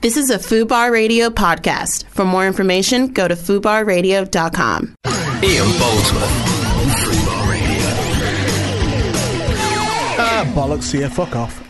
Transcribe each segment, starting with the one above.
This is a FUBAR Radio podcast. For more information, go to FUBARradio.com. Ian Boldsworth. Ah, bollocks to you. Fuck off.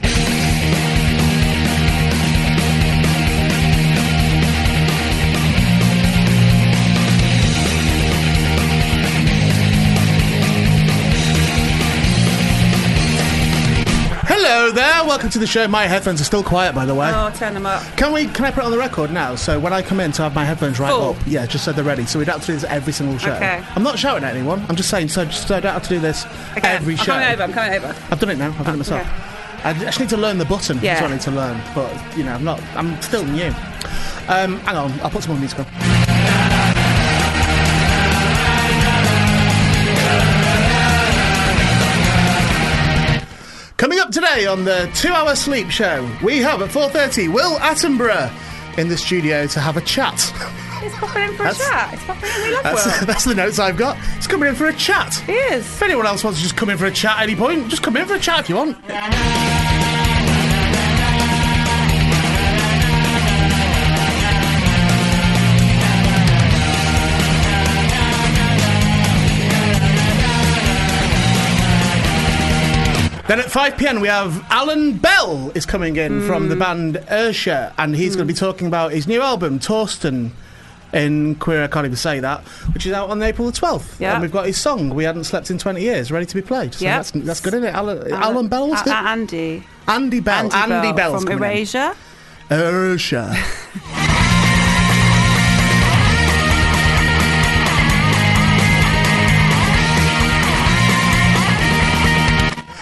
Hello there. Welcome to the show. My headphones are still quiet, by the way. Oh, turn them up. Can we? Can I put it on the record now? So when I come in, to have my headphones right Full. up. Yeah, just so they're ready. So we don't have to do this every single show. Okay. I'm not shouting at anyone. I'm just saying. So just so I don't have to do this Okay, every I'm show. coming over. I'm coming over. I've done it now. I've done it myself. okay. I just need to learn the button. That's Yeah. what I need to learn. But you know, I'm not. I'm still new. Um, hang on. I'll put some more music on. Coming up today on the two-hour sleep show, we have at 4:30 Will Attenborough in the studio to have a chat. It's popping in for a That's- chat. It's popping in. We love That's, Will. that's the notes I've got. It's coming in for a chat. He is. If anyone else wants to just come in for a chat at any point, just come in for a chat if you want. Then at 5 pm, we have Alan Bell is coming in from the band Ursha, and he's going to be talking about his new album, Torsten. In queer, I can't even say that, which is out on April the 12th. Yeah. And we've got his song, We Hadn't Slept in 20 Years, ready to be played. So Yeah. that's, that's good, isn't it? Alan, Alan Bell, was A- it? A- Uh, Andy. Andy Bell. Andy, Andy Bell Bell's from coming in. Erasure. Erasure.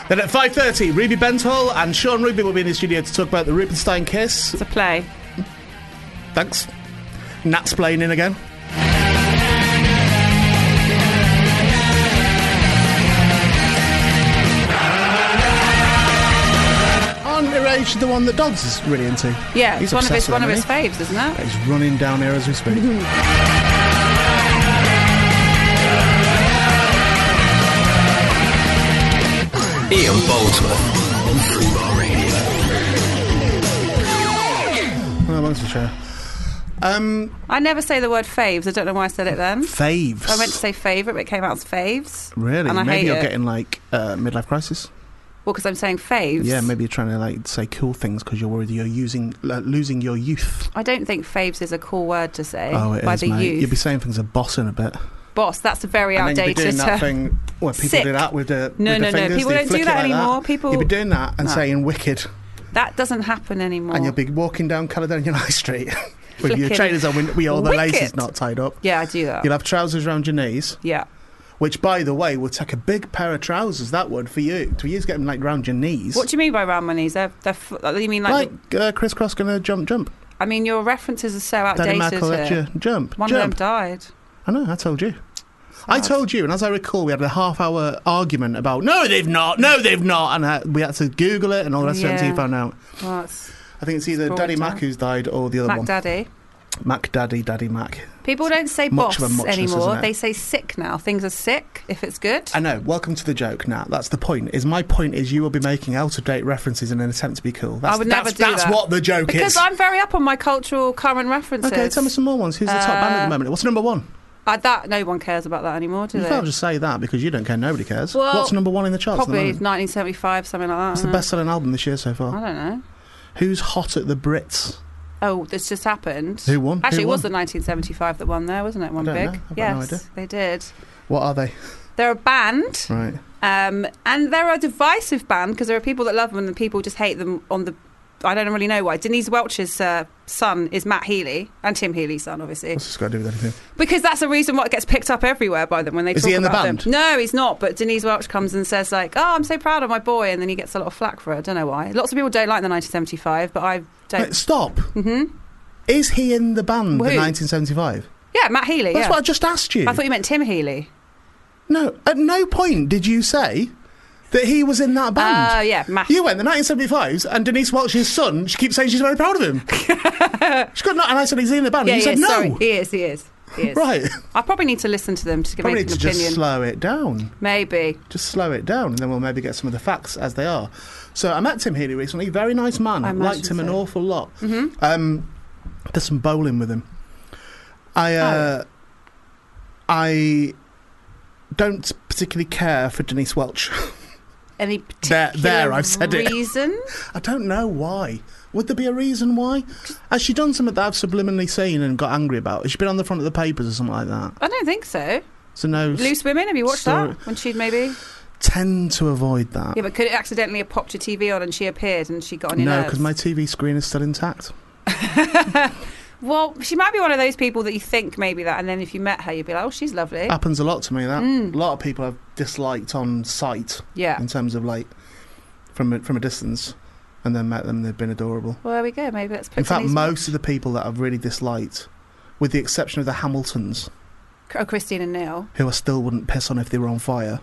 Then at 5.30, Ruby Benthall and Sean Ruby will be in the studio to talk about the Rubenstein Kiss. It's a play. Thanks. Nat's playing in again. On Erasure, the one that Dodds is really into. Yeah, He's it's one of obsessed his with one of it, his isn't he? faves, isn't it? He's running down here as we speak. Ian Boldsworth. Oh, that's for sure. Um, I never say the word faves. I don't know why I said it then. faves. I meant to say favourite, but it came out as faves. really? and I maybe hate you're it. getting like uh, midlife crisis. Well, because I'm saying faves. Yeah, maybe you're trying to like say cool things because you're worried you're using like, losing your youth. I don't think faves is a cool word to say Oh, it is, by the mate. youth. You'll be saying things are bossing a bit. Boss, that's a very and then you'll be outdated doing that term. thing where people Sick. do that with the No, with no, the no. fingers, People they don't do flick it that like anymore. People- you'll be doing that and No. saying wicked, That doesn't happen anymore. and you'll be walking down Caledonia High Street with your Flicking. trainers on with, with all the laces Wicked. not tied up. yeah, I do that. You'll have trousers round your knees, yeah. which, by the way, will take a big pair of trousers. That would for you. To you, get them like round your knees. What do you mean by round my knees? They're, they're f- you mean like, like uh, crisscross gonna jump, jump. I mean your references are so Daddy outdated. Michael let here. you jump, One jump. of them died. I know. I told you. I told you, and as I recall, we had a half-hour argument about no, they've not, no, they've not, and I, we had to Google it and all that stuff until you Yeah. found out. Well, it's I think it's either Scroll Daddy down. Mac who's died or the other Mac one. Daddy. Mac Daddy, Daddy Mac. People don't say Much of a boss muchness, isn't anymore. it? They say sick now. Things are sick if it's good. I know. Welcome to the joke, Nat. That's the point. Is my point is you will be making out of date references in an attempt to be cool. That's, I would that's, never do That's that. what the joke because is. I'm very up on my cultural current references. okay, tell me some more ones. Who's the top band at the Uh, moment? What's number one? Uh, that no one cares about that anymore, do You they? can't just say that because you don't care. Nobody cares. Well, What's number one in the charts? at the Probably moment? 1975, something like that. What's the I best-selling album this year so don't know. far? I don't know. Who's hot at the Brits? Oh, this just happened. Who won? Who Actually, it was the won? 1975 that won there, wasn't it? One don't know. big. I've got no yes, idea. they did. What are they? They're a band, Right. um, and they're a divisive band because there are people that love them and people just hate them. On the, I don't really know why. Denise Welch's uh, son is Matt Healy and Tim Healy's son, obviously, What's this got to do with anything? because that's the reason why it gets picked up everywhere by them when they Is talk he in the about band? them. No, he's not. But Denise Welch comes and says like, "Oh, I'm so proud of my boy," and then he gets a lot of flack for it. I don't know why. Lots of people don't like the 1975, but I don't. Wait, stop. Mm-hmm. Is he in the band, Who? the 1975? yeah, Matt Healy. That's yeah. what I just asked you. I thought you meant Tim Healy. No, at no point did you say that he was in that band. Oh, yeah, Matt. you went the 1975s, and Denise Welch's son. She keeps saying she's very proud of him. she got not, and I said he's in the band. yeah, and you yeah, said no. sorry. He is, he is. He is. Right. I probably need to listen to them to give Probably make need an to just opinion. slow it down. Maybe. Just slow it down, and then we'll maybe get some of the facts as they are. So I met Tim Healy recently. Very nice man. I Mm-hmm. liked imagine him an so. awful lot. Um, Did some bowling with him. I Oh. uh, I don't particularly care for Denise Welch. Any There- particular there, I've said it. reason? I don't know why. Would there be a reason why? Has she done something that I've subliminally seen and got angry about? Has she been on the front of the papers or something like that? I don't think so. So no, Loose Women, have you watched Sorry. that? When she'd maybe. tend to avoid that. Yeah, but could it accidentally have popped your TV on and she appeared and she got on your no, nerves? because my TV screen is still intact. Well, she might be one of those people that you think maybe that, and then if you met her, you'd be like, oh, she's lovely. Happens a lot to me. That Mm. a lot of people I've disliked on sight yeah. in terms of like from a, from a distance, and then met them. They've been adorable. Well, there we go. Maybe let's put In fact, Denise- most of the people that I've really disliked, with the exception of the Hamiltons, Oh, Christine and Neil. who I still wouldn't piss on if they were on fire,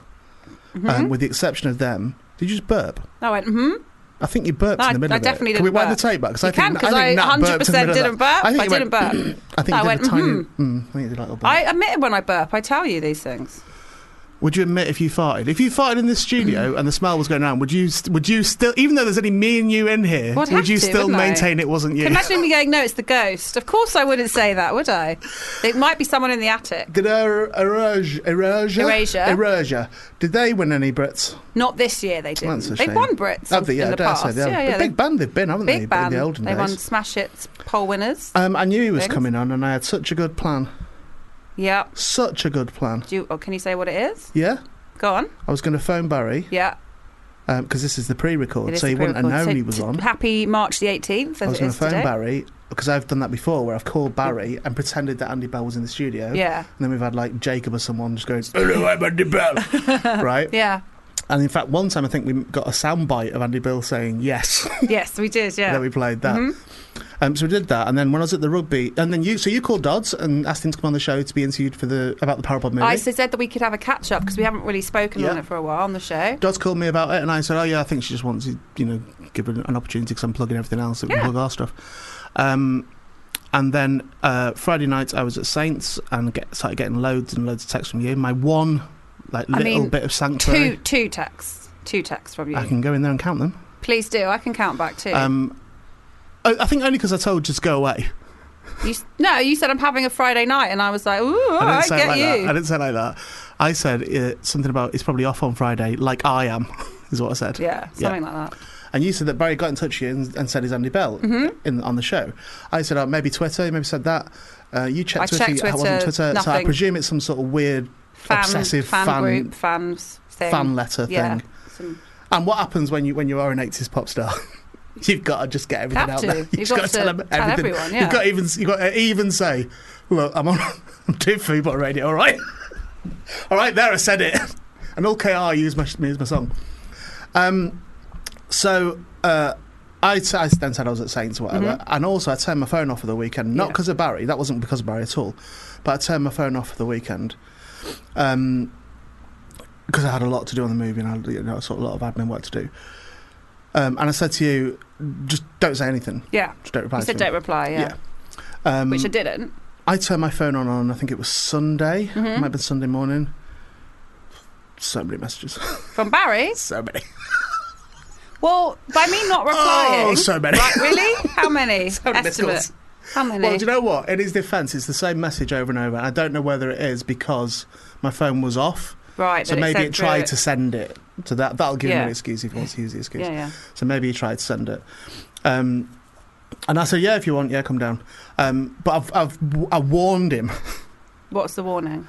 Mm-hmm. um, with the exception of them, did you just burp? I went, mm-hmm. I think you burped No, in the I- middle I of definitely it. Can we didn't wind burp. the tape back? Because I You think can, because I, I, think Nat burped in the 100% middle of that. didn't burp. I I, think you didn't burp. I think I you did went, a tiny. "Hmm." Mm, I think you did like a little burp. I admit when I burp. I tell you these things. Would you admit if you farted? If you farted in this studio Hmm. and the smell was going around, would you st- would you still even though there's only me and you in here, Well, I'd would have you to, still wouldn't I? maintain it wasn't you? Imagine me going, no, it's the ghost. Of course I wouldn't say that, would I? It might be someone in the attic. Did er- Erasure Erasure Erasure. Erasure Did they win any Brits? Not this year, they didn't. That's a They've shame. won Brits Have in, they? Yeah, in I the dare say past. they have. yeah, yeah. big they- band they've been, haven't they? big in band. the olden they won days. Smash It's poll winners. Um, I knew he was Things. coming on, and I had such a good plan, yeah. such a good plan. Do you, oh, can you say what it is? Yeah, Go on. I was going to phone Barry Yeah. because this is the it pre-record, is so the he wouldn't have pre-record. known So he was t- on. Happy March the 18th, as I was it going to is phone today. Barry because I've done that before, where I've called Barry and pretended that Andy Bell was in the studio. Mm. Yeah. And then we've had like Jacob or someone just going, "Hello, I'm Andy Bell," right? Yeah. And in fact, one time I think we got a soundbite of Andy Bell saying yes. Yes, we did. that Yeah. we played that. Mhm. Um, so we did that, and then when I was at the rugby, and then you, so you called Dodds and asked him to come on the show to be interviewed for the about the Parapod movie. I said that we could have a catch up because we haven't really spoken Yeah. on it for a while on the show. Dodds called me about it, and I said, "Oh yeah, I think she just wants to, you know, give her an opportunity because I'm plugging everything else that we Yeah. plug our stuff." Um, and then uh, Friday night, I was at Saints and get, started getting loads and loads of texts from you. My one like I little mean, bit of Two sanctuary. two texts, two texts from you. I can go in there and count them. Please do. I can count back too. Um, I, I think only because I told you to go away. you, s- no, you said I'm having a Friday night, and Oh, I was like, ooh, all I right, didn't say it get like you. that. I didn't say it like that. I said uh, something about it's probably off on Friday, like I am, is what I said. yeah, Yeah. something like that. And you said that Barry got in touch with you and, and said he's Andy Mm-hmm. Bell in, on the show. I said, oh, maybe Twitter, you maybe said that. Uh, you checked I Twitter, checked I wasn't Twitter, Twitter. So I nothing. presume it's some sort of weird Fan, Obsessive fan, fan- group, fans thing. fan letter yeah. thing. Some, And what happens when you when you are an 80s pop star? You've got to just get everything Have out to. there. You've just got gotta to them tell everyone, yeah. You've got to even you've got to even say, look, I'm on I'm doing food on radio. All right, all right. There, I said it. And all KR used my used my song. Um, so uh, I, s- I then said I was at Saints or whatever, and also I turned my phone off for the weekend, not Mm-hmm. Yeah. because of Barry. That wasn't because of Barry at all, but I turned my phone off for the weekend. Um, because I had a lot to do on the movie and I had you know, sort of a lot of admin work to do. Um, and I said to you, just don't say anything. yeah. Just don't reply. You to said me. don't reply. Yeah. Yeah. Um, Which I didn't. I turned my phone on on I think it was Sunday. It Mhm. might have been Sunday morning. So many messages. From Barry. so many. Well, by me not replying. Oh, so many. Right, really? How many? So many missed Estimate. calls. How many? Well, do you know what? In his defence, it's the same message over and over. And I don't know whether it is because my phone was off, right. so that maybe said it tried to through send it. So that that'll give him Yeah. an excuse if he wants to use the excuse. it. Yeah, yeah. So maybe he tried to send it. Um, and I said, yeah, if you want, yeah, come down. Um, but I've, I've I warned him. What's the warning?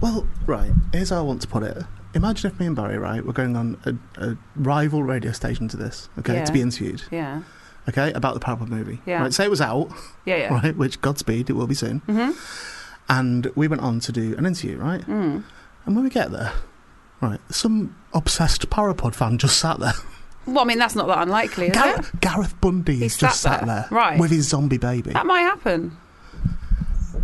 Well, right, here's how I want to put it. Imagine if me and Barry, right, were going on a, a rival radio station to this, okay, Yeah. to be interviewed, Yeah. okay, about the Parapod movie. Yeah. Right, say it was out, Yeah, yeah. right, which Godspeed, it will be soon. Mm-hmm. And we went on to do an interview, right? Mm. And when we get there, right, some obsessed Parapod fan just sat there. Well, I mean, that's not that unlikely, is it? Gareth, Gareth Bundy He is sat just sat there, there, right. with his zombie baby. That might happen.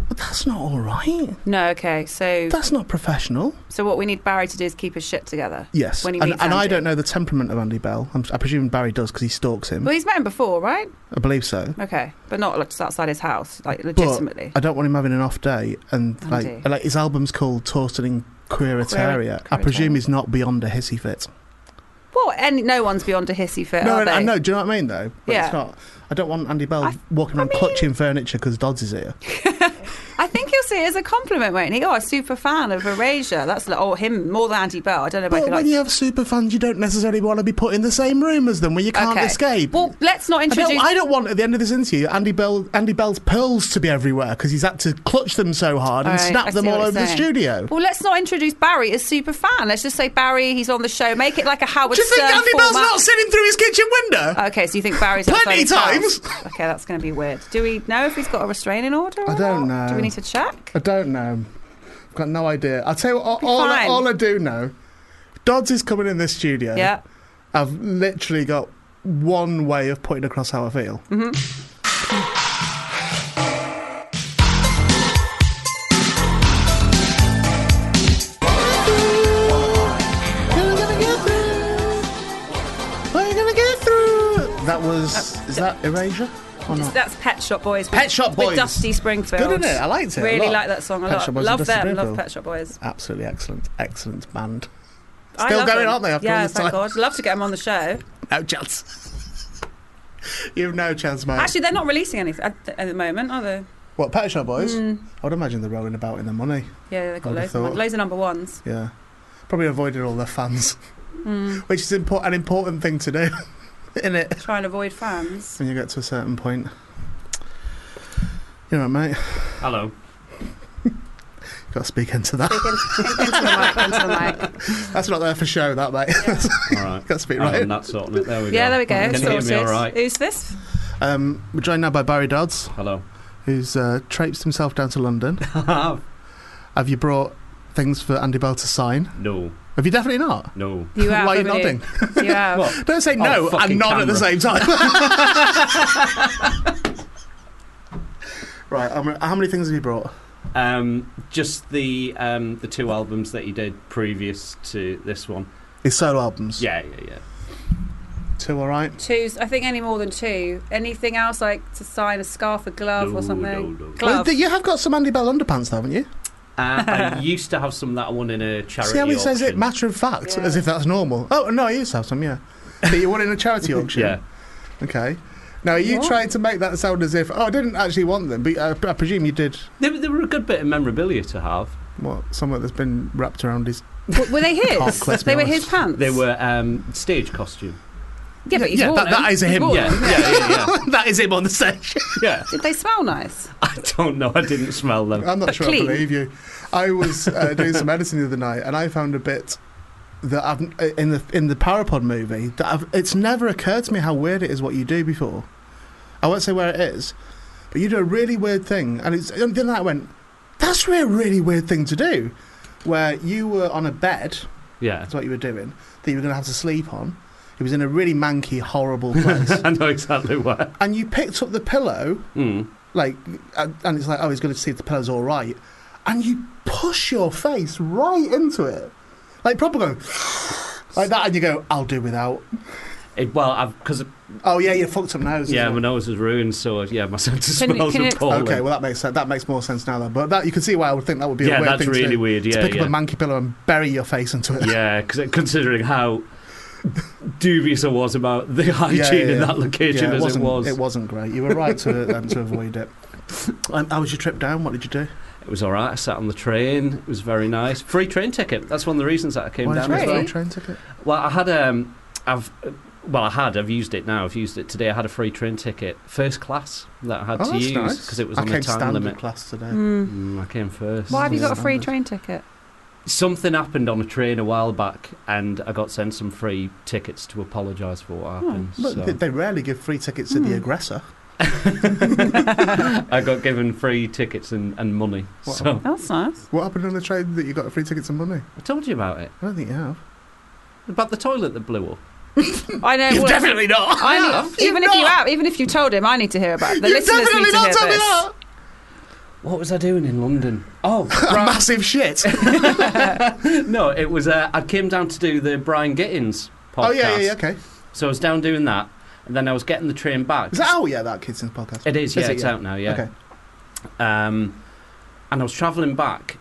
But that's not all right. No, okay. So, That's not professional. so what we need Barry to do is keep his shit together. Yes, When he and, meets and I Andy. don't know the temperament of Andy Bell. I'm, I presume Barry does because he stalks him. Well, he's met him before, right? I believe so. Okay, but not like, just outside his house, like legitimately. I don't want him having an off day, and like, Andy. like his album's called Torstening Queeritaria. I Queer- presume Queeritaria. he's not beyond a hissy fit. well, any, no one's beyond a hissy fit, No, Uh, are they? I know. Do you know what I mean, though? But Yeah. It's not. I don't want Andy Bell I- walking I around mean- clutching furniture because Dodds is here. I think he'll see it as a compliment, won't he? Oh, a super fan of Erasure. That's like, oh, him more than Andy Bell. I don't know about But could when like- you have super fans, you don't necessarily want to be put in the same room as them where you can't Okay. escape. Well, let's not I introduce. don't, I don't want at the end of this interview Andy Bell Andy Bell's pearls to be everywhere because he's had to clutch them so hard and Alright, I snap see them all what over you're the saying. studio. Well, let's not introduce Barry as super fan. Let's just say Barry, he's on the show. Make it like a Howard Do you think Stern Andy Bell's uh, format. not sitting through his kitchen window? Okay, so you think Barry's Plenty outside times. his house. Okay, that's going to be weird. Do we know if he's got a restraining order? Or I don't not? know. Do we need to check? I don't know. I've got no idea. I'll tell you what, all, I, fine. all I do know Dodds is coming in this studio. Yeah. I've literally got one way of putting across how I feel. Mm-hmm. We're gonna get through. That was Uh, is that erasure or not? That's Pet Shop Boys. With, Pet Shop Boys. with Dusty Springfield. Good, isn't it? I liked it a Really lot. like that song a Pet lot. Shop Boys and love Dusty them. Springfield. Love Pet Shop Boys. Absolutely excellent, excellent band. I Still love going, them. aren't they, after yeah, all this thank time? God. Love to get them on the show. No chance. You've no chance, mate. Actually, they're not releasing anything at the, at the moment, are they? what Pet Shop Boys? Hmm. I would imagine they're rolling about in the money. Yeah, they've got I'd have loads of, thought. loads of number ones. Hmm. Yeah, probably avoided all their fans, which is impor- an important thing to do, isn't it? Try and avoid fans. When you get to a certain point, you know, what, mate. Hello. Got to speak into that. Speak in- into the mic, into the mic. That's not there for show, that mate. All right. Got to speak Right. right. And that's sorting it. There we go. Yeah, there we go. Can you hear me Sorted. all right? Who's this? Um, we're joined now by Barry Dodds, Hello. who's uh, traipsed himself down to London. Have you brought things for Andy Bell to sign? no. Have you definitely not? No. You have. Why are you haven't nodding? You have. What? Don't say Oh, no and fucking nod at the camera. same time. right, um, how many things have you brought? Um, just the um, the two albums that he did previous to this one. His solo albums. Yeah, yeah, yeah. Two, all right. Two. I think any more than two. Anything else like to sign a scarf, a glove, No, or something? no, no. Well, Glove. th- you have got some Andy Bell underpants, though, haven't you? Uh, I used to have some that I won in a charity. See how he auction. says it matter of fact, Yeah. as if that's normal. Oh, no, I used to have some, yeah. But you won in a charity auction. Yeah. Okay. Now, are you What? trying to make that sound as if, oh, I didn't actually want them, but I, I presume you did They, were- they were a good bit of memorabilia to have. what? Somewhere that's been wrapped around his. W- Were they his? Cock, let's be they were honest. his pants. They were um, stage costume. Yeah, but he's yeah, worn that- them. that is a He's him, worn Yeah, them. yeah, yeah, yeah. that is him on the stage. yeah. Did they smell nice? I don't know. I didn't smell them. I'm not But sure clean. I believe you. I was uh, doing some editing the other night, and I found a bit that I've uh, in the in the Parapod movie that I've, it's never occurred to me how weird it is what you do before. I won't say where it is, but you do a really weird thing, and it's the other night I went, "That's a really weird thing to do," where you were on a bed. Yeah. That's what you were doing. That you were going to have to sleep on. It was in a really manky, horrible place, I know exactly where. and you picked up the pillow Mm. like, and and it's like, oh, he's going to see if the pillow's all right, and you push your face right into it, like proper going like that, and you go, I'll do without. It, well, I've because Oh yeah, you fucked up nose. yeah, isn't my it? nose is ruined, so uh, yeah, my sense of Can you- smells can you- appalling. Okay, well that makes sense. That makes more sense now, though. But that you can see why I would think that would be a yeah, weird that's thing to really do. weird. to Yeah, pick yeah. up a manky pillow and bury your face into it. Yeah, because considering how dubious I was about the hygiene in yeah. that location Yeah, as it wasn't, was, it was, wasn't great. You were right to um, to avoid it. Um, how was your trip down? What did you do? all right. I sat on the train; it was very nice. Free train ticket. That's one of the reasons that I came Why did down. you as get a well. free train ticket? well, I had um, I've well, I had. I've used it now. I've used it today. I had a free train ticket, first class, that I had Oh, to that's use nice. because it was I on came the time standard limit. class today. Mm. Mm, I came first. Why have you got a free Standard. train ticket? Something happened on a train a while back, and I got sent some free tickets to apologise for what happened. Look, so. they, they rarely give free tickets Hmm. to the aggressor. I got given free tickets and, and money. Wow. So That's nice. What happened on the train that you got free tickets and money? I told you about it. I don't think you have. About the toilet that blew up. I know. well, not. I need- even if you have, even if you told him, I need to hear about it. The listeners need to hear this. What was I doing in London? Oh, A Bri- massive shit. no, it was. Uh, I came down to do the Brian Gittins podcast. oh yeah, yeah, yeah, okay. So I was down doing that, and then I was getting the train back. Is that out yet? That Kidson's podcast. It is. Yeah, it, it's yeah? out now. Yeah. Okay. Um, and I was travelling back,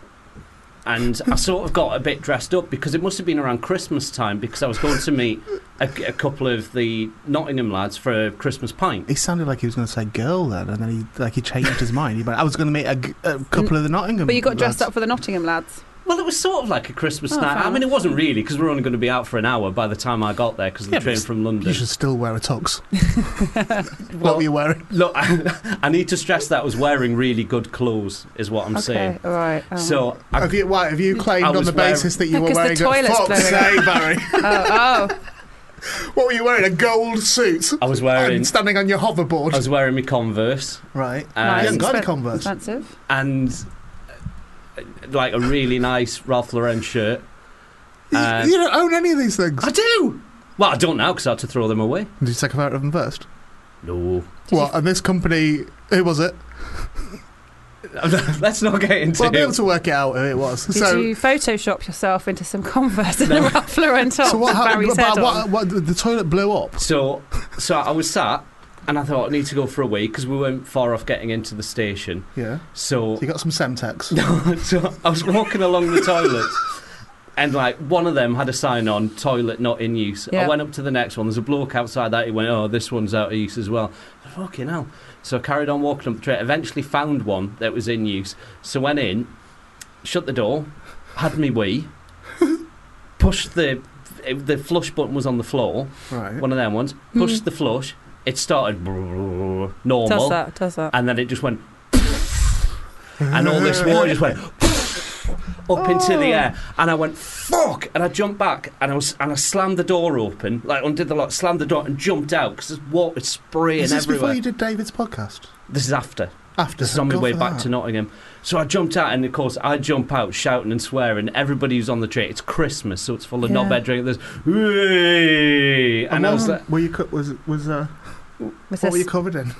and I sort of got a bit dressed up because it must have been around Christmas time because I was going to meet a, a couple of the Nottingham lads for a Christmas pint. He sounded like he was going to say girl then, and then he like he changed his mind. He went, I was going to meet a, g- a couple of the Nottingham. But you got dressed lads." up for the Nottingham lads. Well, it was sort of like a Christmas Oh, night. fair I mean, it enough. wasn't really because we were only going to be out for an hour by the time I got there because of the Yeah, but train it's- from London. You should still wear a tux. what Well, were you wearing? Look, I, I need to stress that I was wearing really good clothes, is what I'm saying. all right. Oh. So I Have you, why, have you claimed I on was the basis that you were Because wearing the a toilet's fox? blowing Say, Barry, oh, oh. what were you wearing? A gold suit. I was wearing and standing on your hoverboard. I was wearing my Converse right. uh, You haven't Nice. got any Expen- Converse. oh, expensive. and uh, like a really nice Ralph Lauren shirt. You- Uh, you don't own any of these things. I do. Well, I don't now because I had to throw them away. Did you take a photo of them first? No, What? And this company, who was it? let's not get into Well, I'll be able it. to work it out who it was. Did so, you Photoshop yourself into some Converse and a Ralph Lauren top? so what with happened? Barry's head But on? what, what, the toilet blew up. So, so I was sat and I thought I need to go for a wee because we weren't far off getting into the station. Yeah. So So you got some Semtex. so I was walking along the toilet, and like one of them had a sign on "toilet not in use." I Yeah. went up to the next one. There's a bloke outside that. He went, "Oh, this one's out of use as well." I thought, Fucking hell! So I carried on walking up the train. Eventually found one that was in use. So went in, shut the door, had me wee, pushed the the flush button was on the floor. Right. One of them ones pushed the flush. It started Does normal that? "Oh, Does that? and then it just went and all this water just went up into the air and I went fuck and I jumped back and I was and I slammed the door open like undid the lock slammed the door and jumped out because there's water spraying Is this everywhere before you did David's podcast? this is after After this is on my God way for back that. to Nottingham so I jumped out and of course I jump out shouting and swearing everybody who's on the train it's Christmas so it's full of Yeah. knobhead drinkers there's and I what was like were you co- was was uh, Was what were you this covered in?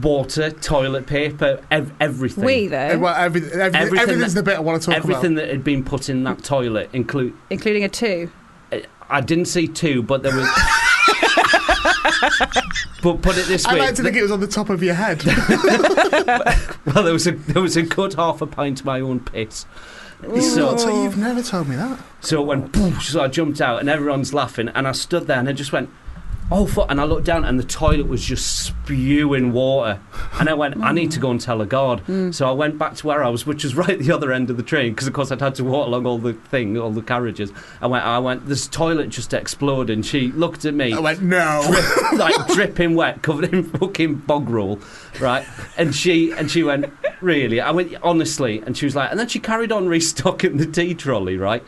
water toilet paper ev- everything we though, Eh, Well, every, every, Everything everything's the bit I want to talk everything that had been put in that toilet include including a two? I didn't see two, but there was. but put it this about. I way: like to think it was on the top of your head. well, there was a there was a good half a pint of my own piss. Not- So, so you've never told me that. so it went. Poof, so I jumped out, and everyone's laughing, and I stood there, and I just went. Oh fuck! And I looked down, and the toilet was just spewing water. And I went, I need to go and tell a guard. Hmm. So I went back to where I was, which was right at the other end of the train, because of course I'd had to walk along all the thing, all the carriages. I went, I went. This toilet just exploded. And she looked at me. I went no. drip- like dripping wet, covered in fucking bog roll, right? And she and she went, really? I went honestly, and she was like, and then she carried on restocking the tea trolley, right?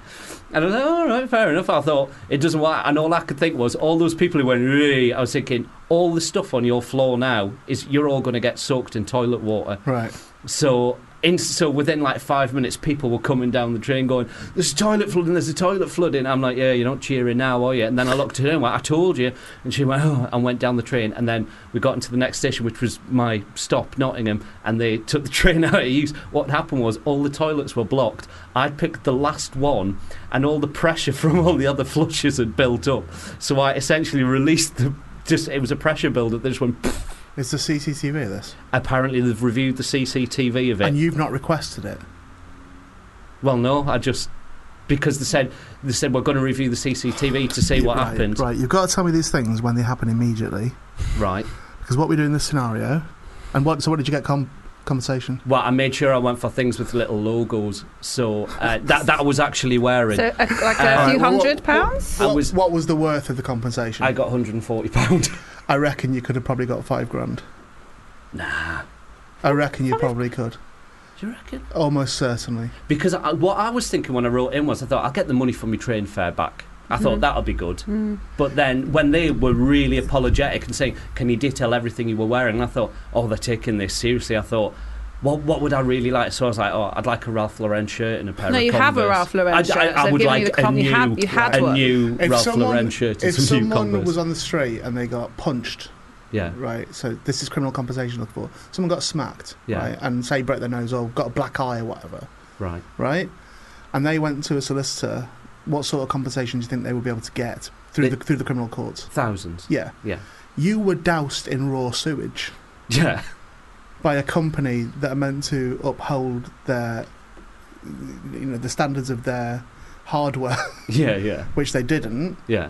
And I was like, all right, fair enough. I thought it doesn't work, and all I could think was all those people who went, really. I was thinking all the stuff on your floor now is you're all going to get soaked in toilet water. right. So. In, so within like five minutes, people were coming down the train going, "There's a toilet flooding! There's a toilet flooding!" I'm like, "Yeah, you're not cheering now, are you?" And then I looked at her and went, "I told you." And she went, "Oh," and went down the train. And then we got into the next station, which was my stop, Nottingham. And they took the train out of use. What happened was all the toilets were blocked. I picked the last one, and all the pressure from all the other flushes had built up. So I essentially released the. Just it was a pressure buildup. They just went. "Pfft." It's the CCTV this, Apparently, they've reviewed the CCTV of it. and you've not requested it. Well, no, I just because they said they said we're going to review the CCTV to see what right, happened. Right. Right. You've got to tell me these things when they happen immediately, because what we do in this scenario, and what. So what did you get? Com- compensation. Well, I made sure I went for things with little logos, so uh, that that I was actually wearing. So uh, like a Uh, few well, hundred what- pounds. I What was- was, what was the worth of the compensation? I got 140 pound. I reckon you could have probably got five grand. Nah. I reckon you probably could. Do you reckon? Almost certainly. Because I, what I was thinking when I wrote in was I thought I'll get the money from my train fare back. I thought that'll be good. Hmm. But then when they were really apologetic and saying, "Can you detail everything you were wearing?" I thought, "Oh, they're taking this seriously." I thought. What, what would I really like? So I was like, oh, I'd like a Ralph Lauren shirt and a pair No, of you have a Converse. Ralph Lauren I- shirt, I, I, so would giving like you the a com- new, you had- you had a one. new If Ralph someone- Lauren shirt and If some new someone Converse. was on the street and they got punched, yeah, right? So this is criminal compensation look for. Someone got smacked, Yeah. right? And say broke their nose or got a black eye or whatever, right. right? And they went to a solicitor. What sort of compensation do you think they would be able to get through They- the through the criminal courts? Thousands. Yeah. Yeah. You were doused in raw sewage Yeah. by a company that are meant to uphold their you know the standards of their hardware, Yeah, yeah, which they didn't. yeah.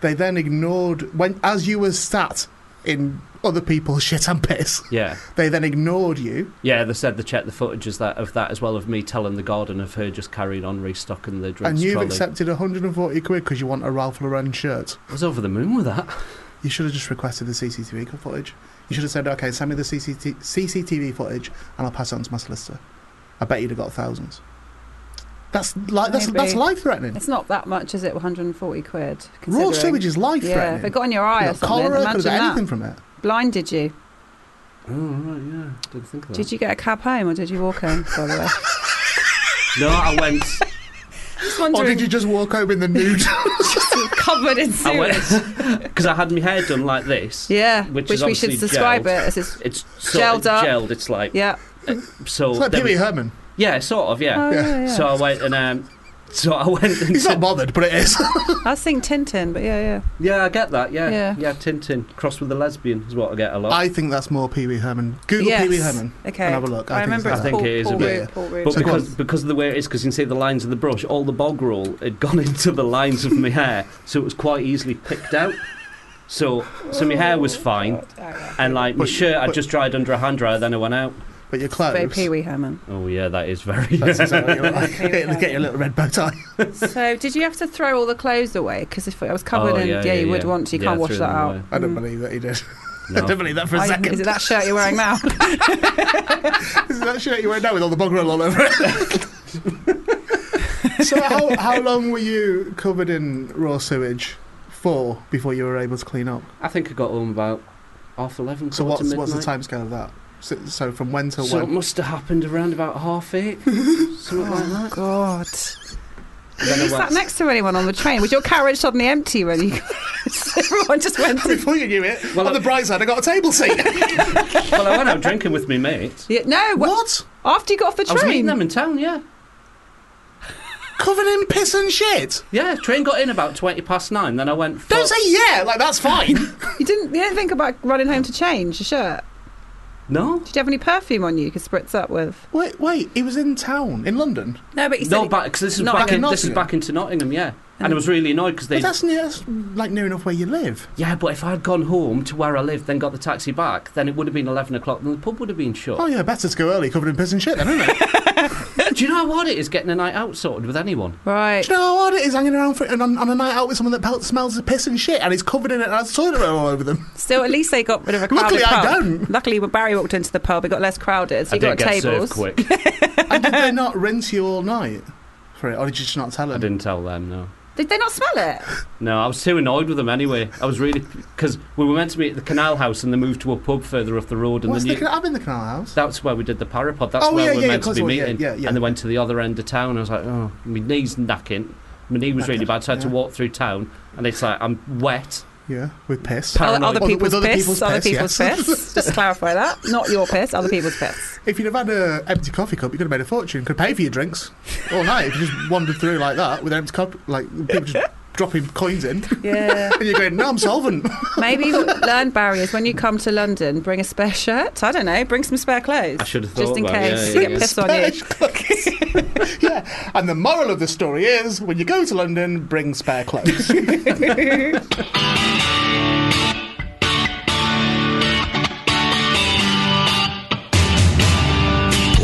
They then ignored when as you were sat in other people's shit and piss. Yeah, They then ignored you. yeah. They said they checked the footage as that of that as well of me telling the garden of her just carrying on restocking the drinks and you've trolley. accepted 140 quid because you want a Ralph Lauren shirt. I was over the moon with that. You should have just requested the CCTV footage. You should have said, okay, send me the CCT- CCTV footage and I'll pass it on to my solicitor. I bet you'd have got thousands. That's like that's, Maybe. that's life threatening. It's not that much, is it? 140 quid. Raw considering- sewage is life Yeah, if it threatening. got on your eye You or know, something, cholera could have imagine got that. anything from it. Blinded you. Oh right, yeah. Didn't think of that. Did you get a cab home or did you walk home? By the way, No, I went. just Or Oh, wondering. did you just walk home in the nude? just covered in I sewage? went because I had my hair done like this. Yeah, Which is which, we should obviously describe gelled. it as. This, It's sort Gelled of up. gelled. It's like yeah. so. it's like there Pee Wee was- Herman. yeah, sort of. Yeah. Oh, Yeah. yeah. So I went and um, so I went and He's not bothered, but it is. I was thinking Tintin, but yeah, yeah. yeah, I get that. Yeah, yeah, Yeah. Tintin crossed with a lesbian is what I get a lot. I think that's more Pee Wee Herman. Google Yes. Pee Wee Herman Okay. and have a look. I, remember I it's it's think Paul, it is a Paul bit, Root, yeah. Paul Root. but So go because because of the way it is, because you can see the lines of the brush, all the bog roll had gone into the lines of my hair, so it was quite easily picked out. So so my hair was fine, Oh, yeah. and like my But- shirt I but- just dried under a hand dryer, then I went out. But your Very clothes. Pee Wee Herman. Oh yeah, that is very. That's exactly what you're like. Pee Wee get, get your Herman. little red bow tie. So, did you have to throw all the clothes away? Because if I was covered Oh, in, yeah, yeah, yeah, you would yeah. want to. You Yeah, can't I wash threw that them out. away. I don't Mm. believe that he did. No. I don't believe that for a Oh, second. Is it that shirt you're wearing now? Is that shirt you wear now with all the bog roll all over it? so how how long were you covered in raw sewage for before you were able to clean up? I think I got home about half eleven. So quarter what's midnight. what's the time scale of that? So, so from when till So it when? must have happened around about half eight, something like that. God. Then I You sat went- next to anyone on the train. Was your carriage suddenly empty when you Everyone just went to. Before you knew it, Well, on the I- bright side, I got a table seat. well, I went out drinking with my mate. Yeah, no, wh- what? after you got off the I was meeting train. them in town. Yeah, Covered in piss and shit? yeah. Train got in about twenty past nine. Then I went. For, Don't say yeah, like that's fine. You didn't. You didn't think about running home to change your shirt. no. Did you have any perfume on you you could spritz up with? wait, wait, he was in town in London. No, but you No, back because this is Not back back in in this is Nottingham. back into Nottingham, yeah. And I was really annoyed because they But that's, near, that's like near enough where you live. yeah, but if I'd gone home to where I lived, then got the taxi back, then it would have been eleven o'clock, and the pub would have been shut. Oh yeah, better to go early, covered in piss and shit, then, isn't it? Do you know how hard it is getting a night out sorted with anyone? right. Do you know how hard it is hanging around for, and on, on a night out with someone that pel- smells of piss and shit and is covered in it and has toilet roll all over them? Still, at least they got rid of a crowded Luckily, I pub. don't. Luckily, when Barry walked into the pub, it got less crowded, so I you got did get tables. served quick. and did they not rinse you all night for it, or did you just not tell I them? didn't tell them no. Did they not smell it? No, I was too annoyed with them anyway. I was really because we were meant to be at the Canal House, and they moved to a pub further up the road, and What's then the, you- can- I've been the canal house. That's where we did the parapod. That's Oh, where yeah, we were yeah, meant to of be course it was. Yeah, meeting. yeah, yeah. And they went to the other end of town. I was like, oh, my knee's knacking. My knee was really Knackered, bad, so I had to yeah. walk through town. And it's like, I'm wet. Yeah, with piss. Paranoid. Other With people's other piss. people's other piss, people's yes. piss. Just clarify that. Not your piss. Other people's piss. If you'd have had an empty coffee cup, you could have made a fortune. Could pay for your drinks all night if you just wandered through like that with an empty cup, like people just dropping coins in, Yeah. and you're going, "No, I'm solvent." Maybe what learn Barry is when you come to London, bring a spare shirt. I don't know. Bring some spare clothes. I should have Just thought in about it, case yeah, you yeah, get pissed on you. yeah. And the moral of the story is, when you go to London, bring spare clothes.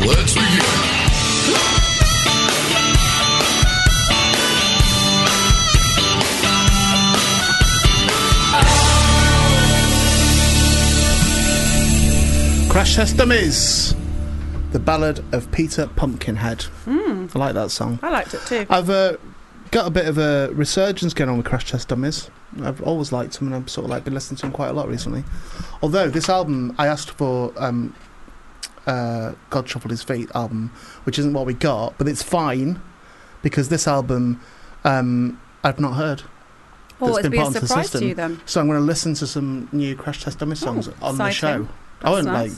Let's begin. Crash Test Dummies, the ballad of Peter Pumpkinhead. I like that song. Hmm. I liked it too. I've uh, got a bit of a resurgence going on with Crash Test Dummies. I've always liked them, and I've sort of like been listening to them quite a lot recently. Although this album, I asked for um, uh, God Shuffled His Feet album, which isn't what we got, but it's fine because this album um, I've not heard. Oh, that's been it'd be a part of the surprise to system. you then. So I'm going to listen to some new Crash Test Dummies Oh, songs on the show. exciting. I won't That's like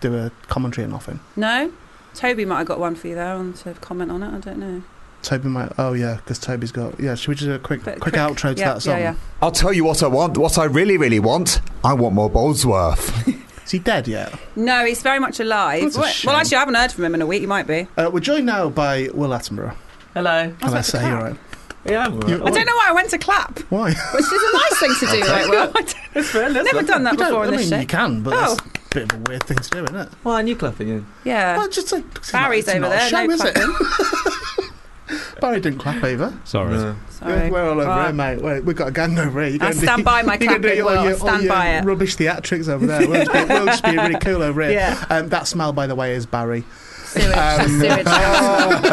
do a commentary or nothing. No? Toby might have got one for you there and to comment on it. I don't know. Toby might. Oh yeah, because Toby's got. Yeah, should we just do a quick, But quick, outro to yeah, that song? Yeah, yeah. I'll tell you what I want, what I really, really want. I want more Boldsworth. Is he dead yet? No, he's very much alive. That's a Well, shame. well, actually, I haven't heard from him in a week. He might be. Uh, we're joined now by Will Attenborough. Hello. Can I about to say clap. you're right? Yeah, I'm You- I don't know why I went to clap, which Why? is a nice thing to do. Right? Well, I've It's fair, that's never lovely. done that You don't- before I in this mean, you shit. can, but Oh. that's a bit of a weird thing to do, isn't it? Why aren't you clapping in? Yeah. Well, just like, it's not- Barry's it's over not a there. shame, no is it? clapping. Barry didn't clap either. Sorry. Yeah, Sorry. we're all over Right. here, mate. We're, we've got a gang over here. You I'll stand by my can do clapping, all Will. your, I'll all stand your by it. rubbish theatrics over there. We'll just be, we'll just be really cool over here. Yeah. Um, that smell, by the way, is Barry. Sewage. Um, sewage.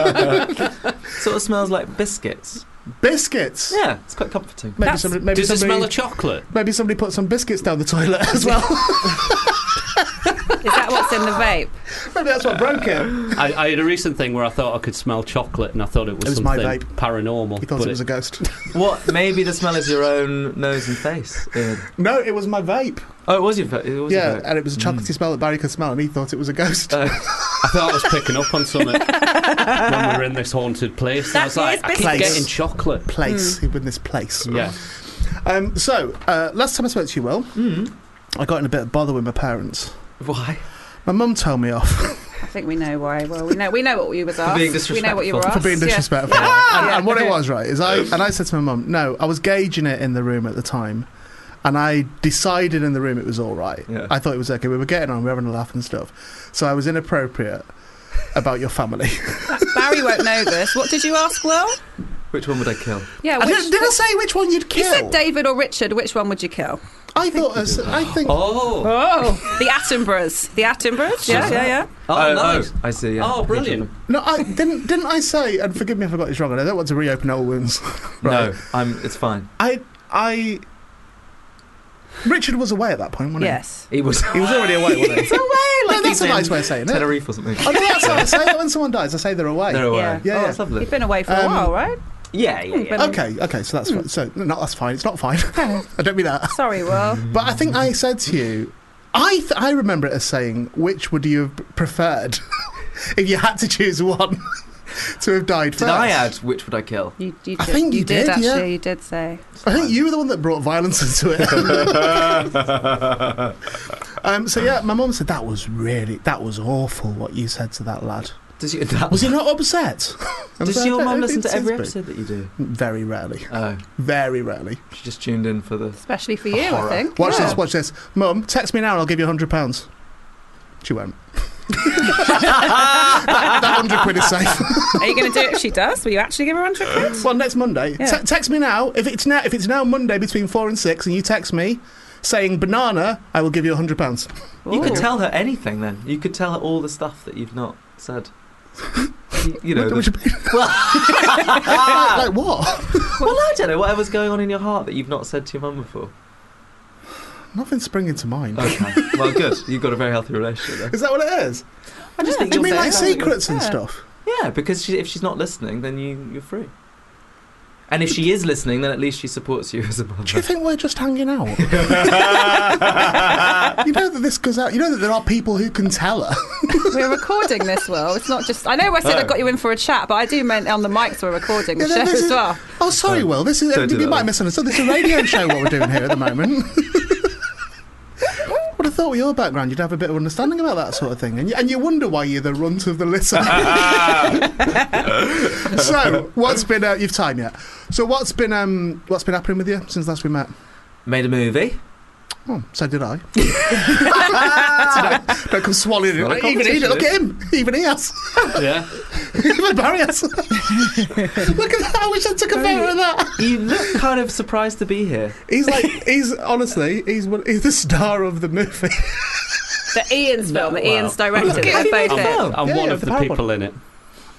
Sort of smells like biscuits. Biscuits. Yeah, it's quite comforting. Maybe That's- somebody, maybe Does it somebody, smell of chocolate? maybe somebody put some biscuits down the toilet as well. Is that what's in the vape? maybe that's what broke it. I, I had a recent thing where I thought I could smell chocolate, and I thought it was, It was my something vape. paranormal. He thought but it was a ghost. What? Maybe the smell is your own nose and face. Ian. no, it was my vape. Oh, it was your. fa- It Mm. Uh. was your yeah, fa- and it was a chocolatey smell that Barry could smell, and he thought it was a ghost. I thought I was picking up on something when we were in this haunted place. and I That was like, is I keep biscuits. getting chocolate. place. He was in this place. Yeah. Um, so, uh, last time I spoke to you, Will, Mm. I got in a bit of bother with my parents. Why? My mum told me off I think we know why. Well, we know we know what you was asked. being we know what you were asked. disrespectful. for being yeah. disrespectful. And, Yeah. and what it was, right, is I and I said to my mum, no, I was gauging it in the room at the time, and I decided in the room it was all right. Yeah. I thought it was okay. We were getting on, we were having a laugh and stuff. So I was inappropriate about your family. Barry won't know this. What did you ask, Will? Which one would I kill? Yeah, I which, didn't, did I say which one you'd you kill? said David or Richard. Which one would you kill? I thought I, said- I think. Oh. Oh, the Attenboroughs. The Attenboroughs. Yeah, yeah, yeah. Oh, nice. I see. Yeah. Oh, brilliant. No, I didn't. Didn't I say? And forgive me if I got this wrong. And I don't want to reopen old wounds. No, I'm. It's fine. I I. Richard was away at that point, wasn't Yes. He was. he? He was already away, wasn't he? He's away. no, that's he's a nice in way of saying it. Tenerife or something. Oh, no, that's how I say it when someone dies. I say they're away. They're away. Yeah. Yeah, Yeah, yeah. yeah. Oh, that's lovely. You've been away for a Um, while, right? Yeah, yeah, yeah. Been- Okay, okay, so that's fi- so no, that's fine. It's not fine. I don't mean that. Sorry, Will. Mm-hmm. But I think I said to you, I th- I remember it as saying, which would you have preferred if you had to choose one to have died first? Did I add which would I kill? You, you did, I think you did, actually. yeah. You did say. I think you were the one that brought violence into it. um, so yeah, my mum said that was really that was awful what you said to that lad. Does you, that Was he not upset? I was Does like, your "I mum don't listen think it's to every big." episode that you do? Very rarely. Oh, Very rarely. she just tuned in for the. Especially for you, Horror. I think. Watch yeah. this, watch this. Mum, text me now and I'll give you £100. She won't. that, that 100 quid is safe. Are you going to do it if she does? Will you actually give her 100 quid? well, next Monday. Yeah. Te- text me now. If it's now if it's now Monday between 4 and 6 and you text me saying banana, I will give you £100. You could Ooh. tell her anything then. You could tell her all the stuff that you've not said. you, you know. What- the- what do you mean? like what? well, I don't know. Whatever's going on in your heart that you've not said to your mum before. Nothing's springing to mind. Okay. well, good. You've got a very healthy relationship Is that what it is? I just think Do you you'll mean say like something. secrets and Yeah. stuff? there. Yeah, because she, if she's not listening, then you, you're free. And if she is listening, then at least she supports you as a mother. Do you think we're just hanging out? you know that this goes out. You know that there are people who can tell her. We're recording this, Will. It's not just. I know I said I got you in for a chat, but I do mean on the mics we're recording the Yeah, show this as is- well. Oh, sorry, Will. This is Don't do you that. might misunderstand. This is a radio show. What we're doing here at the moment. Would have thought with your background, you'd have a bit of understanding about that sort of thing, and you, and you wonder why you're the runt of the litter. so, what's been uh, you've time yet? So, what's been um, what's been happening with you since last we met? Made a movie. Oh, so did I. so don't, don't come swallowing Not a it. Even he, competition, look is at him. Even he has. Yeah. Even Barry has. look at that. I wish I took a photo of that. You look kind of surprised to be here. He's like, he's honestly, he's one- he's the star of the movie. The Ian's film, that Wow. Ian's directed. Look They're at you, both look in. at I'm, I'm Yeah, one yeah, of the the power people in it.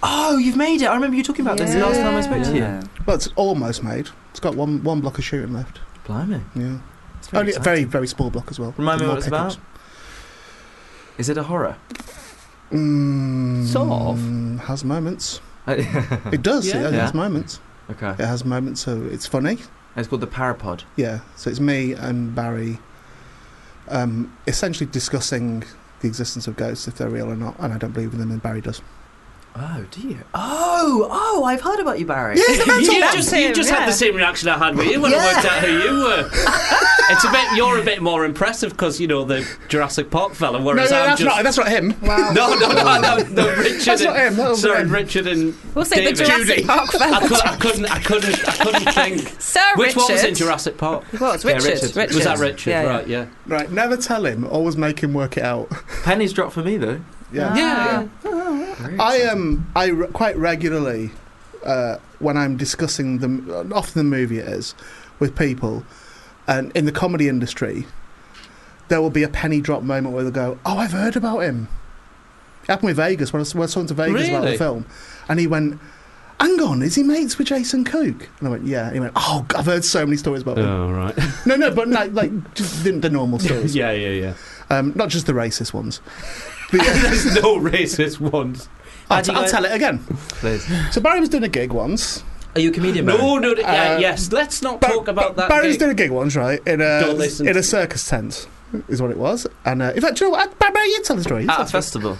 Oh, you've made it. I remember you talking about this the last time I spoke to you. Yeah. Well, it's almost made. It's got one one block of shooting left. Blimey. Yeah, It's only a exciting. very very small block as well. Remind me More what it's pickups. about. Is it a horror? Mm, Sort Has moments. okay. It does. It Yeah. only has Yeah. moments. It has moments. So it's funny. It's called the Parapod. Yeah. So it's me and Barry, um, essentially discussing the existence of ghosts if they're real or not, and I don't believe in them, and Barry does. Oh, do you? Oh, oh, I've heard about you, Barry. Yes, the You mental just, you him, just yeah. had the same reaction I had with you when I worked out who you were. it's a bit. You're a bit more impressive because you know the Jurassic Park fella, No, no, whereas I'm that's just. not that's not him. No, no, no, no, no, Richard. That's and, not him, Oh, that was sorry, him. Richard and We'll say the David. Jurassic Park I, fella. could, I couldn't, I couldn't, I couldn't think. Sir Which Richard. one was in Jurassic Park? It was Yeah, Richard. Richard. Richard. Was that Richard? Yeah, yeah. Right, yeah. Right, never tell him. Always make him work it out. Pennies dropped for me though. Yeah. Yeah, I um I re- quite regularly uh, when I'm discussing the often the movie it is with people and in the comedy industry there will be a penny drop moment where they go oh I've heard about him it happened with Vegas when I was, when I was talking to Vegas about the Really? film and he went hang on is he mates with Jason Cook and I went yeah he went oh God, I've heard so many stories about him Oh, right. no no but like like just the, the normal stories yeah, yeah, yeah. um, not just the racist ones The- There's no racist ones. I'll, How do you I'll guys- tell it again Please. so Barry was doing a gig once Are you a comedian, Barry? No, no, no yeah, Uh, yes. Let's not Bar- talk about that. Bar- Barry's gig. did a gig once, right? In a Don't listen in to- a circus tent, is what it was. And uh, in fact, do you know what? Barry, you tell the story. You At tell the a story. festival.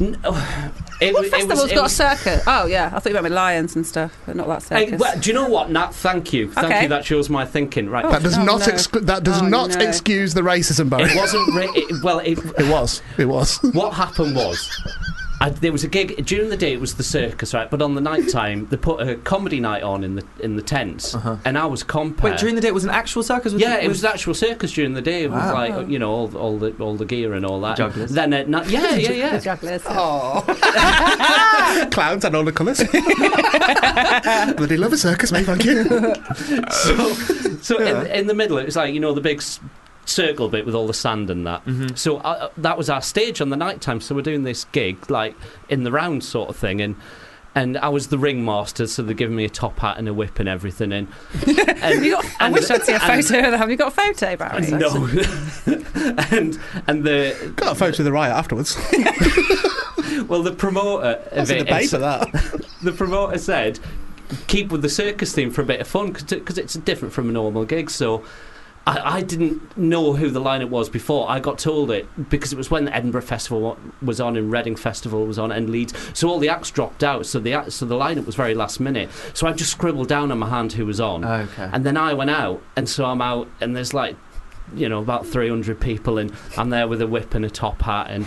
N- oh, it What was- it festival's was- it got was- a circuit? Oh yeah, I thought you meant with lions and stuff, but not that Hey, circus. well, do you know what, Nat? Thank you. Thank Okay. you. That shows my thinking. Right. Oh. That does Oh, not no. exclu- that does Oh, not no. excuse the racism, Barry. It wasn't. Ra- it, well, it, It was. It was. what happened was. I, there was a gig during the day. It was the circus, right? But on the night time, they put a comedy night on in the in the tents, and I was compared. Wait, during the day it was an actual circus. With yeah, with it was an actual circus during the day with Wow. like you know all, all the all the gear and all that. Jugglers. Then at night, yeah, yeah, yeah. The jugglers. Oh, Clowns and all the colours. Bloody love a circus, mate. Thank you. so, so in, in the middle, it was like you know the big s- circle bit with all the sand and that. So uh, that was our stage on the night time. So we're doing this gig like in the round sort of thing, and and I was the ringmaster, so they're giving me a top hat and a whip and everything. And, and you got, I and- wish I'd see a and- photo of that. Have you got a photo, Barry? no, and and the Got a photo of the riot afterwards. well the promoter That's of in the it, it's- paper. That. the promoter said, keep with the circus theme for a bit of fun because it's different from a normal gig. So I, I didn't know who the lineup was before. I got told it because it was when the Edinburgh Festival wa- was on and Reading Festival was on and Leeds. So all the acts dropped out. So the act, so the lineup was very last minute. So I just scribbled down on my hand who was on. Okay. And then I went out, and so I'm out, and there's like, you know, about 300 people, and I'm there with a whip and a top hat, and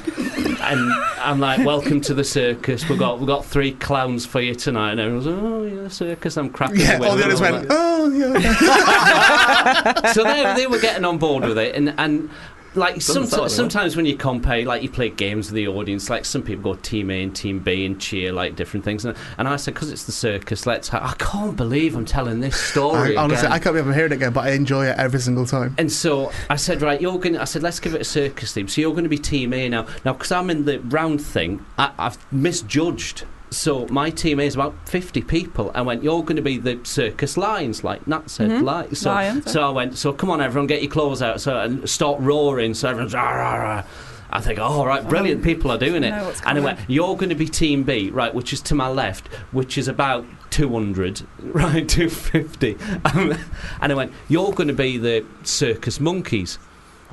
and I'm like, "Welcome to the circus. We've got we've got three clowns for you tonight." And everyone's, "Oh yeah, the circus." I'm cracking. Yeah. whip All the and others all went. Oh yeah. that. So they they were getting on board with it, and and. Like Doesn't sound like sometimes, that. sometimes when you compare, like you play games with the audience, like some people go team A and team B and cheer like different things, and, and I said because it's the circus, let's. Ha- I can't believe I'm telling this I, story. honestly, again. I can't believe I'm hearing it again, but I enjoy it every single time. And so I said, right, you're going. to I said, let's give it a circus theme. So you're going to be team A now. Now, because I'm in the round thing, I, I've misjudged. So my team A is about 50 people. I went, you're going to be the circus lions, like Nat said, Mhm. lions. So, Lions, so I went, so come on, everyone, get your claws out, so and start roaring. So everyone's rah rah rah. I think, oh, all right, brilliant. People are doing it. know what's And I coming. went, you're going to be team B, right, which is to my left, which is about 200, right, 250. Um, and I went, you're going to be the circus monkeys.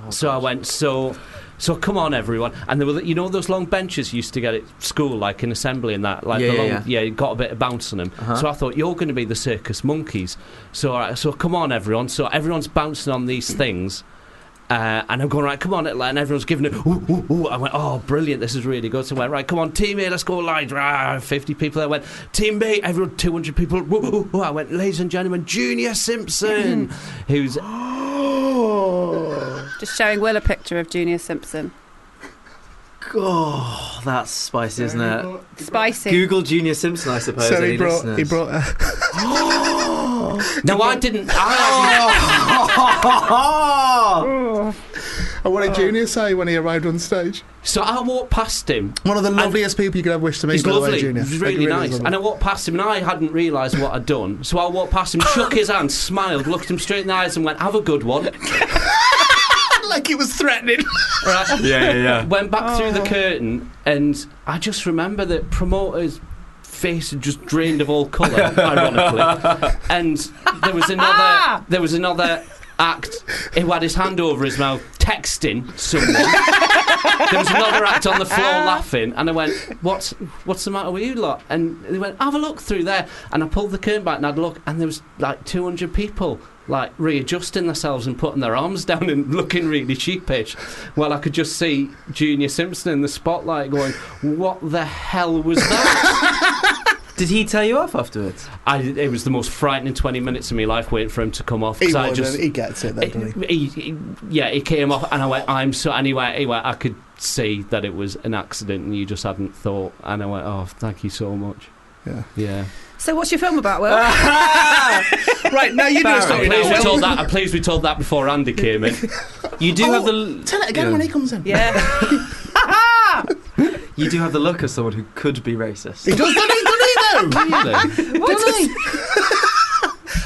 Oh, so I went, so, so come on, everyone. And there were, you know, those long benches you used to get at school, like in assembly and that, like Yeah, the yeah, long, yeah. yeah, it got a bit of bounce on them. Uh-huh. So I thought you're going to be the circus monkeys. So all right, so come on, everyone. So everyone's bouncing on these things. Uh, and I'm going right. Come on, Atlanta, and everyone's giving it. Ooh, ooh, ooh. I went, oh, brilliant! This is really good. So I went right. Come on, team A, let's go live. Rah, Fifty people. I went, team B, everyone, two hundred people. Woo, woo, woo. I went, ladies and gentlemen, Junior Simpson, who's Just showing Will a picture of Junior Simpson. Oh, that's spicy, isn't it? Spicy. Google Junior Simpson, I suppose. So he any brought listeners. he brought uh, no, I didn't. I, Oh! and what did Junior say when he arrived on stage? so I walked past him. One of the loveliest people you could ever wish to meet. He's by the way, lovely. Junior. He's Like, really, is nice. lovely. And I walked past him, and I hadn't realised what I'd done. So I walked past him, shook his hand, smiled, looked him straight in the eyes, and went, "Have a good one." like he was threatening. Right. yeah, yeah, yeah. Went back through the curtain, and I just remember that promoter's face had just drained of all colour, ironically. And there was another, there was another act who had his hand over his mouth texting someone. there was another act on the floor laughing, and I went, "What's what's the matter with you lot?" And they went, "Have a look through there." And I pulled the curtain back and had a look, and there was like 200 people like readjusting themselves and putting their arms down and looking really sheepish. Well, I could just see Junior Simpson in the spotlight going, "What the hell was that?" Did he tell you off afterwards? I, it was the most frightening 20 minutes of my life waiting for him to come off. He, 'cause I won, just, Eh, and he gets it, though, doesn't he? he, he- yeah, he came off, and I went, "I'm so." And he went, he went, I could see that it was an accident, and you just hadn't thought. And I went, "Oh, thank you so much." Yeah. yeah. So, what's your film about, Will? Right, now you do a Barry. I'm story. pleased we now, Will. told that. I'm pleased we told that before Andy came in. You do Oh, have the Tell it again yeah. when he comes in. yeah. You do have the look of someone who could be racist. He does, doesn't he, doesn't he, though? Really? What?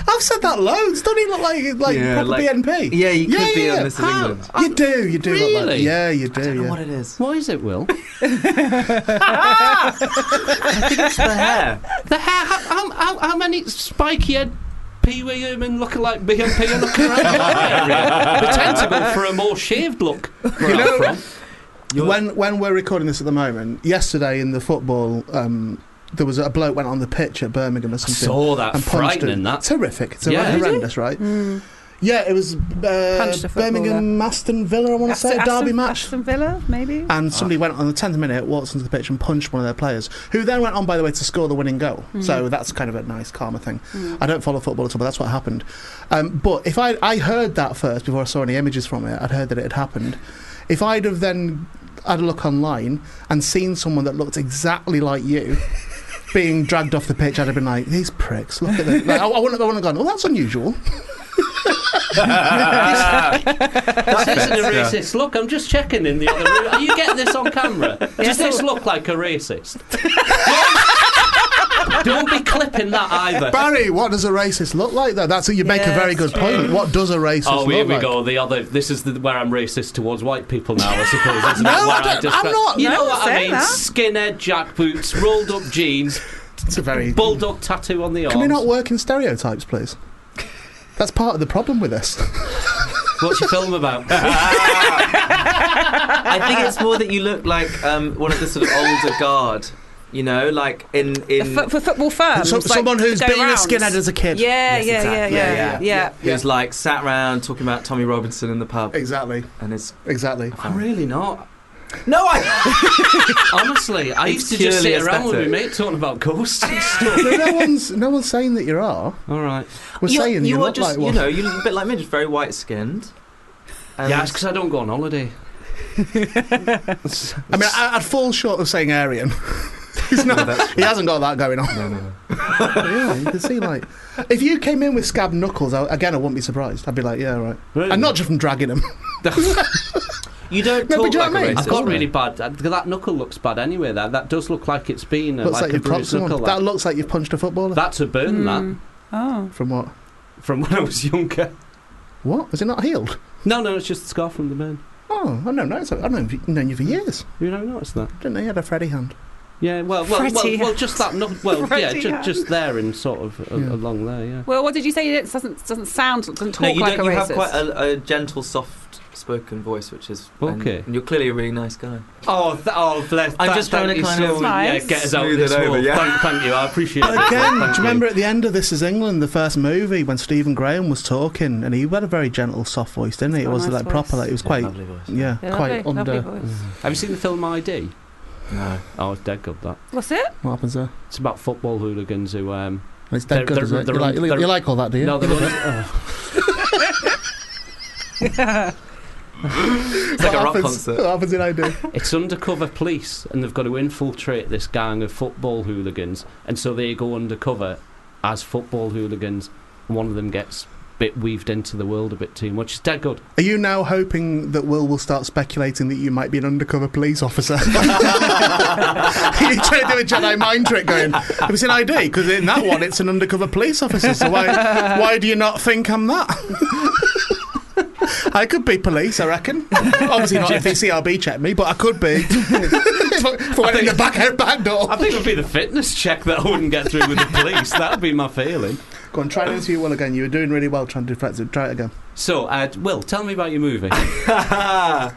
I've said that loads. Don't he look like, like Yeah, proper like- BNP? Yeah, you could Yeah, be yeah, on This Is How? England. You do, you do. Look like, Really? yeah, you I do. don't know what Yeah. it is. What is it, Will? It's the hair. The hair? How, how, how, how many spiky head Pee Wee Herman lookalike BMP are looking around your area? Pretend to go for a more shaved look. Where I'm from. When when we're recording this at the moment, yesterday in the football, um, there was a bloke went on the pitch at Birmingham or I something. saw that. and punched Frightening him. that. Terrific. It's Yeah. Did horrendous, right? Mm. Yeah, it was Punched uh, a footballer. Birmingham, Aston Villa, I want to Aston- say, a derby Aston- match. Aston Villa, maybe. And somebody went on the 10th minute, walked onto the pitch and punched one of their players, who then went on, by the way, to score the winning goal. So that's kind of a nice karma thing. Mm. I don't follow football at all, but that's what happened. Um, but if I, I heard that first before I saw any images from it, I'd heard that it had happened. If I'd have then had a look online and seen someone that looked exactly like you being dragged off the pitch, I'd have been like, these pricks, look at them. Like, I, I wouldn't I wouldn't have gone, oh, that's unusual. This isn't a racist look. I'm just checking in the other room. Are you getting this on camera? Does this look like a racist? Don't be clipping that either. Barry, what does a racist look like, though? That's You make a Yeah, very good that's point. What does a racist Oh, look here we like? go. The other. This is the, where I'm racist towards white people now. I suppose. Isn't No, it? Where I don't- I'm go- not. You No, know I'm what I saying mean? that. Skinhead jackboots, rolled up jeans, It's a very bulldog tattoo on the arm. Can we not work in stereotypes, please? That's part of the problem with this. What's your film about? I think it's more that you look like um, one of the sort of older guard. You know, like in in For, for football firms. like, go rounds. a kid. Yeah, yeah, Yes, exactly. yeah, yeah, Yeah, yeah, who's like sat round talking about Tommy Robinson in the pub, Exactly, and it's exactly. I'm really not. no, I. Honestly, I used It's to just purely sit around with my aesthetic. mate talking about ghosts and stuff. no, no one's no one's saying that you are. All right. We're You're- saying you, you are look just, like one. you know, you look a bit like me, just very white skinned. yeah, it's because I don't go on holiday. I mean, I, I'd fall short of saying Aryan. He's not. he hasn't got that going on. no, no. yeah, you can see like if you came in with scab knuckles, I, again, I wouldn't be surprised. I'd be like, yeah, right. Really? And not just from dragging them. You don't No, but do you know talk like what I a mean? racist. I've got no. really bad. That, that knuckle looks bad anyway. That that does look like it's been uh, looks like, like, a you've punched bruised knuckle. someone. That That. looks like you've punched a footballer. That's a burn. Hmm. Mm. Oh. That from what? That from when I was younger. What? Is it not healed? No, no, it's just the scar from the burn. Oh, I don't know. It's- I've known you- known you for years. You never noticed that? Didn't know you had a Freddy hand. Yeah. Well, well, well, Freddy well, just that. No, well, yeah, Freddy just, Hans. just there and sort of uh, Yeah. along there. Yeah. Well, what did you say? It doesn't doesn't sound doesn't talk No, you like don't. a You racist. have quite a, a gentle, soft spoken voice, which is and- Okay. And you're clearly a really nice guy. Oh, th- oh, bless. I'm that- just thank trying to you kind so- of yeah, Nice. get us out of smooth this it over, hole. yeah. Thank, thank you. I appreciate it. Again, do Thank you remember at the end of This Is England, the first movie, when Stephen Graham was talking, and he had a very gentle, soft voice, didn't he? It Oh, wasn't nice like proper, voice. like it was Yeah, quite, lovely voice. yeah, Yeah, quite lovely, under. lovely voice. Have you seen the film ID? No. Oh, it's dead good. That. What's it? What happens there? It's about football hooligans who um. And It's dead They're- good, they're- is it? they're You like, on- you they're- like all that, do you? No, uh, they're under, It's What like a rock happens- concert. What happens in ID? It's undercover police, and they've got to infiltrate this gang of football hooligans, and so they go undercover as football hooligans. And one of them gets a bit weaved into the world a bit too much. It's dead good. Are you now hoping that Will will start speculating that you might be an undercover police officer? Are you trying to do a Jedi mind trick going, have you seen ID? Because in that one, it's an undercover police officer, so why, why do you not think I'm that? I could be police, I reckon. Obviously not if the CRB check me, but I could be. if I, if I went in the back, back door. I think it would be the fitness check that I wouldn't get through with the police. That would be my feeling. Go on, try and interview Will again. You were doing really well trying to deflect it. Try it again. So, uh, Will, tell me about your movie. I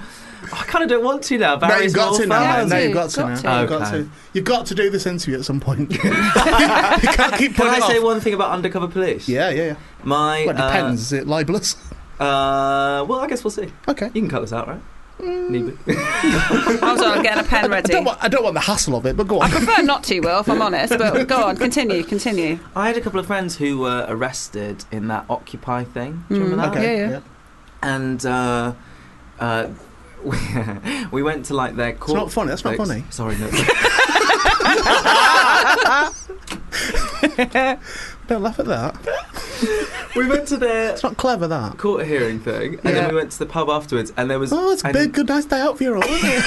kind of don't want to now. no, Barry's you've got an to now. old fan. mate. No, Yeah, you've got to got now. to. You've, got Okay. to. you've got to do this interview at some point. you can't keep Can putting I it say off. one thing about Undercover Police? Yeah, yeah, yeah. My Well, it uh, depends. Is it libelous? Uh, well, I guess we'll see. Okay. You can cut this out, right? Mm. Need be. Hold on, I'm getting a I pen ready. don't, want, I don't want the hassle of it, but go I on. prefer not to, Will, if I'm honest. But go on, continue, continue. I had a couple of friends who were arrested in that Occupy thing. Do you remember Mm, that? okay. yeah, yeah. And uh, uh, we, we went to like their It's court. not funny. That's not Thanks. funny. Sorry, no. Don't laugh at that. we went to their It's not clever, that. court hearing thing, and Yeah. then we went to the pub afterwards, and there was. Oh, it's a and- big, good, nice day out for you all, isn't it?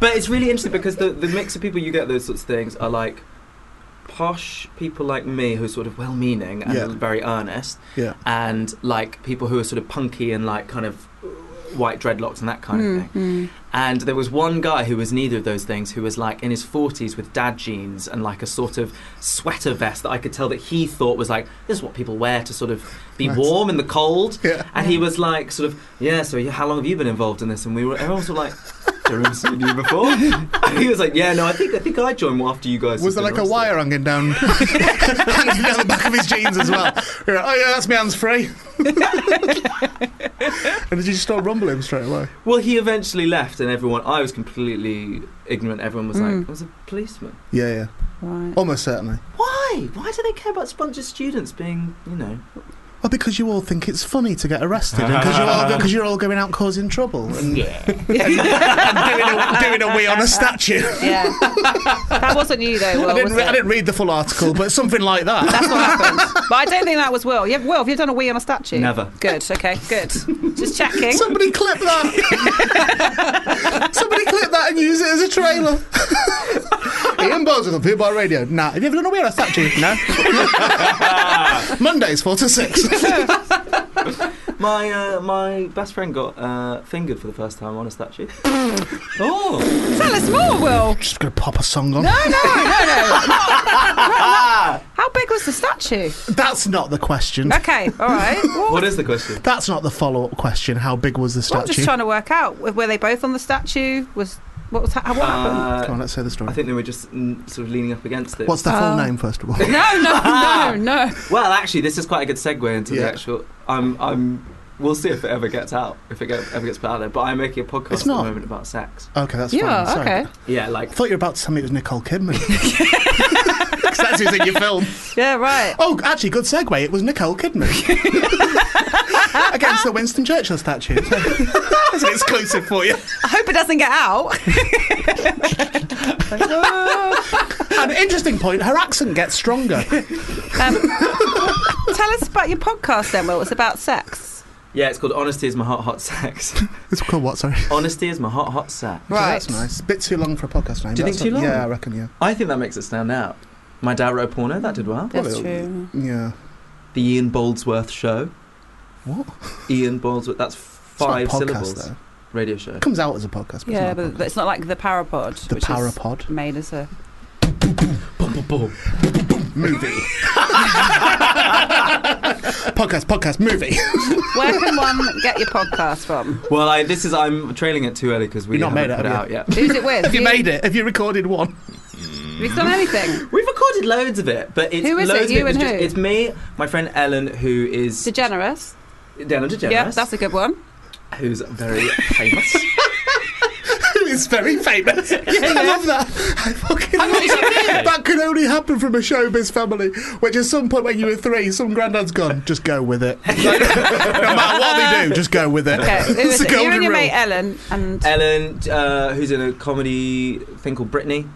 But it's really interesting because the, the mix of people you get those sorts of things are like posh people like me who are sort of well meaning and Yeah. very earnest, Yeah. and like people who are sort of punky and like kind of white dreadlocks and that kind Hmm. Hmm, of thing. And there was one guy who was neither of those things, who was like in his 40s with dad jeans and like a sort of sweater vest that I could tell that he thought was like, this is what people wear to sort of be Nice. warm in the cold. Yeah. And he was like, sort of, yeah, so you- how long have you been involved in this? And we were, everyone was sort of like, "I've never seen you before. And he was like, yeah, no, I think I think I joined after you guys. Was there had like a been arrested." wire hanging down, hanging down the back of his jeans as well? You're like, oh yeah, that's my hands free. and did you start rumbling straight away? Well, he eventually left, and everyone, I was completely ignorant. Everyone was like, Mm. I was a policeman. Yeah, yeah, Right. almost certainly. Why? Why do they care about sponsored students being, you know? Well, because you all think it's funny to get arrested, and because you're all because you're all going out causing trouble and, and doing, a, doing a wee on a statue. Yeah. That wasn't you, though, Will. I didn't, was re- it? I didn't read the full article, but something like that. That's what happened. But I don't think that was Will. You have, Will, have you done a wee on a statue? Never. Good, okay, good. Just checking. Somebody clip that. Somebody clip that and use it as a trailer. Ian Bowles on Food Bar Radio. Nah, have you ever done a weird statue? No. Mondays four to six. My uh, my best friend got uh, fingered for the first time on a statue. oh, Tell us more, Will. Just gonna pop a song on. No, no, no, no. How- How big was the statue? That's not the question. Okay, all right. Well, What is the question? That's not the follow-up question. How big was the I'm just statue? trying to work out. Were they both on the statue? Was What was ha- what happened? Uh, Come on, let's say the story. I think they were just mm, sort of leaning up against it. What's the full Oh. name, first of all? No, no, no, no. well, actually, this is quite a good segue into Yeah. the actual. I'm I'm. We'll see if it ever gets out, if it get, ever gets put out there. But I'm making a podcast It's at the not. moment about sex. Okay, that's Yeah, fine. Sorry. okay. Yeah, I like thought you were about to tell me it was Nicole Kidman. 'Cause that's who's in your film. Yeah, right. Oh, actually, good segue. It was Nicole Kidman. Against the Winston Churchill statue. That's an exclusive for you. I hope it doesn't get out. An interesting point, her accent gets stronger. Um, tell us about your podcast then, Will. It's about sex. yeah, it's called Honesty is my hot hot sex. It's called what, sorry? Honesty is my hot hot sex. Right. That's nice. Bit too long for a podcast name. Do but you think that's too not- long? Yeah, I reckon, yeah. I think that makes it stand out. My dad wrote porno. That did well. That's Well, it- true. Yeah. The Ian Boldsworth show. What? Ian Boldsworth. That's It's not a five podcast, syllables. though. Radio show. It comes out as a podcast, but Yeah, it's not a but it's not like the Parapod. podcast. The which is Parapod Made as a. movie. podcast, podcast, movie. Where can one get your podcast from? Well, I, this is I'm trailing it too early because we You've not haven't made it, put it have out yet. Who's it with? Have you made it? Have you recorded one? Have you done anything? We've recorded loads of it, but it's Who is it? loads of You was and just- who? It's me, my friend Ellen, who is DeGeneres. Ellen DeGeneres, Yeah, that's a good one. who's very famous. It's very famous. I love that. I fucking love that. That can only happen from a showbiz family, which at some point when you were three, some granddad's gone, just go with it. Like, no matter what they do, just go with it. Okay, who It's is a it? You and golden your rule. mate Ellen and. Ellen, uh, who's in a comedy thing called Brittany.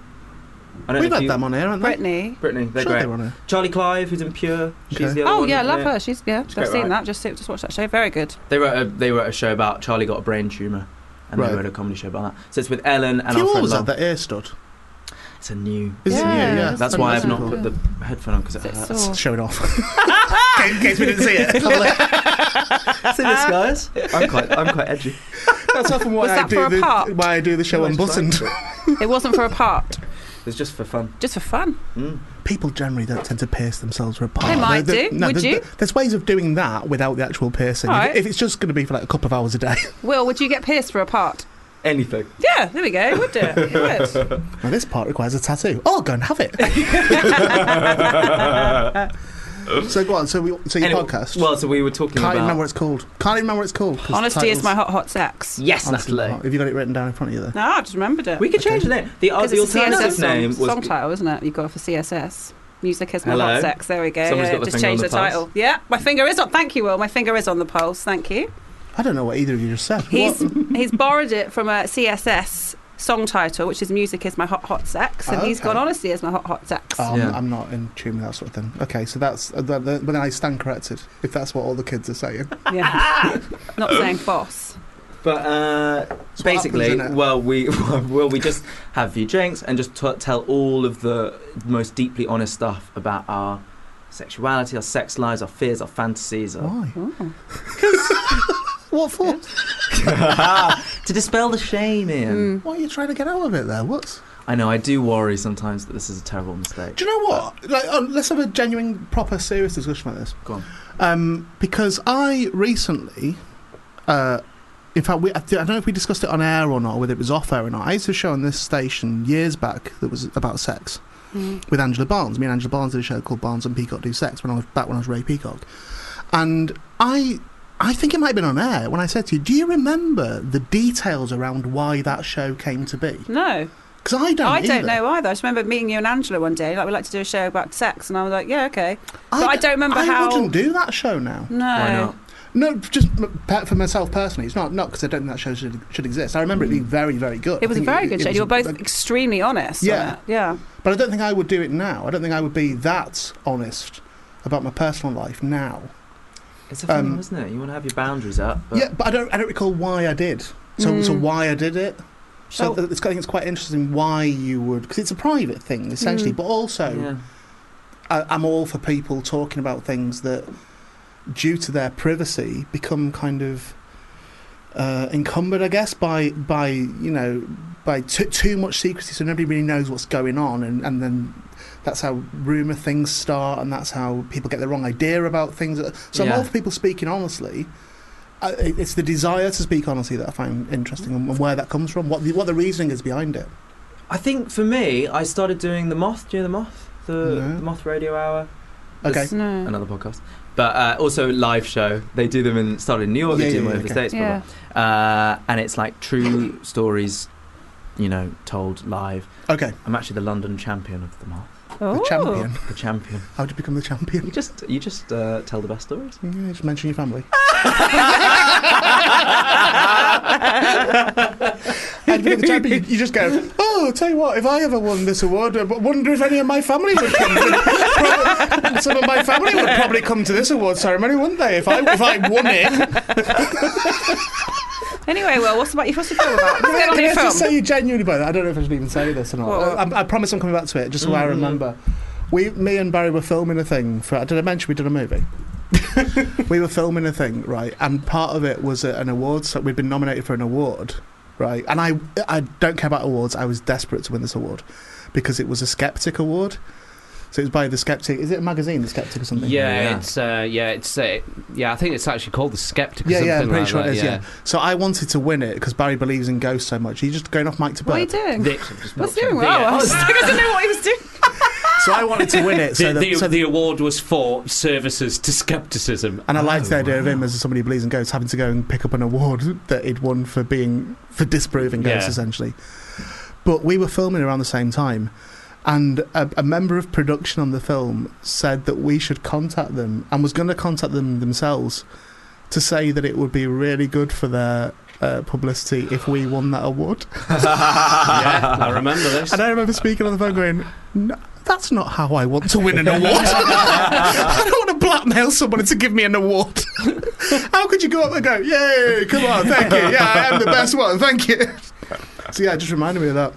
I We've if had you- them on here, haven't they? Brittany. Brittany, they're Sure great. they were on here. Charlie Clive, who's in Pure. She's Okay. the other Oh one, yeah, I love her. She's yeah, She's I've great, seen right? that. Just just watched that show. Very good. They wrote a they wrote a show about Charlie got a brain tumor, and Right. they wrote a comedy show about that. So it's with Ellen and Do you our friend always had Lon. that ear stud? It's a new. Is it? Yeah, Yeah, yeah. that's That's why I've not cool. put the headphone on because it Is it hurts. sore? Show it off. in case we didn't see it. See this, guys? I'm quite I'm quite edgy. That's often why Was I that for do a the part? why I do the show Nice unbuttoned. It wasn't for a part. It was just for fun. just for fun. Mm. People generally don't tend to pierce themselves for a part. They might do. Would there's, you? There's ways of doing that without the actual piercing. If- Alright. If, it's just going to be for like a couple of hours a day. Will, would you get pierced for a part? Anything. Yeah, there we go. Would do it. Good. Now, this part requires a tattoo. Oh, go and have it. so go on. So, we, so your Anyway, podcast. Well, so we were talking can't even about. remember what it's called. Can't even remember what it's called. 'cause the Honesty is title's- my hot, hot sex. yes, Honestly, Natalie. Have you got it written down in front of you there? No, I just remembered it. Mm. We could change the name. The, uh, Because the it's a alternative CSS song, name was song title, isn't it? You've got it for CSS. Music is my Hello? hot sex. There we go. Someone's yeah, got the just finger change on the, the pulse. title. Yeah, my finger is on. Thank you, Will. My finger is on the pulse. Thank you. I don't know what either of you just said. He's What? he's borrowed it from a CSS song title, which is "Music is my hot hot sex," and he's Okay. gone "Honesty is my hot hot sex." Oh, I'm, Yeah. I'm not in tune with that sort of thing. Okay, so that's. Uh, th- th- but then I stand corrected if that's what all the kids are saying. Yeah, not saying boss. But uh, It's what basically, happens, isn't it? well, we well we just have a few drinks and just t- tell all of the most deeply honest stuff about our sexuality, our sex lives, our fears, our fantasies, our Why? Ooh. What for? to dispel the shame in. Mm. What are you trying to get out of it there? What's? I know I do worry sometimes that this is a terrible mistake. Do you know what? Like, oh, let's have a genuine, proper, serious discussion about this. Go on. Um, because I recently, uh, in fact, we, I don't know if we discussed it on air or not, or whether it was off air or not. I used to show on this station years back that was about sex with Angela Barnes. Me and Angela Barnes did a show called Barnes and Peacock Do Sex when I was back when I was Ray Peacock, and I. I think it might have been on air when I said to you, "Do you remember the details around why that show came to be?" No, Because I don't. I don't either. know either. I just remember meeting you and Angela one day. Like we like to do a show about sex, and I was like, "Yeah, okay." But I don't remember I how- wouldn't do that show now. No, Why not? No, just m- pe- for myself personally, it's not not because I don't think that show should, should exist. I remember it being very, very good. Mm. it was I a think very good it show. was You were both a- extremely honest. on Yeah. it. yeah. but I don't think I would do it now. I don't think I would be that honest about my personal life now. It's a thing, Um, isn't it? You want to have your boundaries up. But yeah, but I don't. I don't recall why I did. So, so Mm. why I did it. So Oh. th- it's, I think it's quite interesting why you would because it's a private thing essentially, Mm. but also yeah. I, I'm all for people talking about things that, due to their privacy, become kind of uh, encumbered, I guess, by by you know by too too much secrecy, so nobody really knows what's going on, and and then that's how rumor things start, and that's how people get the wrong idea about things. So I'm Yeah. all for people speaking honestly. I, it- it's the desire to speak honestly that I find interesting, and where that comes from, what the, what the reasoning is behind it. I think for me, I started doing the moth. Do you know the moth? The, No. the moth radio hour. Okay, It's No. Another podcast, but uh, also live show. They do them in started in New York. Yeah, they do yeah, them yeah, over the okay. states. blah, blah, yeah. uh, and it's like true stories, you know, told live. okay, I'm actually the London champion of them all. the Oh. champion. The champion. How did you become the You champion? just you just uh, tell the best stories. Yeah, just mention your family. And with the champion, you just go, oh, tell you what, if I ever won this award, I wonder if any of my family would come. Probably- Some of my family would probably come to this award ceremony, wouldn't they? If I if I won it, Anyway, well, what's about you? What's the film about? What's going on in I your have to film? say you genuinely by that. I don't know if I should even say this or not. Well- Mm-hmm. I, I promise I'm coming back to it, just so I Mhm. remember. We, me and Barry were filming a thing for. Did I mention we did a movie? we were filming a thing, right? And part of it was a, an award. So we'd been nominated for an award, right? And I, I don't care about awards. I was desperate to win this award because it was a skeptic award. So it was by the skeptic. Is it a magazine, the skeptic or something? Yeah, Yeah. it's uh, yeah, it's uh, yeah. I think it's actually called the Skeptic. Or Yeah, something yeah, I'm pretty like sure that, it is. Yeah. So I wanted to win it because Barry believes in ghosts so much. He's just going off mic to What are you burp. doing? The, uh, What's doing? Wow, I was- I didn't know what he was doing. So I wanted to win it. So the, that- the, so the award was for services to skepticism. And I liked the idea of him as somebody who believes in ghosts having to go and pick up an award that he'd won for being for disproving ghosts Yeah. essentially. But we were filming around the same time, and a, a member of production on the film said that we should contact them and was going to contact them themselves to say that it would be really good for their uh, publicity if we won that award. yeah, I remember this. And I remember speaking on the phone going, no, that's not how I want to win an award. I don't want to blackmail someone to give me an award. how could you go up and go, yay, come on, thank you. Yeah, I am the best one, thank you. So yeah, it just reminded me of that.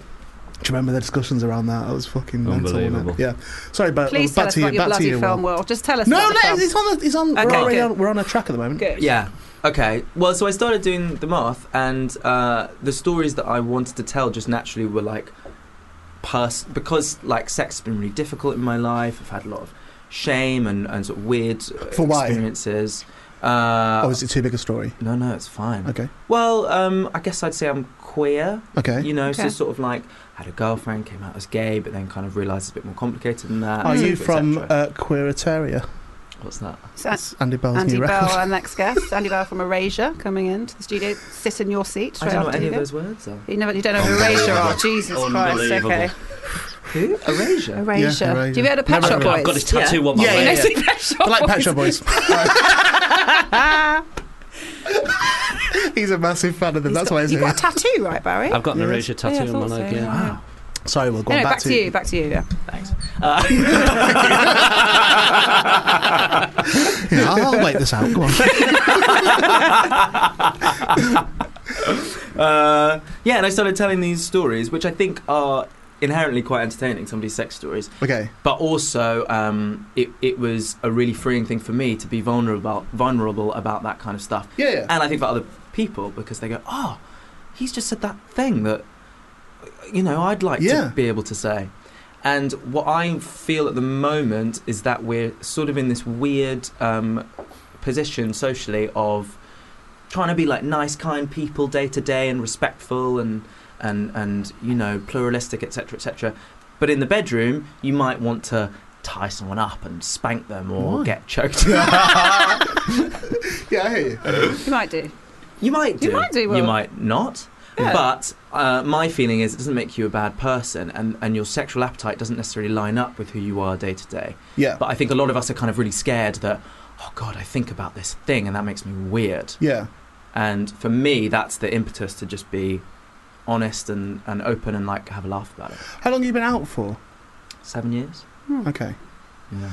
Do you remember the discussions around that? That was fucking mental, wasn't it? Unbelievable. Yeah. Sorry, but uh, Please back tell us to you. about your back to bloody you. film, Will. Will. Just tell us No, about no, the film. it's on. The, it's on. we're Okay, already good. on. We're on a track at the moment. Good. Yeah. Okay. Well, so I started doing the moth, and uh, the stories that I wanted to tell just naturally were like person because like sex has been really difficult in my life. I've had a lot of shame and, and sort of weird uh, For why? experiences. or Uh, is it too big a story? no, no, it's fine. Okay. Well, um, I guess I'd say I'm queer. Okay. You know, Okay. so sort of like had a girlfriend, came out as gay, but then kind of realised it's a bit more complicated than that. Are et you cetera, et from cetera. uh, Queeritaria? What's that? So That's Andy Bell's Andy new Bell, record. our next guest. Andy Bell from Erasure coming in to the studio. Sit in your seat I straight don't know after what any you of go. those words are. You, never, you don't know who Erasure are. Jesus Christ. Unbelievable. Okay. Who? Erasure. Erasure. Yeah, Erasure. Do you ever heard of Pet Never heard Shop Boys? I've got a tattoo on my Yeah, leg. yeah, You know, yeah. see Pet Shop I like Pet Boys? Shop Boys. He's a massive fan of them. He's That's got- why he's You've here. got a tattoo, right, Barry? I've got an Yeah. erasure Yeah, I tattoo on thought my so, leg. Yeah. yeah. Sorry, we'll go No, on no, back, back to you. Back to you. Yeah. Thanks. Yeah, I'll wait this out. Go on. Uh, yeah, and I started telling these stories, which I think are inherently quite entertaining, somebody's sex stories. Okay. But also, um, it, it was a really freeing thing for me to be vulnerable, vulnerable about that kind of stuff. Yeah, yeah. And I think for other people, because they go, oh, he's just said that thing that, you know, I'd like Yeah. to be able to say. And what I feel at the moment is that we're sort of in this weird um, position socially of trying to be like nice, kind people day to day and respectful and, and, and you know, pluralistic, etc., etc. But in the bedroom, you might want to tie someone up and spank them or Why? get choked. Yeah, I hear you. You might do. You might do. You might do, You Will. might not. Yeah. But uh, my feeling is it doesn't make you a bad person, and, and your sexual appetite doesn't necessarily line up with who you are day to day. Yeah. But I think a lot of us are kind of really scared that, oh God, I think about this thing, and that makes me weird. Yeah. And for me, that's the impetus to just be honest and, and open and like have a laugh about it. How long have you been out for? Seven years? Okay. Yeah.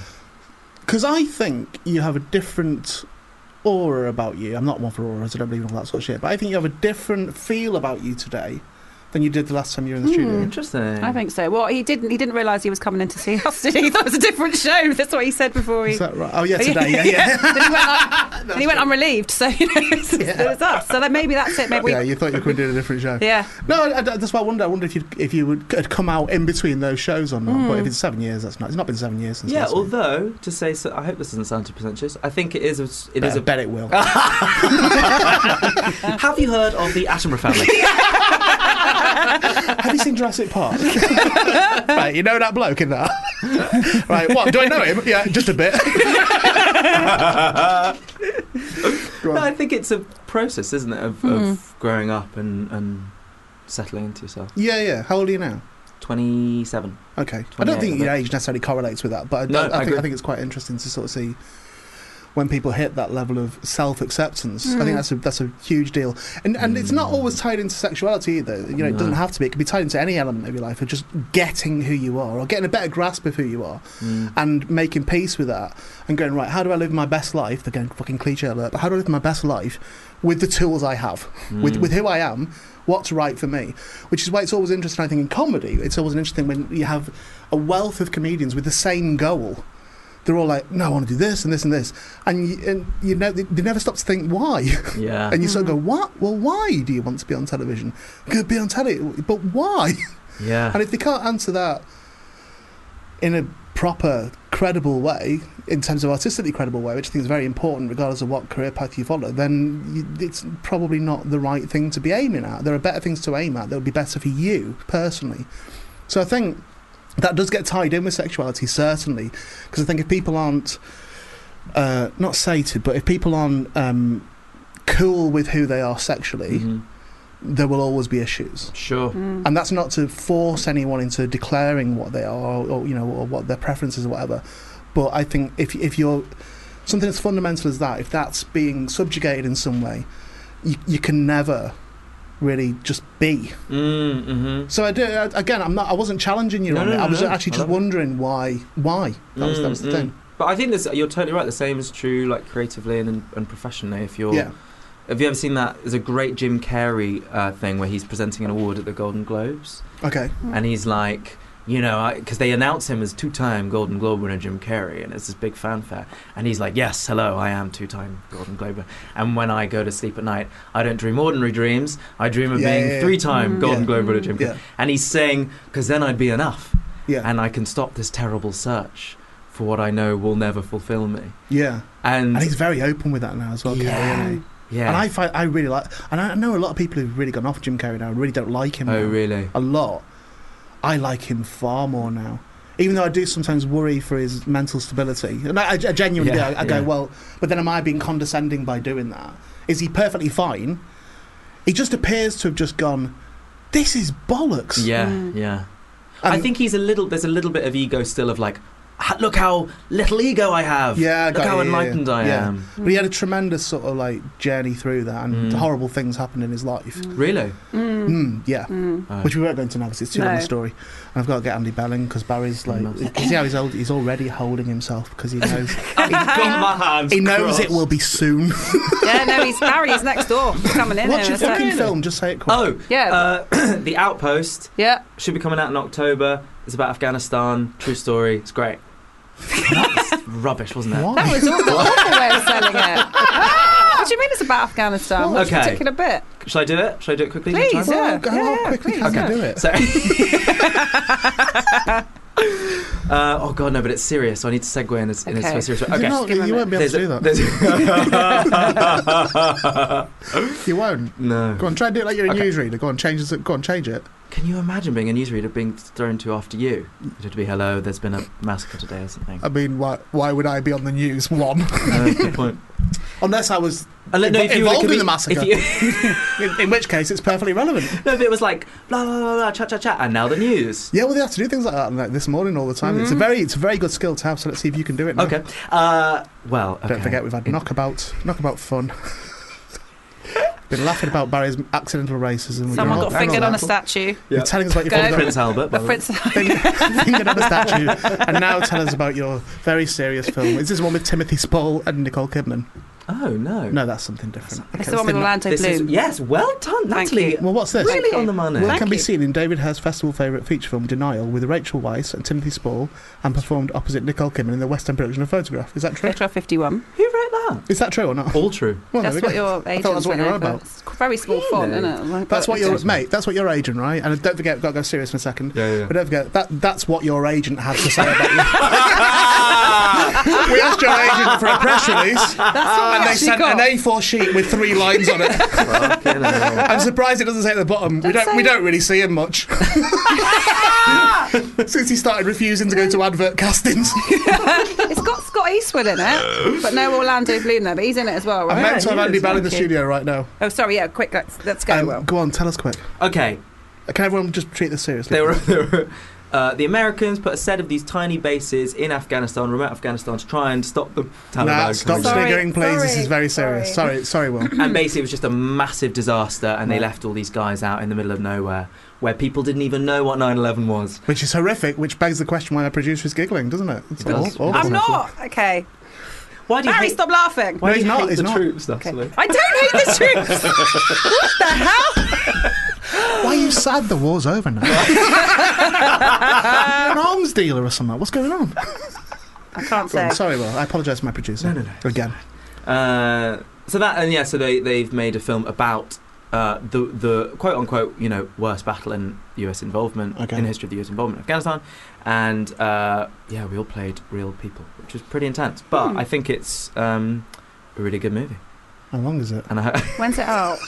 Because I think you have a different aura about you. I'm not one for auras, I don't believe in all that sort of shit. But I think you have a different feel about you today than you did the last time you were in the studio. Interesting. I think so. Well, he didn't. He didn't realise he was coming in to see us. Did he? he thought it was a different show. That's what he said before he. Is that right? Oh, yeah, today. Yeah, yeah. then he went, like, then he went I'm relieved. So you know, it's, it was us. So then maybe that's it. Maybe yeah, we. you thought you could do a different show. Yeah. No, I, I- that's why I wonder. I wonder if you if you would had come out in between those shows or not. But if it's seven years, that's not. It's not been seven years since. Hmm. Yeah, last week. although, to say so, I hope this doesn't sound too pretentious, I think it is a, s- it But is I a bet it will. Have you heard of the Attenborough family? Have you seen Jurassic Park? right, you know that bloke in that. right, what? Do I know him? Yeah, just a bit. Go on. No, I think it's a process, isn't it, of, of growing up and, and settling into yourself. Yeah, yeah. How old are you now? 27. Okay. I don't 28, think I your think. age necessarily correlates with that, but I, No, I, I think, I agree. think it's quite interesting to sort of see when people hit that level of self acceptance. I think that's a, that's a huge deal. And, and it's not always tied into sexuality either. You know, it No. doesn't have to be. It can be tied into any element of your life of just getting who you are or getting a better grasp of who you are Mm-hmm. and making peace with that and going, right, how do I live my best life? They're going fucking cliche alert, but how do I live my best life with the tools I have, Hmm. with, with who I am, what's right for me? Which is why it's always interesting, I think, in comedy. It's always interesting when you have a wealth of comedians with the same goal. They're all like, no, I want to do this and this and this. And you, and you know, they, they never stop to think, why? Yeah. And you sort of go, what? Well, why do you want to be on television? Good, be on telly, but why? yeah. And if they can't answer that in a proper, credible way, in terms of artistically credible way, which I think is very important, regardless of what career path you follow, then you, it's probably not the right thing to be aiming at. There are better things to aim at that would be better for you personally. So I think that does get tied in with sexuality, certainly, because I think if people aren't uh, not sated, but if people aren't um, cool with who they are sexually, Mhm. there will always be issues Sure. and that's not to force anyone into declaring what they are or, or you know or what their preferences or whatever but i think if if you're something as fundamental as that if that's being subjugated in some way you, you can never really just be Mm, mhm. so i do I, again i'm not i wasn't challenging you No, on no, it no, i was no. actually I just love it. wondering why why that was that was the Mm, mm. thing But I think this, you're totally right. The same is true, like creatively and, and professionally. If you're, yeah have you ever seen that? There's a great Jim Carrey uh, thing where he's presenting an award at the Golden Globes, Mm. okay and he's like, you know, because they announce him as two-time Golden Globe winner Jim Carrey, and it's this big fanfare. And he's like, "Yes, hello, I am two-time Golden Globe." winner." And when I go to sleep at night, I don't dream ordinary dreams. I dream of Yeah, being yeah, yeah. three-time Mm. Golden Yeah. Globe winner Jim Carrey. Yeah. And he's saying, "Because then I'd be enough, Yeah. and I can stop this terrible search for what I know will never fulfill me." yeah. And, And he's very open with that now as well, Carrie, Yeah. isn't he? yeah, And I find I really like, and I know a lot of people who've really gone off Jim Carrey now. and Really don't like him. oh now. really? A lot. I like him far more now. Even though I do sometimes worry for his mental stability, and I, I genuinely Yeah, do. I, I go, yeah. well, but then am I being condescending by doing that? Is he perfectly fine? He just appears to have just gone. This is bollocks. Yeah, Mm. yeah. And- I think he's a little. There's a little bit of ego still of like, "Ha- look how little ego I have. Yeah, I look got how you, yeah, enlightened I yeah. am. But he had a tremendous sort of like journey through that, and Mm. horrible things happened in his life. Really? Mm. Mm. yeah, Mm. Oh. which we weren't going to know because it's too No. long a story. And I've got to get Andy Belling because Barry's like, must. you see how he's old? He's already holding himself because he knows I've got my hands. he knows it will be soon. Yeah, no, he's Barry. He's next door. He's coming in. Watch in your a sec. fucking film. Just say it quick. Oh, Yeah, uh, the Outpost yeah. should be coming out in October. It's about Afghanistan. True story. It's great. That's rubbish, wasn't it? Why? That was all the awful way of selling it. what do you mean it's about Afghanistan? What's Okay. a particular bit? Shall I do it? Shall I do it quickly? Please. Time? Well, Yeah, go- yeah, how yeah, quickly please, can yeah. you do it? So, uh, oh god, no, but it's serious. So I need to segue in a, in Okay. a serious way. You Okay. know, Give him you a won't be able to do that. There's a- You won't. no. Go on, try and do it like you're a Okay. newsreader. Go on, change it. Go on, change it. Can you imagine being a newsreader being thrown to after you? You'd have to be, hello, there's been a massacre today or something. I mean, why? Why would I be on the news? One, No, good point. Uh, unless I was, Unless- Invo- involved were in comedian- the massacre. if you- in, in which case it's perfectly relevant. no, if it was like, blah, blah, blah, blah, chat, chat, chat, and now the news. Yeah, well, they have to do things like that like this morning all the time. It's a very, it's a very good skill to have. So let's see if you can do it. Now. Okay. Uh, well, okay. Don't forget, we've had In- knockabout, knockabout fun. Been laughing about Barry's accidental racism. We've Someone all- got hang fingered on a that. statue. You're telling us about your Go. father- Prince Albert. by the way. Prince. Finger- fingered on a statue, and now tell us about your very serious film. Is this the one with Timothy Spall and Nicole Kidman? Oh, no. No, that's something different. It's Okay, the one with let's Orlando This is, Bloom. yes, well done, Thank Natalie. you. think- Well, what's this? Really Thank on you. the money. Well, it Thank can be you. seen in David Hare's festival favourite feature film Denial with Rachel Weisz and Timothy Spall and performed opposite Nicole Kidman in the West End production of Photograph. Is that true? Photograph 51. Who wrote that? Is that true or not? All true. Well, there That's we go. what your I agent thought that's what went you're on over. about. Hmm. It's very small font, Really? isn't it? That's what your It's- mate. That's what your agent, right? And don't forget, got to go serious in a second. Yeah, yeah. But don't forget that that's what your agent had to say about you. we asked your agent for a press release, That's what and we they actually sent got. an A4 sheet with three lines on it. I'm surprised it doesn't say at the bottom. we Don't don't we say- don't really see him much. Since he started refusing to go to advert castings, It's got Scott Eastwood in it, but no Orlando Bloom there. But he's in it as well, I right? meant to have he Andy is, Bell in the thank you. studio right now. Oh, sorry. Yeah, quick. Let's let's go. Um, Will. Go on, tell us quick. Okay, Can everyone just treat this seriously? they were. They were uh, the Americans put a set of these tiny bases in Afghanistan, remote Afghanistan, to try and stop the nah, Taliban. coming stop in. Sorry, sniggering, please. this sorry, is very serious. sorry. Sorry, sorry, Will. and basically, it was just a massive disaster, and they Right. left all these guys out in the middle of nowhere, where people didn't even know what 9/11 was. Which is horrific, which begs the question why our producer is giggling, doesn't it? It's It does. awful. It does. I'm not. Okay. Why do you Barry, hate, stop laughing. Why No, do you he's not, hate he's the not. troops? Okay. Natalie? I don't hate the troops. what the hell? Why are you sad the war's over now? You're an arms dealer or something. What's going on? I can't Go say. on, Sorry, Will. I apologise to my producer. No, no, no. Again. Uh, so that and yeah, so they they've made a film about uh, the the quote unquote you know worst battle in U.S. involvement Okay. in the history of the U.S. involvement in Afghanistan, and uh, yeah, we all played real people, which was pretty intense. But Hmm. I think it's um, a really good movie, How long is it? and I hope When's it out?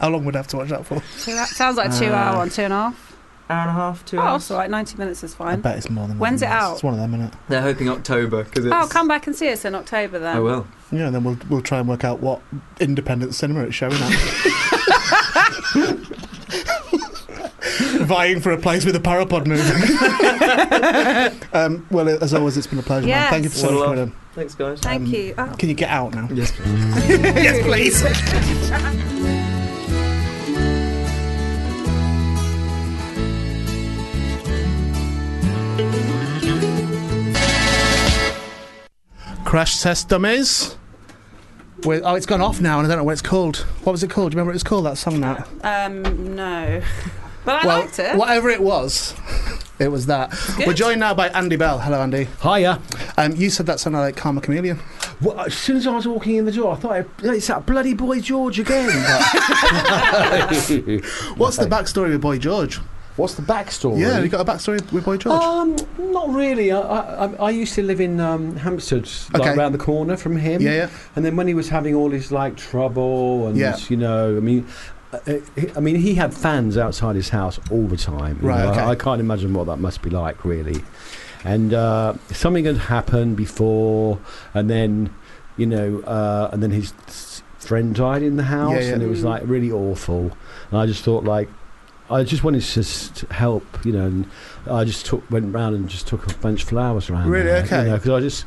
How long would I have to watch that for? Two, hou- sounds like two Uh, hour one, two and a half. hour and a half, two Oh, hours. that's all right. Ninety minutes is I fine. bet it's more than When's that. it out? It's one of them, isn't it? They're hoping October because it's. Oh, come back and see us in October then. I will. Yeah, and then we'll, we'll try and work out what independent cinema it's showing at. Vying for a place with a parapod moving. um, well, as always, it's been a pleasure. Man. Thank you for so much Yes. Well, uh, for coming Thanks, guys. Thank um, you. Oh. in. Can you get out now? Yes, please. yes, please. Crash test dummies. Wait, oh, it's gone off now, and I don't know what it's called. What was it called? Do you remember what it was called? That song, that. Um, no. But I liked it. Whatever it was, It was that. We're joined now by Andy Bell. Hello, Andy. Oh. Hiya. Um, you said that sounded like Karma Chameleon. Well, as soon as I was walking in the door, I thought it, it's that bloody boy George again. What's the backstory with Boy George? What's the backstory? Yeah, you got a backstory Oh, with Boy George. Um, not really. I, I, I- I used to live in um, Hampstead, like Okay. around the corner from him. yeah, yeah. And then when he was having all his like trouble, and Yeah. you know, I mean, uh, uh, he- I mean, he had fans outside his house all the time. you Right, know. I- okay. I, can't imagine what that must be like, really. And uh, something had happened before, and then, you know, uh, and then his s- friend died in the house, yeah. and it was Mm. like really awful. And I just thought, like, I just wanted to s- help, you know. And I just took went round and just took a bunch of flowers around. Really? there, Okay. You know, because I just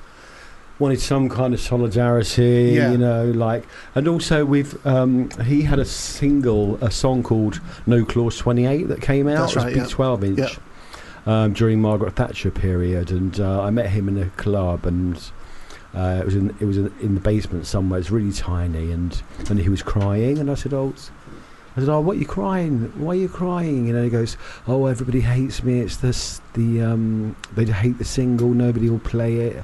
wanted some kind of solidarity, Yeah. you know, like, and also we've um, he had a single, a song called No Clause Twenty Eight that came out. That's it was right, big yeah. twelve inch. Yeah. Um, during Margaret Thatcher period, and uh, I met him in a club, and uh, it was in it was in, in the basement somewhere. It's really tiny, and and he was crying, and I said, "Oh, it's- I said, "Oh, what are you crying? Why are you crying?" You know, he goes, "Oh, everybody hates me. It's this the um, they hate the single. Nobody will play it."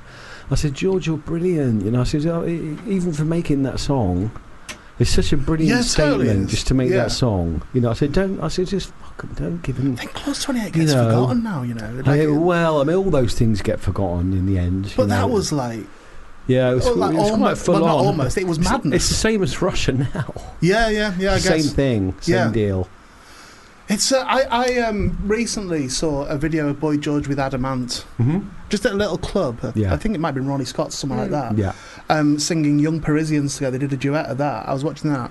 I said, "George, you're brilliant." You know, I said, oh, e- e- "Even for making that song, it's such a brilliant Yeah, statement totally is. just to make Yeah. that song." You know, I said, "Don't," I said, "Just fucking don't give him." I think Clause 28 You gets know, forgotten now, you know. I like- go, well, I mean, all those things get forgotten in the end. you but know. that was like, yeah, it was, oh, like it was quite almost, full well, not on. almost, it was It's- madness. It's the same as Russia now. yeah, yeah, yeah, I same guess. thing, same Yeah. deal. It's, uh, I, I um, recently saw a video of Boy George with Adamant, hmm just at a little club. Yeah. I think it might have been Ronnie Scott's, somewhere like that. Yeah, um, singing Young Parisians together. They did a duet of that. I was watching that.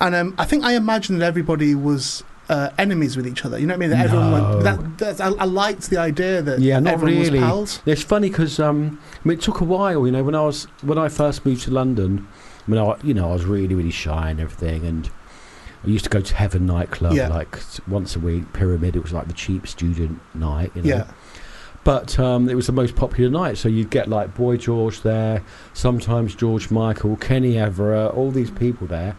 And um, I think I imagined that everybody was uh, enemies with each other. You know what I mean? That everyone No. went, that, that's I, I liked the idea that yeah, not everyone really. was pals. It's funny because um, I mean, it took a while. You know, when I was when I first moved to London, I mean, I, you know, I was really really shy and everything, and I used to go to Heaven nightclub Yeah. like s- once a week. Pyramid, it was like the cheap student night. You know? Yeah, But um, it was the most popular night, so you'd get like Boy George there, sometimes George Michael, Kenny Everett, all these people there,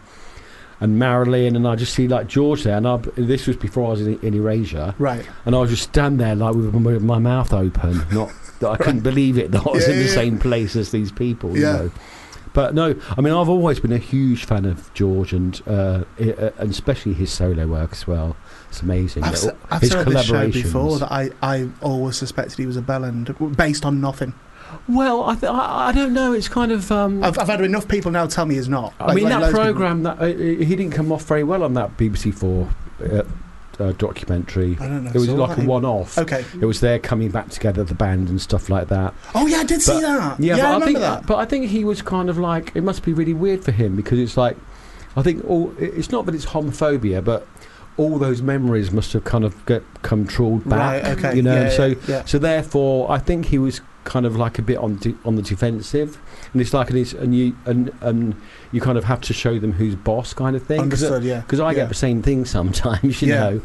and Marilyn, and I just see like George there, and I, this was before I was in, in Erasure, right. and I was just stand there like with my, with my mouth open, not that I couldn't believe it that I was Yeah, in the yeah, yeah. same place as these Yeah. people. You know? But no, I mean I've always been a huge fan of George and uh, i- uh, and especially his solo work as well. It's amazing. I've, s- They're all- I've his said on this show collaborations. before that I, I always suspected he was a bell end based on nothing. Well, I, th- I I don't know. It's kind of. Um, I've, I've had enough people now tell me he's not. I Like- mean, like that loads of people. program that uh, uh, he didn't come off very well on that BBC Four uh, uh, documentary. I don't know. It was saw like that. a one-off. Okay. It was there coming back together, the band and stuff like that. Oh yeah, I did see that. Yeah, I but remember think, that. But I think he was kind of like it must be really weird for him because it's like, I think all it- it's not that it's homophobia, but all those memories must have kind of get, come trawled back. right. Okay. You know, Yeah, and so yeah, yeah. So therefore, I think he was kind of like a bit on de- on the defensive, and it's like and, it's, and you and and you kind of have to show them who's boss kind of thing. understood. Yeah. Because I yeah. get the same thing sometimes, you Yeah. know.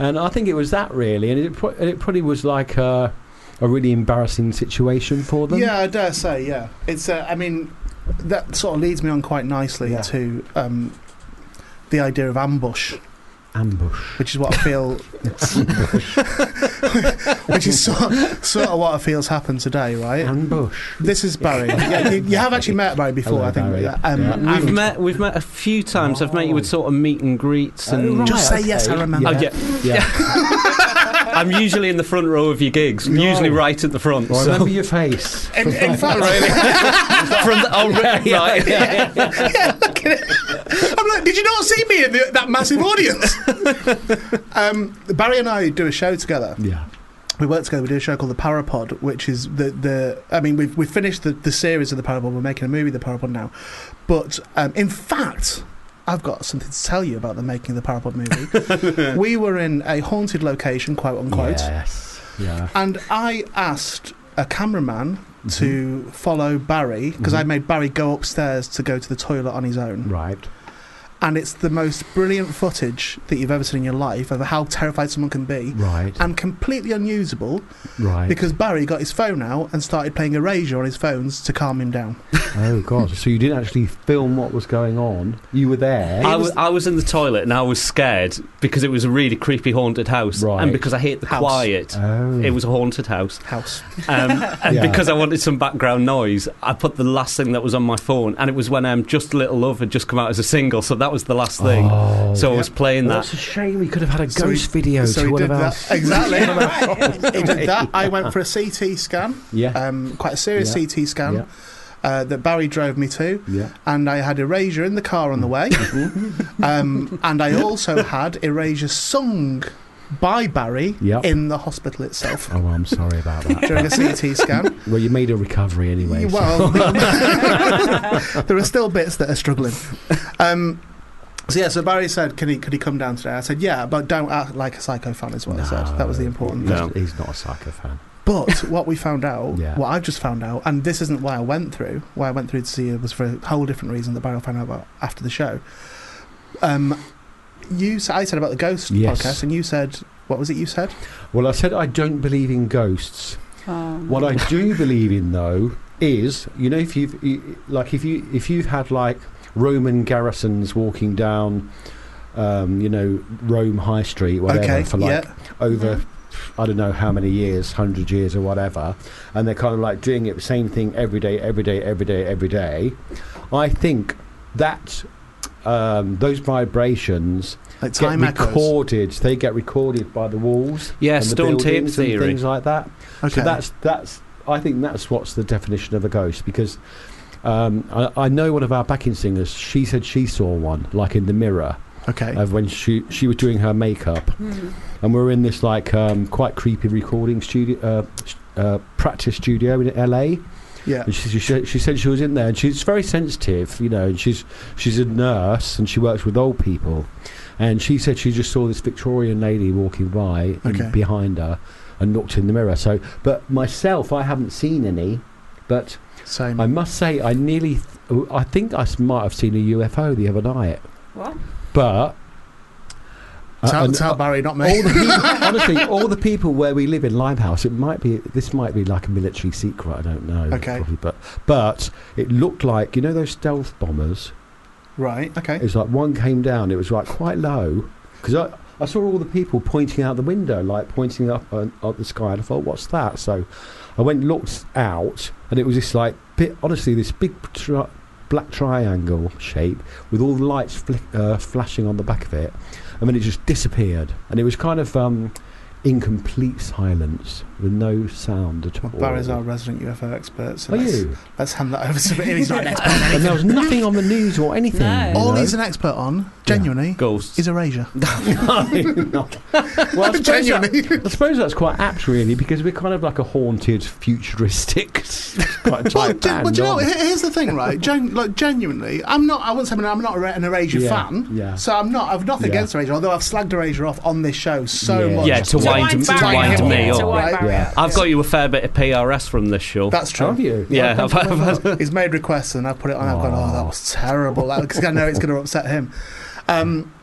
And I think it was that really, and it pro- and it probably was like a, a really embarrassing situation for them. Yeah, I dare say. Yeah, it's. Uh, I mean, that sort of leads me on quite nicely Yeah. to um, the idea of ambush, ambush. which is what I feel, which is sort sort of what I feel's happened today, right? Ambush. this is Barry. yeah, you, you have actually met Barry before, Hello, I think. Barry. Um, Yeah. and- We've met, we've met a few times. I've met you with sort of meet and greets, and Oh, right. Just say yes. I okay. remember. Oh, yeah. Yeah. I'm usually in the front row of your gigs. I'm No. usually right at the front. I so- remember your face. In, in fact, From the, oh, right. right. I'm like, did you not see me in the, that massive audience? um, Barry and I do a show together. Yeah. we work together. We do a show called The Parapod, which is the the. I mean, we've we've finished the, the series of The Parapod. We're making a movie, The Parapod now. But um, in fact, I've got something to tell you about the making of the Parapod movie. we were in a haunted location, quote unquote, Yes. Yeah. and I asked a cameraman to follow Barry because I made Barry go upstairs to go to the toilet on his own. Right. and it's the most brilliant footage that you've ever seen in your life of how terrified someone can be. Right, And completely unusable right. because Barry got his phone out and started playing Erasure on his phones to calm him down. oh god, so you didn't actually film what was going on. You were there. I was, I was in the toilet and I was scared because it was a really creepy haunted house, Right. and because I hate the House. quiet. Oh. It was a haunted house, House. um, and Yeah. because I wanted some background noise, I put the last thing that was on my phone, and it was when um, "Just a Little Love" had just come out as a single, so that was the last thing. Oh. so I was Yeah. playing Well, that. that's a shame. We could have had a So ghost video so to he one did of that. our. Exactly. he did that. I went for a CT scan, Yeah, um, quite a serious Yeah. CT scan Yeah. uh, that Barry drove me to. yeah. and I had Erasure in the car on the way. um, and I also had Erasure sung by Barry Yep. in the hospital itself Oh, I'm sorry about that. during a CT scan. well, you made a recovery anyway. so- well, there are still bits that are struggling. Um, so yeah, so Barry said, "Can he could he come down today?" I said, "Yeah, but don't act like a psycho fan," is what I said. That was the No, important he's, thing. No. he's not a psycho fan. But what we found out, Yeah. what I've just found out, and this isn't why I went through, why I went through to see it was for a whole different reason that Barry will find out about after the show. Um, you, s- I said about the ghost Yes. podcast, and you said, what was it you said? Well, I said I don't believe in ghosts. Um, What I do believe in, though, is you know if you've you- like if you if you've had like Roman garrisons walking down, um, you know Rome High Street, whatever, okay, for like yeah, Mm-hmm. over I don't know how many years, hundred years or whatever, and they're kind of like doing it the same thing every day, every day, every day, every day. I think that um, those vibrations like get time echoes. recorded. They get recorded by the walls. Yeah, and the stone tape buildings and theory. things like that. Okay, So that's that's. I think that's what's the definition of a ghost because um, I, I know one of our backing singers. She said she saw one, like in the mirror, okay, of when she she was doing her makeup, hmm. and we were in this like um, quite creepy recording studio, uh, s- uh, practice studio in LA. yeah, And she, she, she said she was in there, and she's very sensitive, you know. And she's she's a nurse, and she works with old people. And she said she just saw this Victorian lady walking by and Okay. behind her, and looked in the mirror. So, but myself, I haven't seen any. But same. I must say, I nearly, th- I think I s- might have seen a UFO the other night. What? But tell, Uh, and- oh. tell Barry, not me. all the people, honestly, all the people where we live in Limehouse, it might be this might be like a military secret. I don't know. Okay. probably, but but it looked like you know those stealth bombers. right, It okay, was like one came down. It was like quite low because I. I saw all the people pointing out the window, like pointing up at, at the sky, and I thought, "What's that?" So, I went and looked out, and it was this like, bit, honestly, this big tri- black triangle shape with all the lights flick, uh, flashing on the back of it, and then it just disappeared, and it was kind of um, in complete silence with no sound at all. well, Barry's our resident UFO expert, so Are let's, you? let's hand that over to him. He's not an expert. and there was nothing on the news or anything. No. you All know? he's an expert on, genuinely, Ghosts. is Erasure. well, I suppose, that, genuinely. I suppose that's quite apt, really, because we're kind of like a haunted, futuristic, quite type Well, do, band. well, do you know, aren't we? here- here's the thing, right? Gen- like, genuinely, I'm not. I wouldn't say I'm not- I'm not an Erasure Yeah, fan. yeah. So I'm not. I've nothing Yeah. against Erasure, although I've slagged Erasure off on this show so Yeah. much. Yeah, to wind- wind to Barry wind up. me To up. wind Barry Yeah. up. I've got you a fair bit of PRS from this show. That's true. Have you? Yeah, I've- I've- He's made requests and I've put it on. I've gone, oh, that was terrible. Because I know it's going to upset him. Um,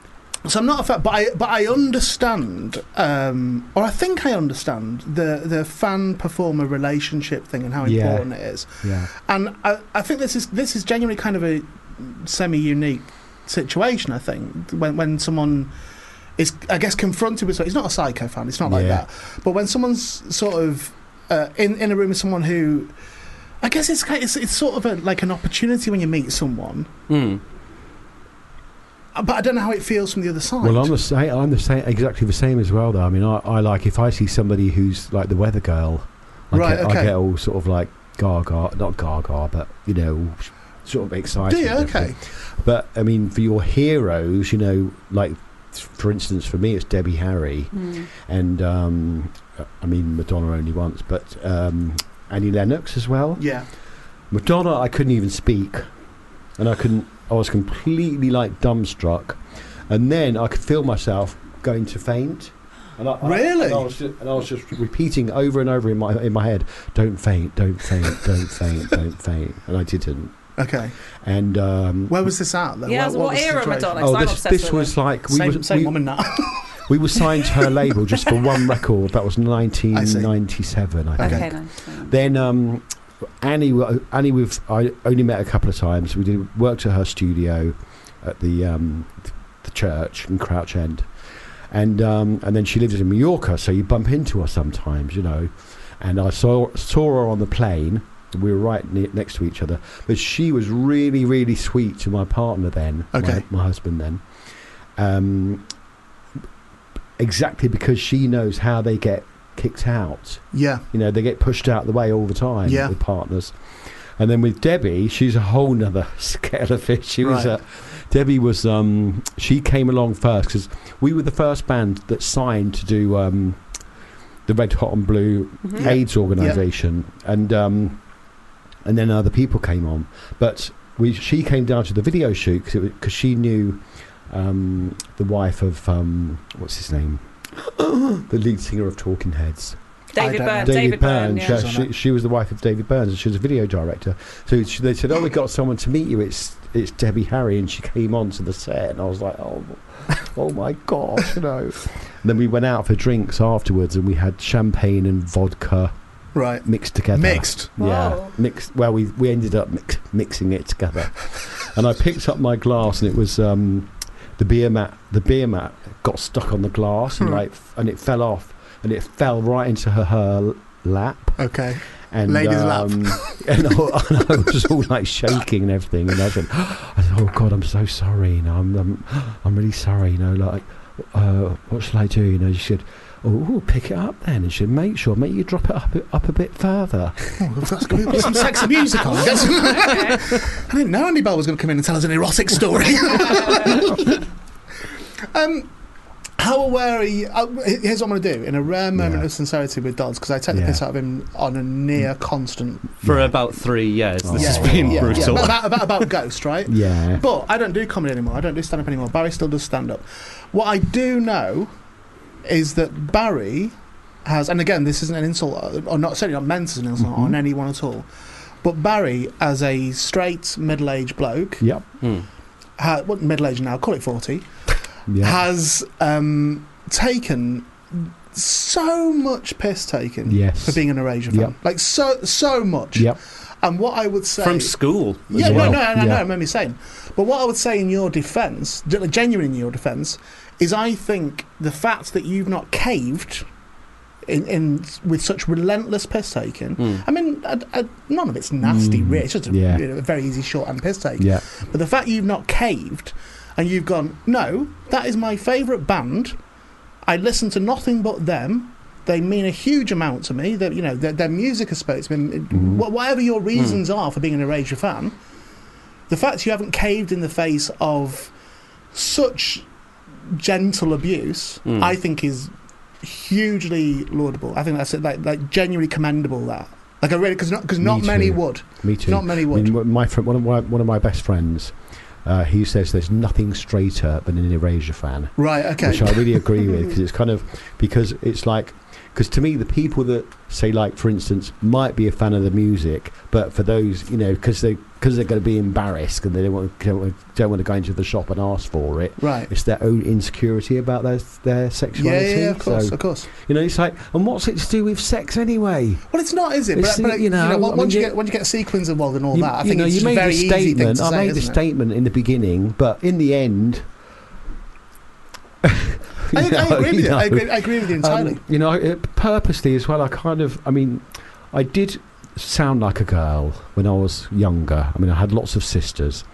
so I'm not a fan, but I but I understand, um, or I think I understand the the fan performer relationship thing and how Yeah. important it is. yeah. And I, I think this is this is genuinely kind of a semi-unique situation. I think when when someone is, I guess, confronted with. It's not a psycho fan. It's not like Yeah. that. But when someone's sort of uh, in in a room with someone who, I guess it's kind it's, it's sort of a, like an opportunity when you meet someone. Mm. Uh, But I don't know how it feels from the other side. Well, I'm the same. I'm the same, exactly the same as well. Though I mean, I, I like if I see somebody who's like the weather girl, I, Right, get, okay. I get all sort of like gaga, not gaga, but you know, sort of excited. Do you? and Okay. everything. But I mean, for your heroes, you know, like for instance, for me, it's Debbie Harry, Hmm. and um, I mean Madonna only once, but um, Annie Lennox as well. Yeah. Madonna, I couldn't even speak, and I couldn't. I was completely like dumbstruck, and then I could feel myself going to faint. And I, Really? I, and, I was just, and I was just repeating over and over in my in my head, "Don't faint, don't faint, don't faint, don't faint," and I didn't. Okay. and um, Where was this at, though? Yeah, Where- what was the era, situation? Madonna? oh, I'm this, obsessed this with was like Oh, we Same, was, same we, woman now. we were signed to her label just for one record. That was 1997, I think. Okay. Okay, nice. Then um, Annie, Annie, we've I only met a couple of times. We did worked at her studio at the um, the church in Crouch End, and um, and then she lives in Mallorca, so you bump into her sometimes, you know. And I saw saw her on the plane. We were right ne- next to each other, but she was really, really sweet to my partner then, my- Okay. my, husband then. Um, exactly because she knows how they get kicked out. yeah. You know, they get pushed out of the way all the time Yeah. with partners. And then with Debbie, she's a whole nother scale of fish. She was Right. a, Debbie was um she came along first because we were the first band that signed to do um the Red Hot and Blue Mhm. AIDS organisation, and um and then other people came on, but we she came down to the video shoot because she knew um the wife of um what's his name the lead singer of Talking Heads. I don't David know. Byrne. Uh, Byrne. David, Byrne. yeah. yeah, She's on she, it. she was the wife of David Burns, and she was a video director. So she, they said, "Oh, we got someone to meet you. It's it's Debbie Harry." And she came onto the set, and I was like, "Oh, oh my gosh!" You know. and then we went out for drinks afterwards, and we had champagne and vodka Right. mixed together. Mixed. Yeah, Wow. mixed. Well, we we ended up mix, mixing it together, and I picked up my glass, and it was um, the beer mat. The beer mat got stuck on the glass, and Hmm. like, f- and it fell off, and it fell right into her, her lap, Okay. and Lady's lap. um, and, I, and I was all like shaking and everything, and I said, I said, "Oh God, I'm so sorry. You know, I'm I'm, I'm really sorry. You know, like, uh, what shall I do? You know." She said. Oh, pick it up then, and she said, make sure, make you drop it up, up a bit further. Oh, we've got, we've got some sexy music on. Get some- Okay. I didn't know Andy Bell was going to come in and tell us an erotic story. um, how aware are you? Uh, here's what I'm going to do in a rare moment Yeah. of sincerity with Dodds because I take the Yeah. piss out of him on a near constant. for Yeah. about three years. Oh. This Yeah, has been yeah, brutal. About, about, about Ghost, right? Yeah. But I don't do comedy anymore. I don't do stand up anymore. Barry still does stand up. What I do know is that Barry has, and again, this isn't an insult, uh, or not certainly not meant as an insult Mhm. on anyone at all. But Barry, as a straight middle-aged bloke, Yep. Mm. ha, well, middle-aged now, call it forty, Yeah. has um, taken so much piss taken Yes. for being an Erasure fan. Yep. Like so, so much. Yep. And what I would say From school. as yeah, well. no, no, no, no, Yeah. I remember saying. But what I would say in your defence, gen- genuinely in your defence, is I think the fact that you've not caved in, in with such relentless piss taking. Mm. I mean, I, I, none of it's nasty, Mm, really. It's just a, yeah. you know, a very easy shorthand piss take. Yeah. But the fact you've not caved and you've gone, no, that is my favourite band. I listen to nothing but them. They mean a huge amount to me. That you know, their, their music has spoken to me. Mhm. Wh- Whatever your reasons are for being an Erasure fan, the fact you haven't caved in the face of such gentle abuse, Mm. I think, is hugely laudable. I think that's it, like like genuinely commendable. That like I really because not because Me not many too. would, Me too. not many I would. mean, my friend, one of my one of my best friends, uh, he says there's nothing straighter than an Erasure fan, Right? Okay. which I really agree with because it's kind of because it's like because to me the people that say like for instance might be a fan of the music, but for those you know because they because they're going to be embarrassed and they don't want don't, want- don't want to go into the shop and ask for it. Right. It's their own insecurity about their their Yeah, sexuality. yeah, yeah, of course, So, of course. you know, it's like, and what's it to do with sex anyway? Well, it's not, is it? It's But, but the- you you know, know, I once mean, you you- get once you get sequins involved and all you, that, I you think know, it's you just a made very a easy thing statement. to I say, made a isn't it? statement in the beginning, but in the end, I, you I know, agree with you. you I know. agree, I agree with you entirely. um, you know, it- purposely as well. I kind of, I mean, I did sound like a girl when I was younger. I mean, I had lots of sisters,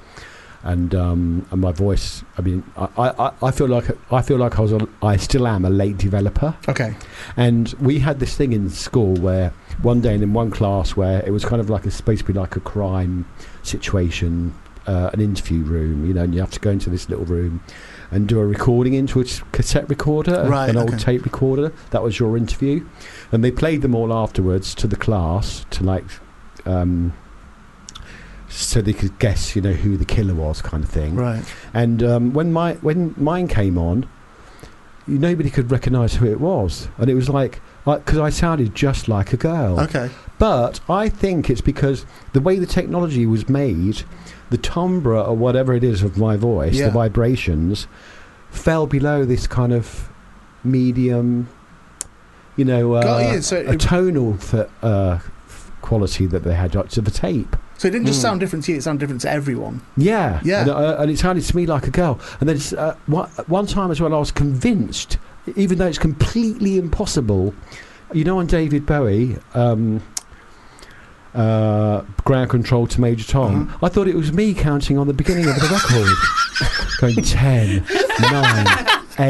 and um, and my voice. I mean, I, I, I- I feel like I feel like I was a, I still am a late developer. okay. And we had this thing in school where one day and in one class where it was kind of like it's supposed to be like a crime situation, uh, an interview room, you know, and you have to go into this little room and do a recording into a s- cassette recorder, Right, an okay. old tape recorder. That was your interview. And they played them all afterwards to the class to like. Um, so they could guess, you know, who the killer was, kind of thing. Right. And um, when my when mine came on, you- nobody could recognise who it was, and it was like because I sounded just like a girl. Okay. But I think it's because the way the technology was made, the timbre or whatever it is of my voice, Yeah. the vibrations, fell below this kind of medium, you know, uh, Got you. So a it, tonal th- uh, f- quality that they had like, to the tape. so it didn't just Hmm. Mm. sound different to you, it sounded different to everyone. Yeah, Yeah. And, uh, and it sounded to me like a girl. And then it's, uh, one, one time as well, I was convinced, even though it's completely impossible. You know, on David Bowie, um, uh, ground control to Major Tom, Uh-huh. I thought it was me counting on the beginning of the record, going ten, nine,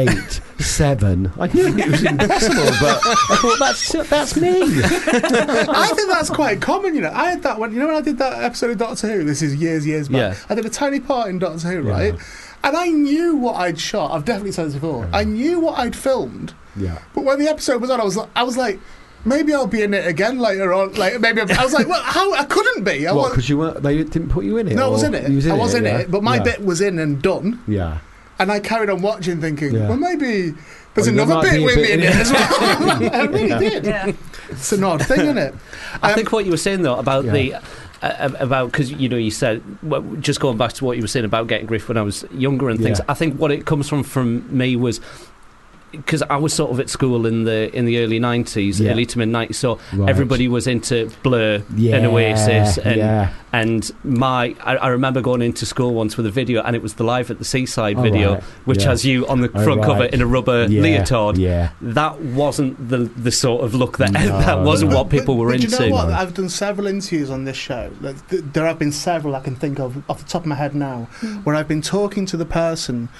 eight, seven. I knew it was impossible, but I thought that's that's me. I think that's quite common, you know. I had that when you know when I did that episode of Doctor Who, this is years, years back. Yeah. I did a tiny part in Doctor Who, Yeah. right? And I knew what I'd shot. I've definitely said this before. Hmm. I knew what I'd filmed. Yeah. But when the episode was on, I was like, I was like, maybe I'll be in it again later on. Like maybe I'm- I was like, well, how I couldn't be. I What? was, Because you weren't? They didn't put you in it. no, I was or in it. you I was in yeah? it, but my Yeah. bit was in and done, Yeah. and I carried on watching, thinking, Yeah. well, maybe there's Well, there another might bit be a with bit me in in it it. as well. I really did. It's an odd thing, isn't it? I Um, think what you were saying though about Yeah. the uh, about because you know you said well, just going back to what you were saying about getting grief when I was younger and things. Yeah. I think what it comes from from me was because I was sort of at school in the in the early nineties, Yeah. early to mid nineties, so Right. everybody was into Blur yeah, and Oasis and yeah. and my I, I remember going into school once with a video and it was the live at the seaside All video, Oh, Uh, right, which yeah. has you on the All front cover right. in a rubber yeah, leotard. Yeah, That wasn't the the sort of look that No. that wasn't what But- people were Um, but into. Do you know what? I've done several interviews on this show. Like, th- There have been several I can think of off the top of my head now, where I've been talking to the person,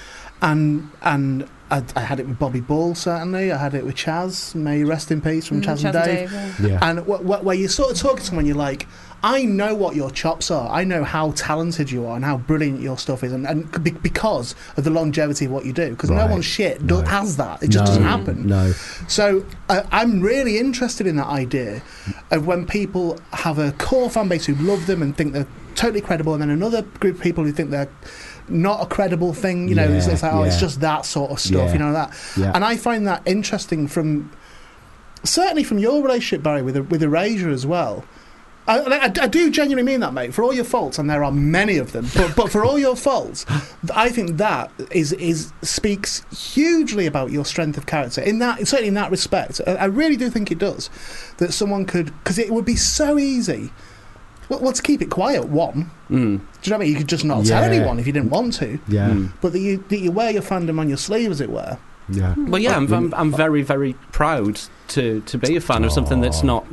and and I, I had it with Bobby Ball certainly. I had it with Chaz. May he rest in peace from Hmm, Chaz, Mm, and Dave. yeah. yeah. And wh- wh- where you sort of talk to someone, you're like, I know what your chops are. I know how talented you are and how brilliant your stuff is, and, and c- be- because of the longevity of what you do. Because no Right. one shit do- No. has that. It just no, doesn't happen. No, So I I'm really interested in that idea of when people have a core fan base who love them and think they're totally credible, and then another group of people who think they're not a credible thing. You know, it's, Yeah, it's like oh, it's yeah. just that sort of stuff. Yeah. You know that, yeah. and I find that interesting from certainly from your relationship, Barry, with with Erasure as well. I, and I, I do genuinely mean that, mate. For all your faults, and there are many of them, but but for all your faults, I think that is is speaks hugely about your strength of character. In that, certainly in that respect, I, I really do think it does. That someone could, because it would be so easy. Well, well, to keep it quiet, one. Mm. Do you know what I mean? You could just not tell Yeah. anyone if you didn't want to, yeah, Mm. but that you that you wear your fandom on your sleeve, as it were. yeah. Well, yeah, I'm, I'm, I'm very, very proud to, to be a fan of something that's Aw. not,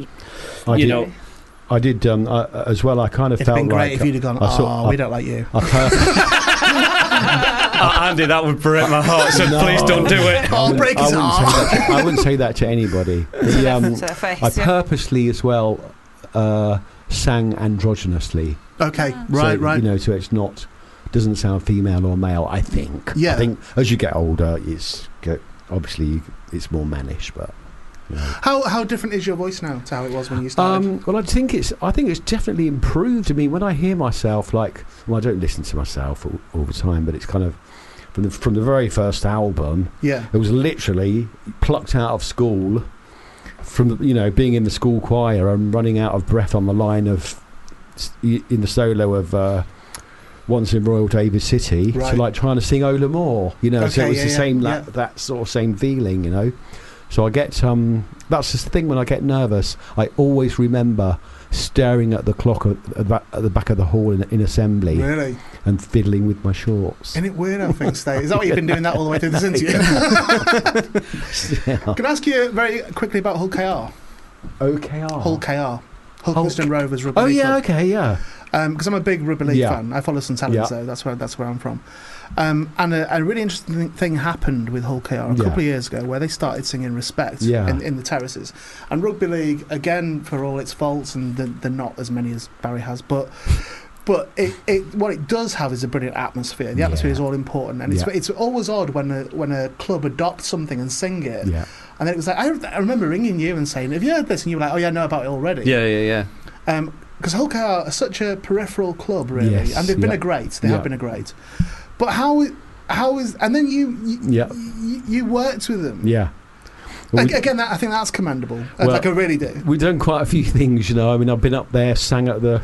I you did, know, I did um, I, as well. I kind of It'd have been felt great like if you'd have gone. I saw- oh, we I- don't like you. I per- Uh, Andy, that would break my heart. So No. please don't do it. Oh, break I his wouldn't arm. say that. To, I wouldn't say that to anybody. The, um, to their face. I yeah. purposely as well uh, sang androgynously. Okay, Yeah. right, so, right. You know, so it's not doesn't sound female or male. I think. Yeah. I think as you get older, it's go- obviously you- it's more mannish, but. you know. How how different is your voice now to how it was when you started? Um, well, I think it's. I think it's definitely improved. I mean, when I hear myself, like, well, I don't listen to myself all, all the time, but it's kind of from the from the very first album. yeah, It was literally plucked out of school, from the, you know being in the school choir and running out of breath on the line of in the solo of. Uh, once in Royal David City, Right. to like trying to sing Ola Moore, you know. so Okay, it was yeah, the yeah, same yeah. that that sort of same feeling, you know. So I get um that's the thing when I get nervous, I always remember staring at the clock at the back, at the, back of the hall in, in assembly really. and fiddling with my shorts. Isn't it weird how things stay? Is that what you've been doing that all the way through this interview? Can I ask you very quickly about Hull KR? OKR. Hull KR. Oh. Hull Hull- Kingston Rovers rugby Oh league yeah, club. okay, yeah. because Um, I'm a big rugby league Yeah. fan. I follow some talent, Yeah. so that's where that's where I'm from. Um, and a, a really interesting thing- thing happened with Hull KR a Yeah. couple of years ago, where they started singing "Respect" Yeah. in, in the terraces. And rugby league, again, for all its faults, and the, they're not as many as Barry has, but. But it, it, what it does have is a brilliant atmosphere. The atmosphere Yeah. is all important, and it's, Yeah. it's always odd when a when a club adopts something and sing it. Yeah. And then it was like I, I remember ringing you and saying, "Have you heard this?" And you were like, "Oh yeah, I know about it already." Yeah, yeah, yeah. because Um, Hulk are such a peripheral club, really, Yes, and they've been yeah. a great. They have Yeah. been a great. But how how is and then you you, Yeah. you, you worked with them. Yeah. We- Ag- Again, that, I think that's commendable. I- Well- like I really do. We've done quite a few things, you know. I mean, I've been up there, sang at the,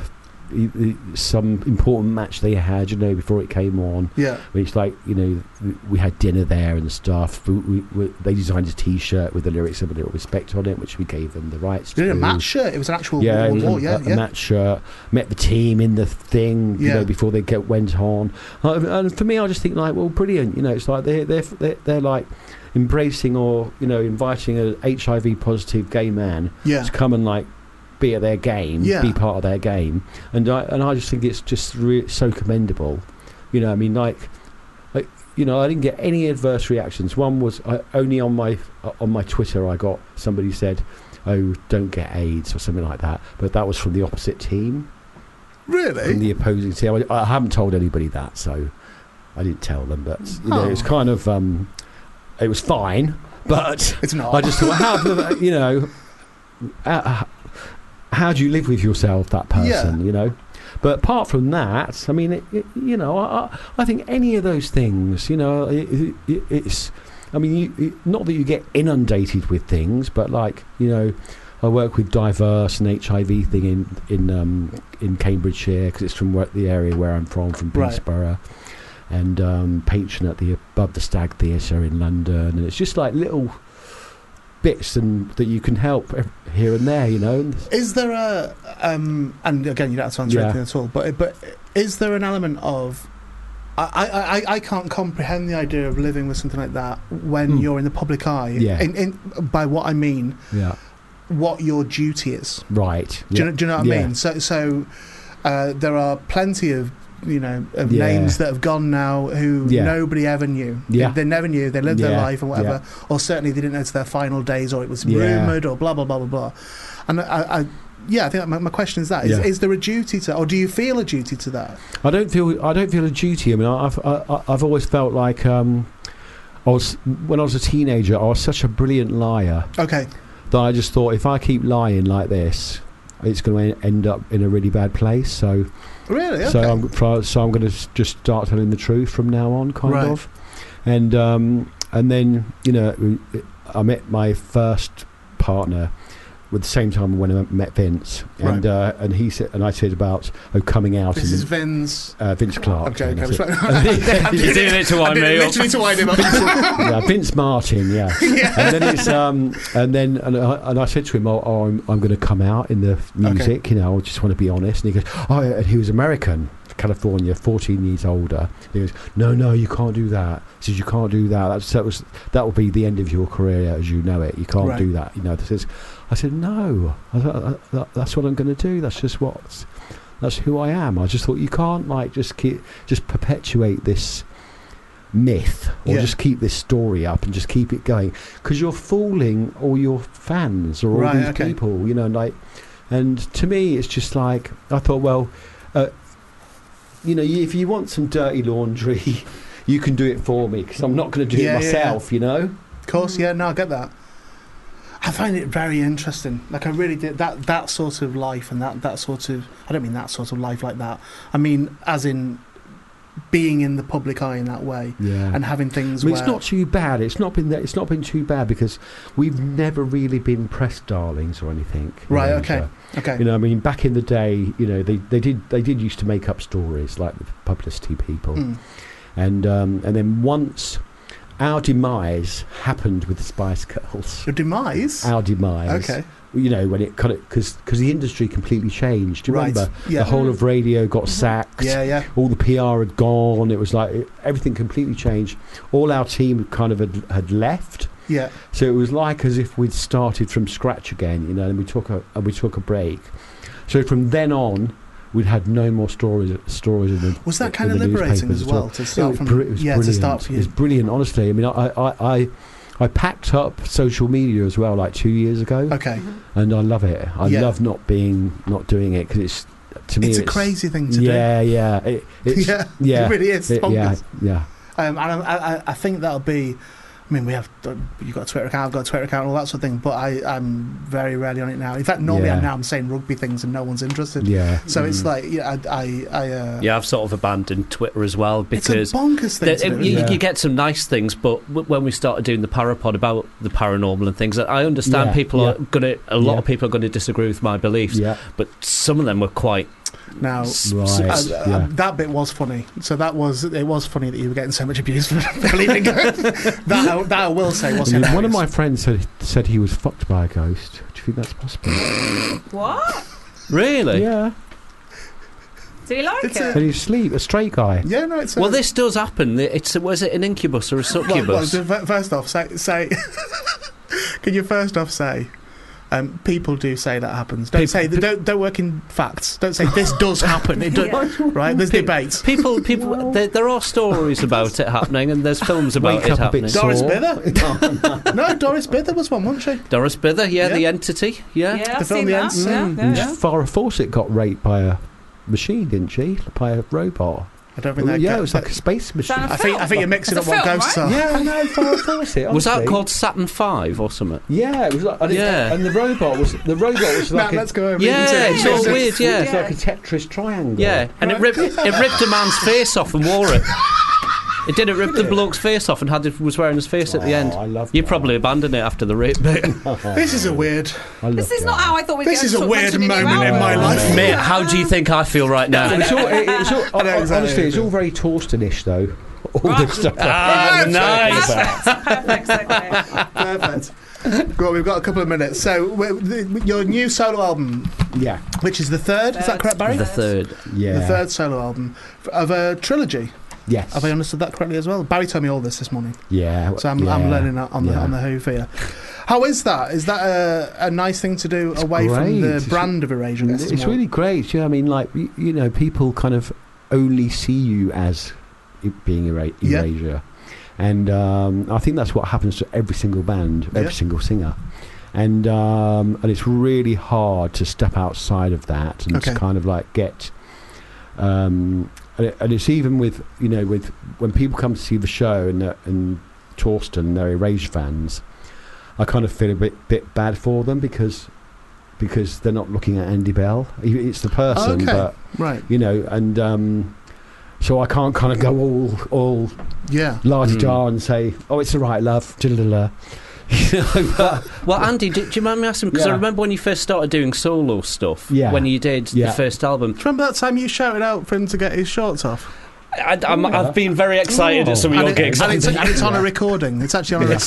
the- the some important match they had, you know, before it came on. Yeah. It's like you know, we- we had dinner there and stuff. We, we, we, they designed a T-shirt with the lyrics of a little respect on it, which we gave them the rights They to. did a match shirt. It was an actual Yeah, it World was a, War. Yeah, a- a yeah. match shirt. Met the team in the thing, you Yeah. know, before they get, went on. Uh, and for me, I just think like, well, brilliant. You know, it's like they're they're they're, they're like embracing or you know inviting a HIV positive gay man yeah. to come and like be at their game, Yeah. be part of their game, and I and I just think it's just re- so commendable. You know, I mean, like, like, you know, I didn't get any adverse reactions. One was I, only on my uh, on my Twitter. I got somebody said, "Oh, don't get AIDS" or something like that, but that was from the opposite team, from Really? the opposing team. I, I haven't told anybody that, so I didn't tell them. But you know, Oh. it's kind of um, it was fine, but. It's not. I just thought, how, the- you know, how, how do you live with yourself, that person, you know? But apart from that, I mean, it, it, you know, I, I- I think any of those things, you know, it, it, it- it's, I mean, you, you- not that you get inundated with things, but like, you know, I work with diverse and HIV thing in in um, in Cambridgeshire because it's from where, the area where I'm from, from Right. Peterborough, and um, patron at the above the Stag Theatre in London, and it's just like little bits and that you can help ev- here and there, you know. And Is there a um, and again you don't have to answer Yeah. anything at all, but but is there an element of I, I, I- I can't comprehend the idea of living with something like that when Mm. you're in the public eye. Yeah. In, in, by what I mean, yeah, what your duty is. right. Do, yeah. you, know, do you know what I Yeah. mean? So so uh, there are plenty of you know of Yeah. names that have gone now who Yeah. nobody ever knew. They- Yeah. They, never knew. They lived their Yeah, life or whatever, or certainly they didn't know to their final days, or it was Yeah. rumored, or blah blah blah blah blah. And I. I yeah, I think my, my question is that is, Yeah. is there a duty to, or do you feel a duty to that? I don't feel I don't feel a duty. I mean, I- I've I, I- I've always felt like um, I was when I was a teenager, I was such a brilliant liar. Okay, that I just thought if I keep lying like this, it's going to end up in a really bad place. So, really? Okay. so I'm pro- so I'm going to just start telling the truth from now on, kind Right. of. And um, and then you know, I met my first partner with the same time when I met Vince, and uh, and he said, and I said about oh coming out this is and. Vin's. Uh, Vince Clark. I'm joking. I That's was it. right. I You're did doing it it to I wind did me it up. literally to wind him up. yeah, Vince Martin, yeah. And then it's um, and then and I, and I said to him, "Oh, oh I'm, I'm going to come out in the music, you know. I just want to be honest." And he goes, "Oh," yeah," and he was American, California, 14 years older. And he goes, "No, no, you can't do that." He says, "You can't do that. That's that was that will be the end of your career as you know it. You can't Right. do that." You know, this is. I said, "No, I, I, I, that's what I'm going to do. That's just what." That's who I am. I just thought you can't like just keep just perpetuate this myth or Yeah. just keep this story up and just keep it going because you're fooling all your fans or all Right, these okay. people you know like and to me it's just like i thought well uh, you know if you want some dirty laundry you can do it for me because i'm not going to do Yeah, it yeah, yeah. myself you know Of course, yeah, no, I get that. I find it very interesting. Like I really did that that sort of life and that that sort of I don't mean that sort of life like that. I mean as in being in the public eye in that way yeah and having things I mean, where it's not too bad. It's not been that. It's not been too bad because we've never really been press darlings or anything. you Right, know, okay. so- okay. You know, I mean, back in the day, you know, they, they did they did used to make up stories like the publicity people, Mm. and um, and then once our demise happened with the Spice Girls. Your demise. Our demise. okay. You know when it kind of because because the industry completely changed. Do you right. remember? Yeah. Mm-hmm. The whole of radio got sacked yeah, yeah. all the PR had gone. It was like it- everything completely changed. All our team kind of had, had left, Yeah. so it was like as if we'd started from scratch again, you know. And we took a and we took a break. So from then on, we'd had no more stories stories in the. Was that in kind of the liberating newspapers as at all. well to It start was, from br- it was yeah, brilliant. to start from it was brilliant, honestly. I mean, I, I, I, I packed up social media as well, like two years ago, Okay. Mm-hmm. and I love it. I Oh. Yeah. love not being not doing it because it's to me It's a crazy thing to yeah, yeah, it, do. it's, yeah. yeah. It really is. Oh, It- yeah, bonkers. yeah, Um, and I, I, I think that'll be I mean, we have you've got a Twitter account, I've got a Twitter account, all that sort of thing. But I, I'm very rarely on it now. In fact, normally Yeah. I'm now I'm saying rugby things and no one's interested. Yeah. So it's Mm. like yeah, I I, I uh, Yeah, I've sort of abandoned Twitter as well it's because a bonkers thing. There- to do, you- isn't you, it? Yeah. get some nice things, but w- when we started doing the parapod about the paranormal and things, I understand Yeah, people are yeah. going to, a lot Yeah. of people are going to disagree with my beliefs, Yeah. but some of them were quite. Now s- Right. s- Uh, s- uh, yeah. that bit was funny. So that was it was funny that you were getting so much abuse for believing it. that. I, that I will say was I mean, hilarious. one of my friends said, said he was fucked by a ghost. Do you think that's possible? What? really? yeah. Did he like It's it? And he's asleep, a straight guy. yeah, no, it's a, Well, this does happen. It's a, was it an incubus or a Well, well, succubus? so fir- first off, say, say can you first off say? Um, people do say that happens. Don't People- say they don't. Don't work in facts. Don't say this does happen. It does, right? There's Pe- debates. People, people, there, there are stories about it happening, and there's films about Wake it up a happening. bit sore. Doris Bither. no, Doris Bither was one, wasn't she? Doris Bither, yeah, Yeah. the entity, yeah. Yeah, I've film seen The that. Ants. Yeah, Mm. yeah, And yeah. Farrah Fawcett got raped by a machine, didn't she? By a robot. I don't think that. yeah, got- it was like a space machine. Sound I think I think you're mixing up It's a what film, ghosts right? are. yeah, no, Farrah Fawcett. Was that honestly. called Saturn Five or something? Yeah, it was like. And, it- Yeah. and the robot was the robot was Nah, like a, let's go over. Yeah, into- it's all weird. Yeah, It's like a Tetris triangle. Yeah, and it ripped it ripped a man's face off and wore it. It did. It ripped the bloke's face off and had it, was wearing his face at the Oh, end. I love You that. probably abandoned it after the rape bit, This is a weird. I love This is that. not how I thought we'd This get is to a talk weird mentioning moment you in out. my life. mate. How do you think I feel right now? It's all, it, it's all, I know exactly honestly, what it's you all very Torsten-ish though. All Right. this stuff. Ah, nice. Perfect. Perfect. Okay. Perfect. Well, we've got a couple of minutes. So, w- the- your new solo album, Yeah, which is the third, is that correct, Barry? The third. yeah. The third solo album f- of a trilogy. Yes. Have I understood that correctly as well? Barry told me all this this morning, yeah. so I'm, yeah. I'm learning that on the yeah. on the Who here. How is that? Is that a, a nice thing to do away from great. the It's- brand of Erasure? I guess, It's more- really great. You know, I mean, like you, you know, people kind of only see you as it being era- Yeah. erasure, and um, I think that's what happens to every single band, every Yeah. single singer, and um, and it's really hard to step outside of that and Okay. to kind of like get. Um, and, it, and it's even with you know with when people come to see the show and they're- and Torsten, they're erasure fans. I kind of feel a bit bit bad for them because because they're not looking at Andy Bell. He- It's the person, Okay. but right. you know, and um, so I can't kind of go all all Yeah. large Hmm. jar and say, "Oh, it's all right, love." da da da da." You know, but Well, Andy, do, do you mind me asking? Because I Yeah. remember when you first started doing solo stuff. Yeah. When you did Yeah. the first album, Do you remember that time you shouted out for him to get his shorts off? I, I'm, I've been very excited at some of And, your it- gigs. and it's, and it's on a recording. It's actually on a Yes.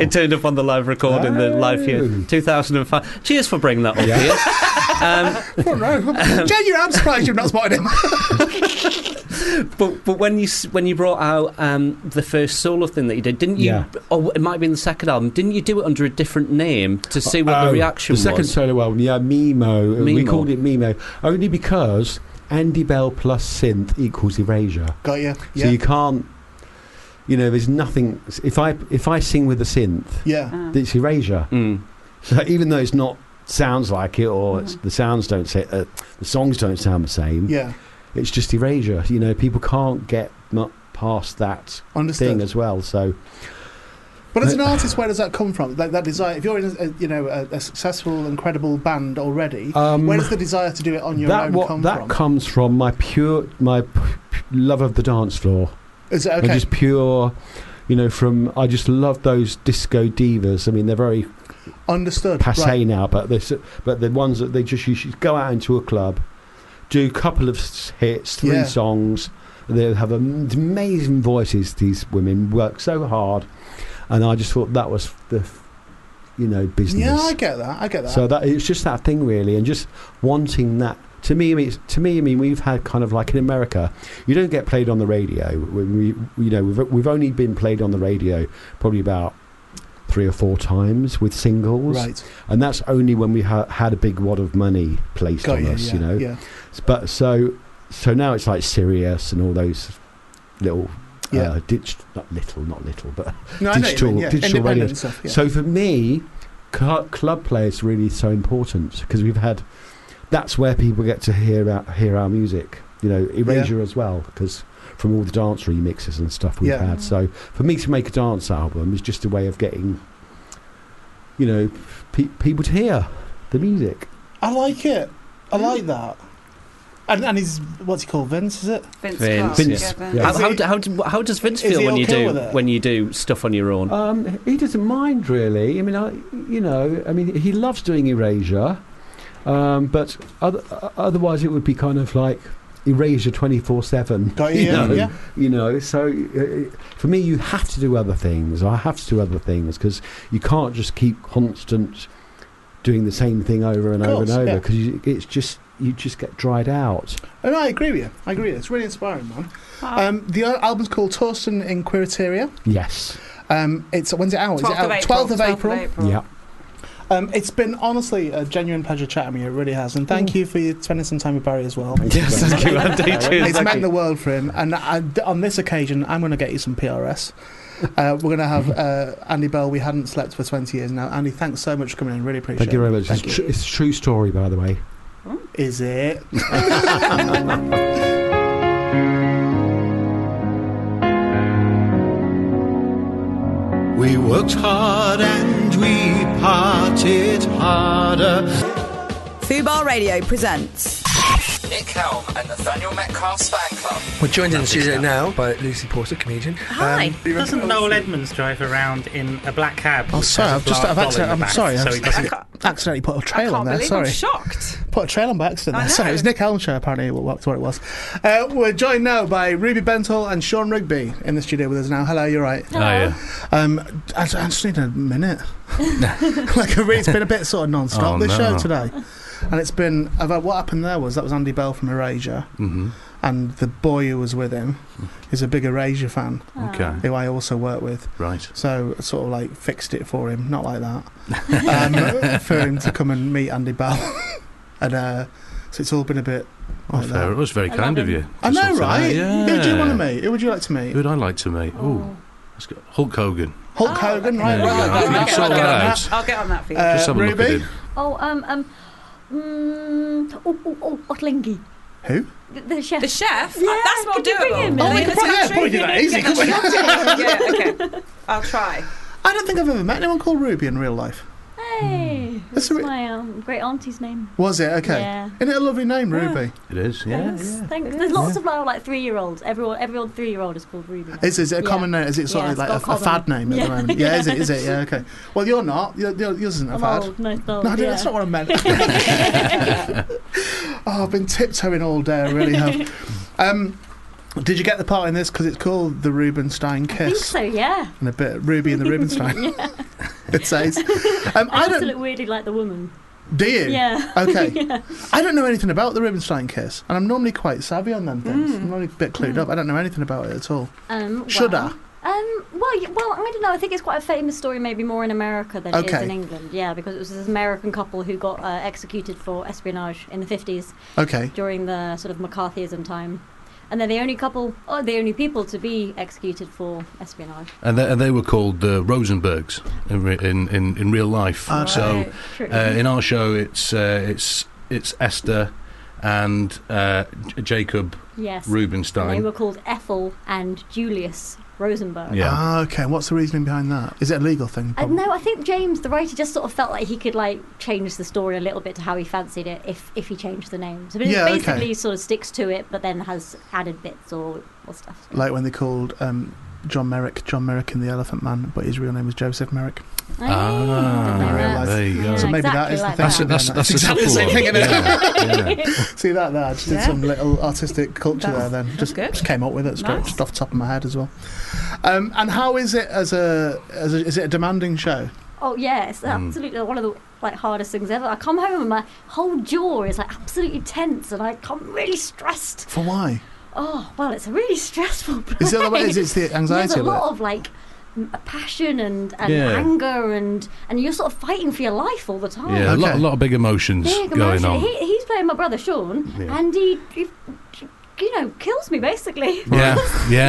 It turned up on the live recording, the live view, Oh. 2005. Cheers for bringing that up Yeah. here. Genuine, I'm surprised you've not spotted him. But but when you s- when you brought out um, the first solo thing that you did, didn't you? Yeah. Or it might have been the second album. Didn't you do it under a different name to see what Um, the Oh, reaction the second was? solo album, yeah, Mimo. We Mimo. called it Mimo only because Andy Bell plus synth equals erasure. Got you. So you can't, you know, there's nothing. If I if I sing with a synth, yeah. Um, it's erasure. Mm. So even though it's not sounds like it, or it's, the sounds don't say, uh, the songs don't sound the same. Mm. Yeah. It's just erasure. You know, people can't get mu- past that Understood. thing as well. So But as an artist, where does that come from? Like that desire. If you're in, a, you know, a, a successful, incredible band already, Um, where does the desire to do it on your that own what come that from? comes from my pure my p- p- love of the dance floor. Is it And okay? just pure, you know, from I just love those disco divas. I mean, they're very Understood. passe Right. now, but this, but the ones that they just you should go out into a club, do a couple of s- hits, three Yeah. songs. They have am- amazing voices. These women work so hard, and I just thought that was the, f- you know, business. Yeah, I get that. I get that. so that it's just that thing really, and just wanting that. To me, I mean, it's, to me, I mean, we've had kind of like in America, you don't get played on the radio. We, we you know, we've we've only been played on the radio probably about three or four times with singles right. and that's only when we ha- had a big wad of money placed Got on you. us, yeah, you know. Yeah. S- But so, so now it's like Sirius and all those little, Yeah. uh, dig- not little, not little, but No, I know what you mean, digital- yeah. digital independent radio. stuff. Yeah. so for me, cl- club play is really so important because we've had, that's where people get to hear our, hear our music. you know, Erasure as well, because from all the dance remixes and stuff we've Yeah. had. So for me to make a dance album is just a way of getting, you know, pe- people to hear the music. I like it. I like that. And and he's what's he called? Vince, is it? Vince, Vince, Clarke, Vince, yeah, Vince. yeah. How, Is how, he- d- how, d- how does Vince is feel he when you okay do with it? Oh. when you do stuff on your own? Um, he doesn't mind really. I mean, I, you know, I mean, he loves doing Erasure, um, but other, otherwise it would be kind of like Erasure twenty four seven. Got you. know, Oh, Yeah. you know. So uh, for me, you have to do other things. I have to do other things because you can't just keep constant doing the same thing over and Of over and course, over yeah. because it's just you just get dried out. And I agree with you. I agree with you. It's really inspiring, man. Wow. Um, the other album's called Torsten in Quiriteria. Yes. Um, it's when's it out? Is it 12th out? of April. 12th of April. Yeah. Um, it's been honestly a genuine pleasure chatting with you. It really has. And thank you for your spending some time with Barry as well. Yes. Thank you. It's meant the world for him. And I, on this occasion, I'm going to get you some PRS. Uh, we're going to have uh, Andy Bell. We hadn't slept for 20 years now. Andy, thanks so much for coming in. Really appreciate Thank you it. very much. it's, tr- it's a true story, by the way. Is it? We worked hard and we parted harder. Fubar Radio presents. Nick Helm and Nathaniel Metcalf's fan club. We're joined in the studio now by Lucy Porter, comedian. Um, Hi. Doesn't Noel Edmonds drive around in a black cab? Oh, sorry. I've just I've accident, I'm sorry. So I've he doesn't. accidentally put a I trail can't on there. believe Sorry. I'm shocked. Put a trail on by accident. I There. Sorry, it was know. Nick Allenshire, apparently, what, what, what it was. Uh, we're joined now by Ruby Bentall and Sean Rigby in the studio with us now. Hello, you're right. Oh, Um, I, I just need a minute. like, I really- it's been a bit sort of non stop, Oh, this show no. today. And it's been. About what happened there was that was Andy Bell from Erasure, Mm-hmm. and the boy who was with him is a big Erasure fan Oh. Okay, who I also work with. right. So I sort of like fixed it for him, not like that, um, for him to come and meet Andy Bell, and uh, so it's all been a bit. Well, like that. fair. It was very I kind love of you. I to know, sort it out. right? Yeah. Who do you want to meet? Who would you like to Who meet? would I like to meet? Ooh, let's go. Hulk Hogan. Hulk Hogan, right? There you right, right, go. I think right, it's right, all right, right. out. I'll get on that for you. Uh, Just have a look at Ruby? him. Oh, um, um, mm, oh, oh, oh, Otlingi. Who? The, the chef. the chef? Yeah, Uh, that's more could you bring doable. him? Oh, we Yeah, could probably, yeah, probably do that easy, couldn't we? yeah, okay. I'll try. I don't think I've ever met anyone called Ruby in real life. Hey, That's that's a re- my um, great auntie's name. Was it? Okay. Yeah. Isn't it a lovely name, Ruby? It is. Yeah. Thanks. Thanks. There's lots of like, like three-year-olds. Everyone, everyone three-year-old is called Ruby. now. Is, is it a Yeah. common name? Is it sort of Yeah, it's like a, got a fad name at Yeah. the moment? Yeah, is it? Is it? Yeah, okay. Well, you're not. You're, you're, yours isn't a I'm fad. old. No, it's No, I old, didn't- yeah. that's not what I meant. oh, I've been tiptoeing all day. I really have. Um, did you get the part in this? Because it's called the Rubenstein I think Kiss so. Yeah. and a bit of Ruby and the Rubenstein. yeah. it says. Um, I, I used to don't. look weirdly like the woman. Do you? Yeah. Okay. yeah. I don't know anything about the Rubenstein Kiss, and I'm normally quite savvy on them things. I'm normally a bit clued up. I don't know anything about it at all. Hmm. Um, Should well, I? Um, well, y- well, I don't know. I think it's quite a famous story, maybe more in America than it is Okay. in England. Yeah, because it was this American couple who got uh, executed for espionage in the 50s Okay. during the sort of McCarthyism time. And they're the only couple, or the only people to be executed for espionage. And they, and they were called the Rosenbergs in re- in, in, in real life. Ah, So True. uh, in our show, it's uh, it's it's Esther and uh, J- Jacob yes. And they Rubinstein. were called Ethel and Julius Rosenberg. Yeah. Ah, okay. What's the reasoning behind that? Is it a legal thing? Uh, no, I think James, the writer, just sort of felt like he could like change the story a little bit to how he fancied it if if he changed the names. But Yeah, okay. it basically sort of sticks to it, but then has added bits or, or stuff. Like when they called um, John Merrick, John Merrick in The Elephant Man, but his real name was Joseph Merrick. Hey, didn't know Ah, that. there you go. Yeah, So maybe that exactly is the like thing. That's that. a, that's that's a Exactly subtle the same one. thing, isn't Yeah, yeah. See that there? I just did Yeah. some little artistic culture That's- there. Then just, good. just came up with it straight Nice. just off the top of my head as well. Um, and how is it as a, as a is it a demanding show? Oh yeah, it's absolutely one of the like hardest things ever. I come home and my whole jaw is like absolutely tense, and I come really stressed. For why? Oh well, it's a really stressful. Place. Is it the other way? Is it's the There's anxiety a of it? lot of like m- passion and, and Yeah. anger and and you're sort of fighting for your life all the time. Yeah, a, lot, a Okay. lot of big emotions Big going emotion. on. He, he's playing my brother Sean, Yeah. and he, he you know, kills me basically. Yeah, yeah,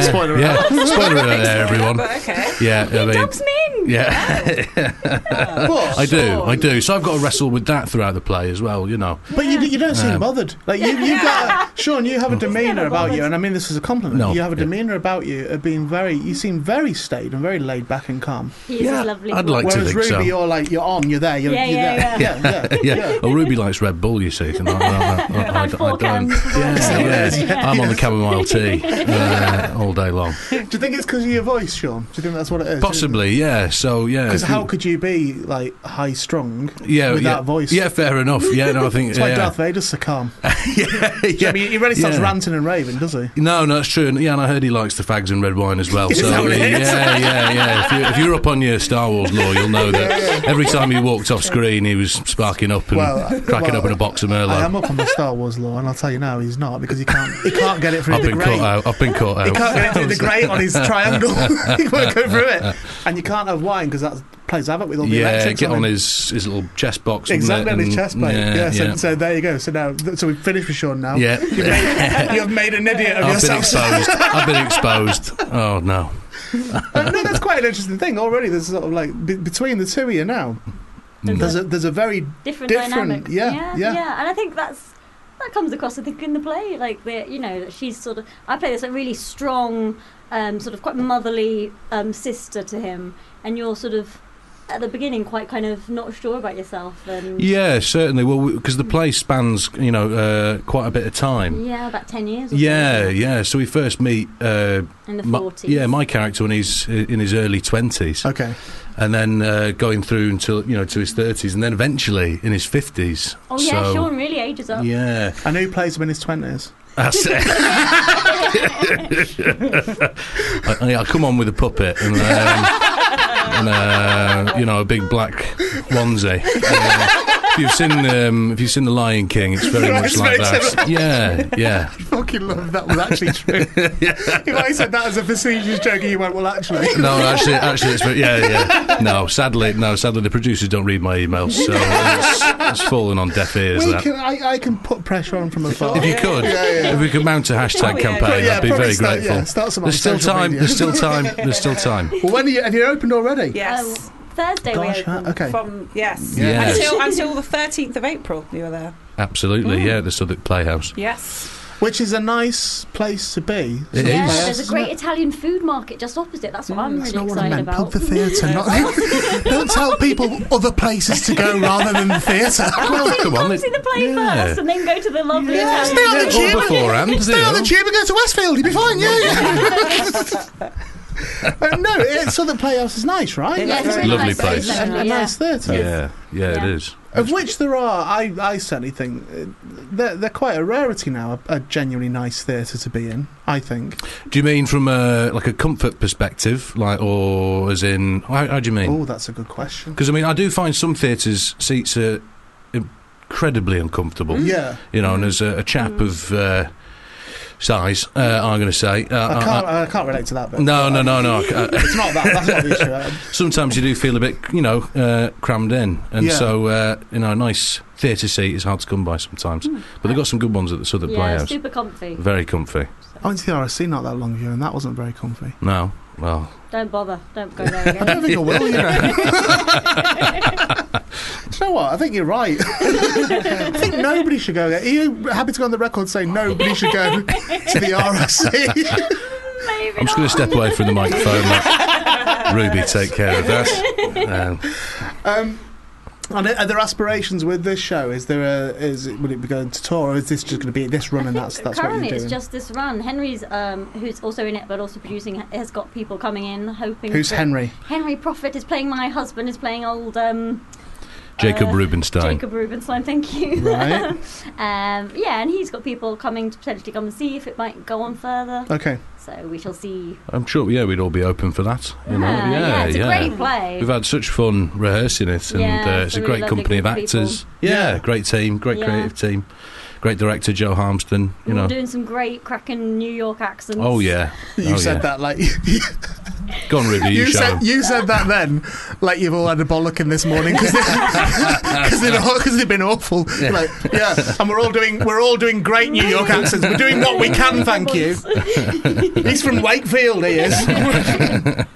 Spoiler yeah. alert. Spoiler alert there, everyone. But okay. Yeah, I He mean, dubs me in. yeah, Uh, But, I do, I do. So I've got to wrestle with that throughout the play as well. You know, but you, you don't seem Um, bothered. Like you, you got Sean. You have a demeanour never about you, bothered. and I mean this is a compliment. No, you have a yeah. demeanour about you of being very. You seem very staid and very laid back and calm. He is Yeah, a lovely. I'd boy. like to Whereas think Ruby, so. you're like you're on. You're there. You're, Yeah, you're yeah, there. Yeah, yeah. yeah. Oh, Ruby likes Red Bull, you see. And I, I, I, I, I, And four don't. Yeah, cans of yeah. vodka. Yeah. I'm on the chamomile tea uh, all day long. Do you think it's because of your voice, Sean? Do you think that's what it is? Possibly, yeah. So, yeah. Because if how you- could you be like high strung yeah, with yeah, that voice? Yeah, fair enough. Yeah, no, I think. It's why yeah. Darth Vader's so calm. yeah. I mean, he really starts Yeah. ranting and raving, does he? No, no, it's true. And, yeah, and I heard he likes the fags and red wine as well. Is So that what it yeah, is? yeah, yeah. If, you, if you're up on your Star Wars lore, you'll know that every time he walked off screen, he was sparking up and Well, I- cracking well, up in a box of I am Merlot. up on the Star Wars law, and I'll tell you now, he's not because he can't. He can't get it through I've the been caught grate. out. I've been caught He can't out. get it through the grate on his triangle. he won't go through it, and you can't have wine because that plays havoc with all the Yeah, electrics. get on on him. his his little chest box. wouldn't Exactly it? on his And- chest plate. Yeah, so, yeah. so there you go. So now, th- so we've finished with Sean now. Yeah. You've made, you've made an idiot of I've been yourself. exposed. I've been exposed. Oh no. Uh, no, that's quite an interesting thing already. There's sort of like be- between the two of you now. Mm. There's a there's a very different, Different, dynamics. yeah, yeah. yeah, And I think that's that comes across. I think in the play, like the you know that she's sort of I play this like really strong, um, sort of quite motherly um, sister to him, and you're sort of at the beginning quite kind of not sure about yourself and Yeah, certainly. Well, because the play spans, you know, uh, quite a bit of time. yeah, about ten years. Or Yeah, something yeah. So we first meet. Uh, in the my- forties. yeah, my character when he's i- in his early twenties, okay. and then uh, going through until you know to his thirties, and then eventually in his fifties. oh yeah, so, Sean really ages up. Yeah, I know who plays him in his twenties. that's it. I, I- I'll come on with a puppet and, um, and uh, you know a big black onesie. Uh, if you've seen um, if you've seen the Lion King, it's very much It's like very that. Yeah, yeah. Fucking love that was actually true. if I said that as a facetious joke, and you went, well, actually. No, actually, actually, it's very, yeah, yeah. No, sadly, no, sadly, the producers don't read my emails, so it's, it's fallen on deaf ears. We that. can, I, I can put pressure on from afar. If you could, if we could mount a hashtag Oh, yeah. campaign, Yeah, I'd be probably very start- grateful. yeah, start some on there's still social time. media. There's still time. There's still time. Well, when are you, have you opened already? Oh, Um, Yes. Thursday Gosh, we open. huh? okay. From yes. Yes. Until until the thirteenth of April, you were there. Absolutely, yeah. The Southwark Playhouse. Yes. Which is a nice place to be. It Yeah, is. there's a great Italian food market just opposite. That's what Mm. I'm That's really not what I excited meant. about. Plug the theatre. Not, don't tell people other places to go rather than the theatre. Well, come on. Come see the play yeah. first and then go to the lovely Italian. Stay on the All tube. beforehand, Stay on you the know. tube and go to Westfield. You'll be fine. Yeah, yeah. Uh, no, it's so the playhouse is nice, right? Yeah, it's a really Lovely nice place. actually, A, a yeah. nice theatre. Yeah, yeah, it Yeah. is. Of which there are, I, I certainly think uh, they're, they're quite a rarity now. A, a genuinely nice theatre to be in, I think. Do you mean from a like a comfort perspective, like, or as in? How, how do you mean? Oh, that's a good question. Because I mean, I do find some theatres seats are incredibly uncomfortable. Yeah, You know, and as a, a chap of uh, size, uh, I'm going to say, uh, I I- can't, I- I, can't relate to that. Bit. no, no, no, no. I c- uh, It's not that. That's not the issue. Uh, Sometimes you do feel a bit, you know, uh, crammed in, and Yeah. so uh, you know, a nice theatre seat is hard to come by sometimes. Hmm. But they've got some good ones at the Southwark Yeah, Playhouse. super comfy. Very comfy. I went to the RSC not that long ago, and that wasn't very comfy. No, well, Don't bother. Don't go there I again. don't think I will. You know. Do you know what? I think you're right. I think nobody should go there. Are you happy to go on the record saying nobody should go to the RSC? Maybe I'm just going to not. step away from the microphone. let Ruby, take care of that. Um, um, and are there aspirations with this show? Is there a is it, would it be going to tour, or is this just going to be this run and I that's think that's what currently you're doing? it's just this run. Henry's, um, who's also in it but also producing, has got people coming in hoping. Who's that- Henry? Henry Prophet is playing my husband. Is playing old um, Jacob Uh, Rubinstein. Jacob Rubenstein. Thank you. Right. um, yeah, and he's got people coming to potentially come and see if it might go on further. Okay. So we shall see. I'm sure, yeah, we'd all be open for that. You know, yeah, yeah, yeah. it's a great play. We've had such fun rehearsing it, and Yeah, uh, it's some a great really lovely company of group of actors. people. Yeah, great team, great Yeah. creative team, great director Joe Harmston. You We're know, doing some great cracking New York accents. oh yeah, You Oh, said yeah. that like Go on, Ruby. You, You show 'em. said, you said that then, like you've all had a bollocking this morning because they, have been awful. Yeah. Like, yeah, and we're all doing we're all doing great New York accents. We're doing what we can. Thank you. He's from Wakefield. He is.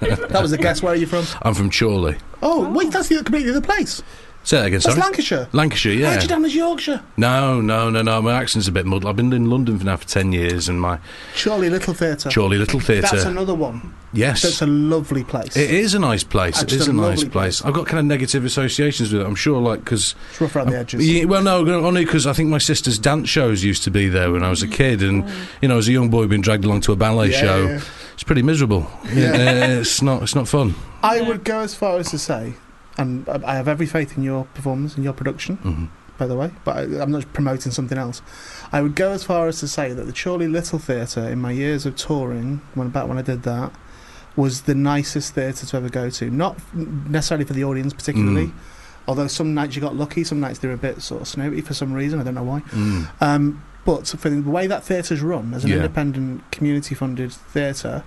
that was a guess. Where are you from? I'm from Chorley. Oh, wait, that's the completely other place. Say that again, That's sorry. Lancashire. Lancashire, I yeah. had you down as Yorkshire. No, no, no, no. My accent's a bit muddled. I've been in London for now for ten years, and my Chorley Little Theatre. Chorley Little That's Theatre. another one. Yes, That's a lovely place. it is a nice place. That's it is a a nice lovely place. I've got kind of negative associations with it. I'm sure, like because It's rough around the edges. Yeah, well, no, no, only because I think my sister's dance shows used to be there when I was a kid, and you know, as a young boy, being dragged along to a ballet Mm. Yeah, show, yeah. it's pretty miserable. Yeah. Uh, it's not, it's not fun. I would go as far as to say, and I I have every faith in your performance and your production, Mhm. by the way, but I, I'm not promoting something else. I would go as far as to say that the Chorley Little Theatre, in my years of touring, when back when I did that, was the nicest theatre to ever go to. Not f- necessarily for the audience particularly, Mm. although some nights you got lucky, some nights they were a bit sort of snooty for some reason, I don't know why. Mm. Um, but for the way that theatre's run as an Yeah. independent, community-funded theatre,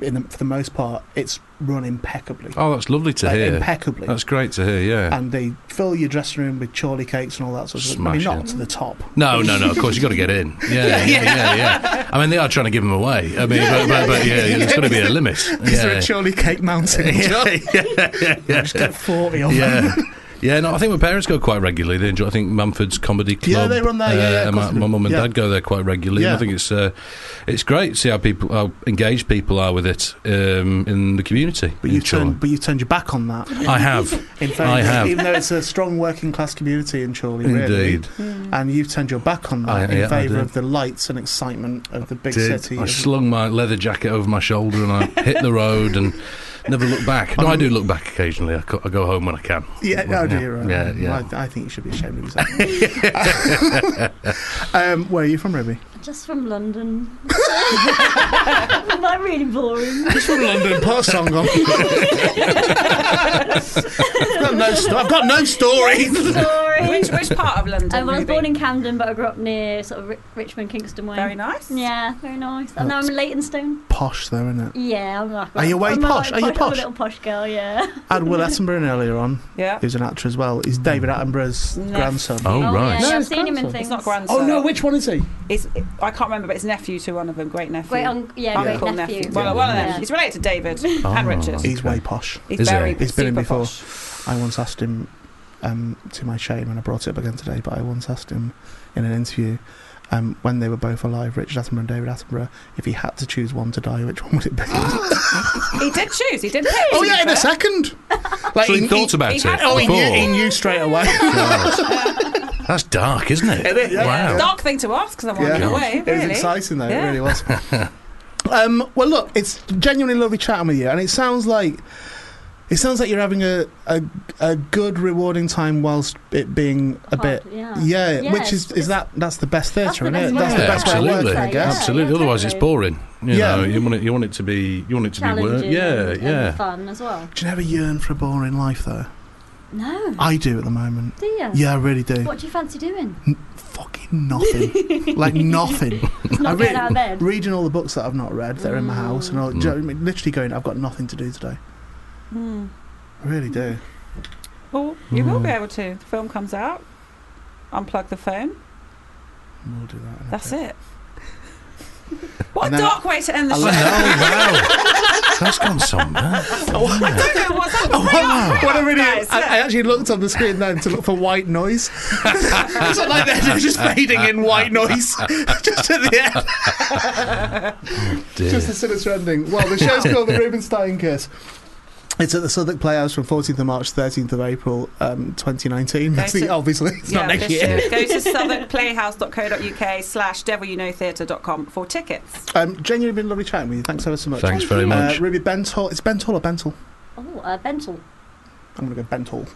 in the, for the most part, it's run impeccably. Oh, that's lovely to Like, hear. impeccably. That's great to hear. Yeah. and they fill your dressing room with chorley cakes and all that sort of stuff. I mean, Smash not it. to the top. No, no, no. Of course, you got to get in. Yeah, yeah, yeah, yeah, I mean, they are trying to give them away. I mean, but, but, but yeah, there's got to be a limit. Is there Yeah, a chorley cake mountain? yeah, yeah, yeah, I just yeah. get 40 of them. yeah. Yeah, no, I think my parents go quite regularly. They enjoy. I think Mumford's Comedy Club. Yeah, they run there, yeah, yeah, of and my, course they do. my mum and Yeah. dad go there quite regularly. and Yeah. I think it's uh, it's great to see how people how engaged people are with it um, in the community. But in you've, Chorley. turned, but you've turned your back on that. I have In fact, I have. even though it's a strong working class community in Chorley, really, indeed. and you've turned your back on that I- in yeah, I favour did. of the lights and excitement of the big Did. city. I of- slung my leather jacket over my shoulder and I hit the road and never looked back. No, I do look back occasionally. I, co- I go home when I can. Yeah, oh yeah, dear. yeah, Yeah, yeah. I, I think you should be ashamed of yourself. um, where are you from, Ruby? Just from London. Am I really boring? Just from London. Put a song on. I've got no, sto- I've got no story. Sorry. Which, which part of London? I was Ruby? born in Camden, but I grew up near sort of Ri- Richmond, Kingston way. Very nice. Yeah, very nice. And now I'm in Leytonstone. Posh, though, isn't it? Yeah, I'm like. Are you way I'm a posh? like Are you I'm a posh? little posh girl, yeah. I had Will Attenborough in earlier on, Yeah. who's an actor as well. He's David Mm. Attenborough's No. grandson. Oh, right. Yeah, No, yeah, I've it's seen him in grandson. things. It's not grandson. Oh, no, which one is he? It's, I can't remember, but it's nephew to one of them. Great nephew. Great, un- yeah, Uncle great nephew. Well, one of them. Yeah. He's related to David and Richard. He's Okay. way posh. He's Is very. he? Oh. He's been in super before. posh. I once asked him, um, to my shame, and I brought it up again today, but I once asked him in an interview um, when they were both alive, Richard Attenborough and David Attenborough, if he had to choose one to die, which one would it be? He did choose. He did. Pick, oh, to be yeah, in fair. a second. Like, so he, thought about he it had- Oh, he before. knew, he knew straight away. God. That's dark, isn't it? It is, yeah. Wow. Dark thing to ask because I'm on Yeah. my way. It was Really. exciting though. It Yeah. really was. um, well, look, it's genuinely lovely chatting with you, and it sounds like it sounds like you're having a a, a good, rewarding time whilst it being a bit. Yeah. Yeah, Yeah, which is it's- is that that's the best That's theatre, the isn't it? That's best way. the Yeah, best way of absolutely, working, I guess. absolutely. Yeah, Otherwise, it's totally. boring. You Yeah. know, you want it. You want it to be. You want it to be work. Challenging Yeah, and, and yeah. fun as well. Do you ever yearn for a boring life though? No, I do at the moment. do you? Yeah, I really do. What do you fancy doing? Fucking nothing. like nothing. It's not I getting really- out of bed. Reading all the books that I've not read that are in my house, and all, do you know what I mean? literally going, I've got nothing to do today. Hmm. I really do. Well, you will be able to. The film comes out. Unplug the phone. Mm. We'll do that. in a That's bit. it. What And a then- dark way to end the I show. Oh, wow. That's gone somewhere. I don't know what's up. Oh, what a really, Guys, I, I actually looked on the screen then to look for white noise. it's not like they're just fading in white noise just at the end. Dear. Just a sinister ending. Well, the show's called The Rubenstein Curse. It's at the Southwark Playhouse from 14th of March, 13th of April, um, 2019. That's Nice. the, obviously, Oh, it's not next year. Go to southwarkplayhouse.co.uk slash devilyouknowtheatre.com for tickets. Um, genuinely been lovely chatting with you. Thanks ever so much. Thanks Thank very you. Uh, much. Ruby Bentall. It's Bentall or Bentall? Oh, uh, Bentle. I'm going to go Bentall.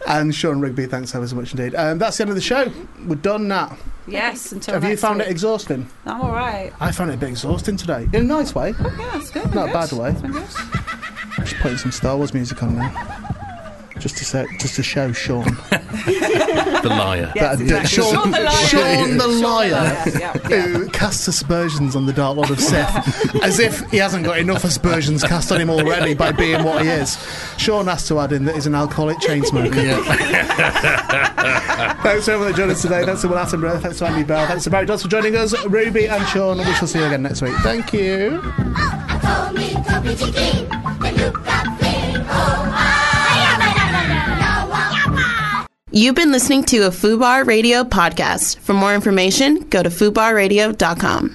and Sean Rigby, thanks ever so much indeed. Um, that's the end of the show. We're done now. Yes, until Have you next found week. it exhausting? I'm all right. I found it a bit exhausting today. In a nice way. Yeah, it's good. Not a good. bad way. It's been good. Just putting some Star Wars music on now. Just to say, just to show Sean. the liar. Yes, exactly. Sean, Sean the liar. Sean the liar, Sean the liar, yeah, yeah. who casts aspersions on the Dark Lord of Sith, as if he hasn't got enough aspersions cast on him already by being what he is. Sean has to add in that he's an alcoholic chain smoker. thanks everyone for joining us today. Thanks to Will Attenborough. Thanks to Andy Bell. Thanks to Barry Dodds for joining us. Ruby and Sean, we shall see you again next week. Thank you. You've been listening to a FUBAR Radio podcast. For more information, go to FUBARradio.com.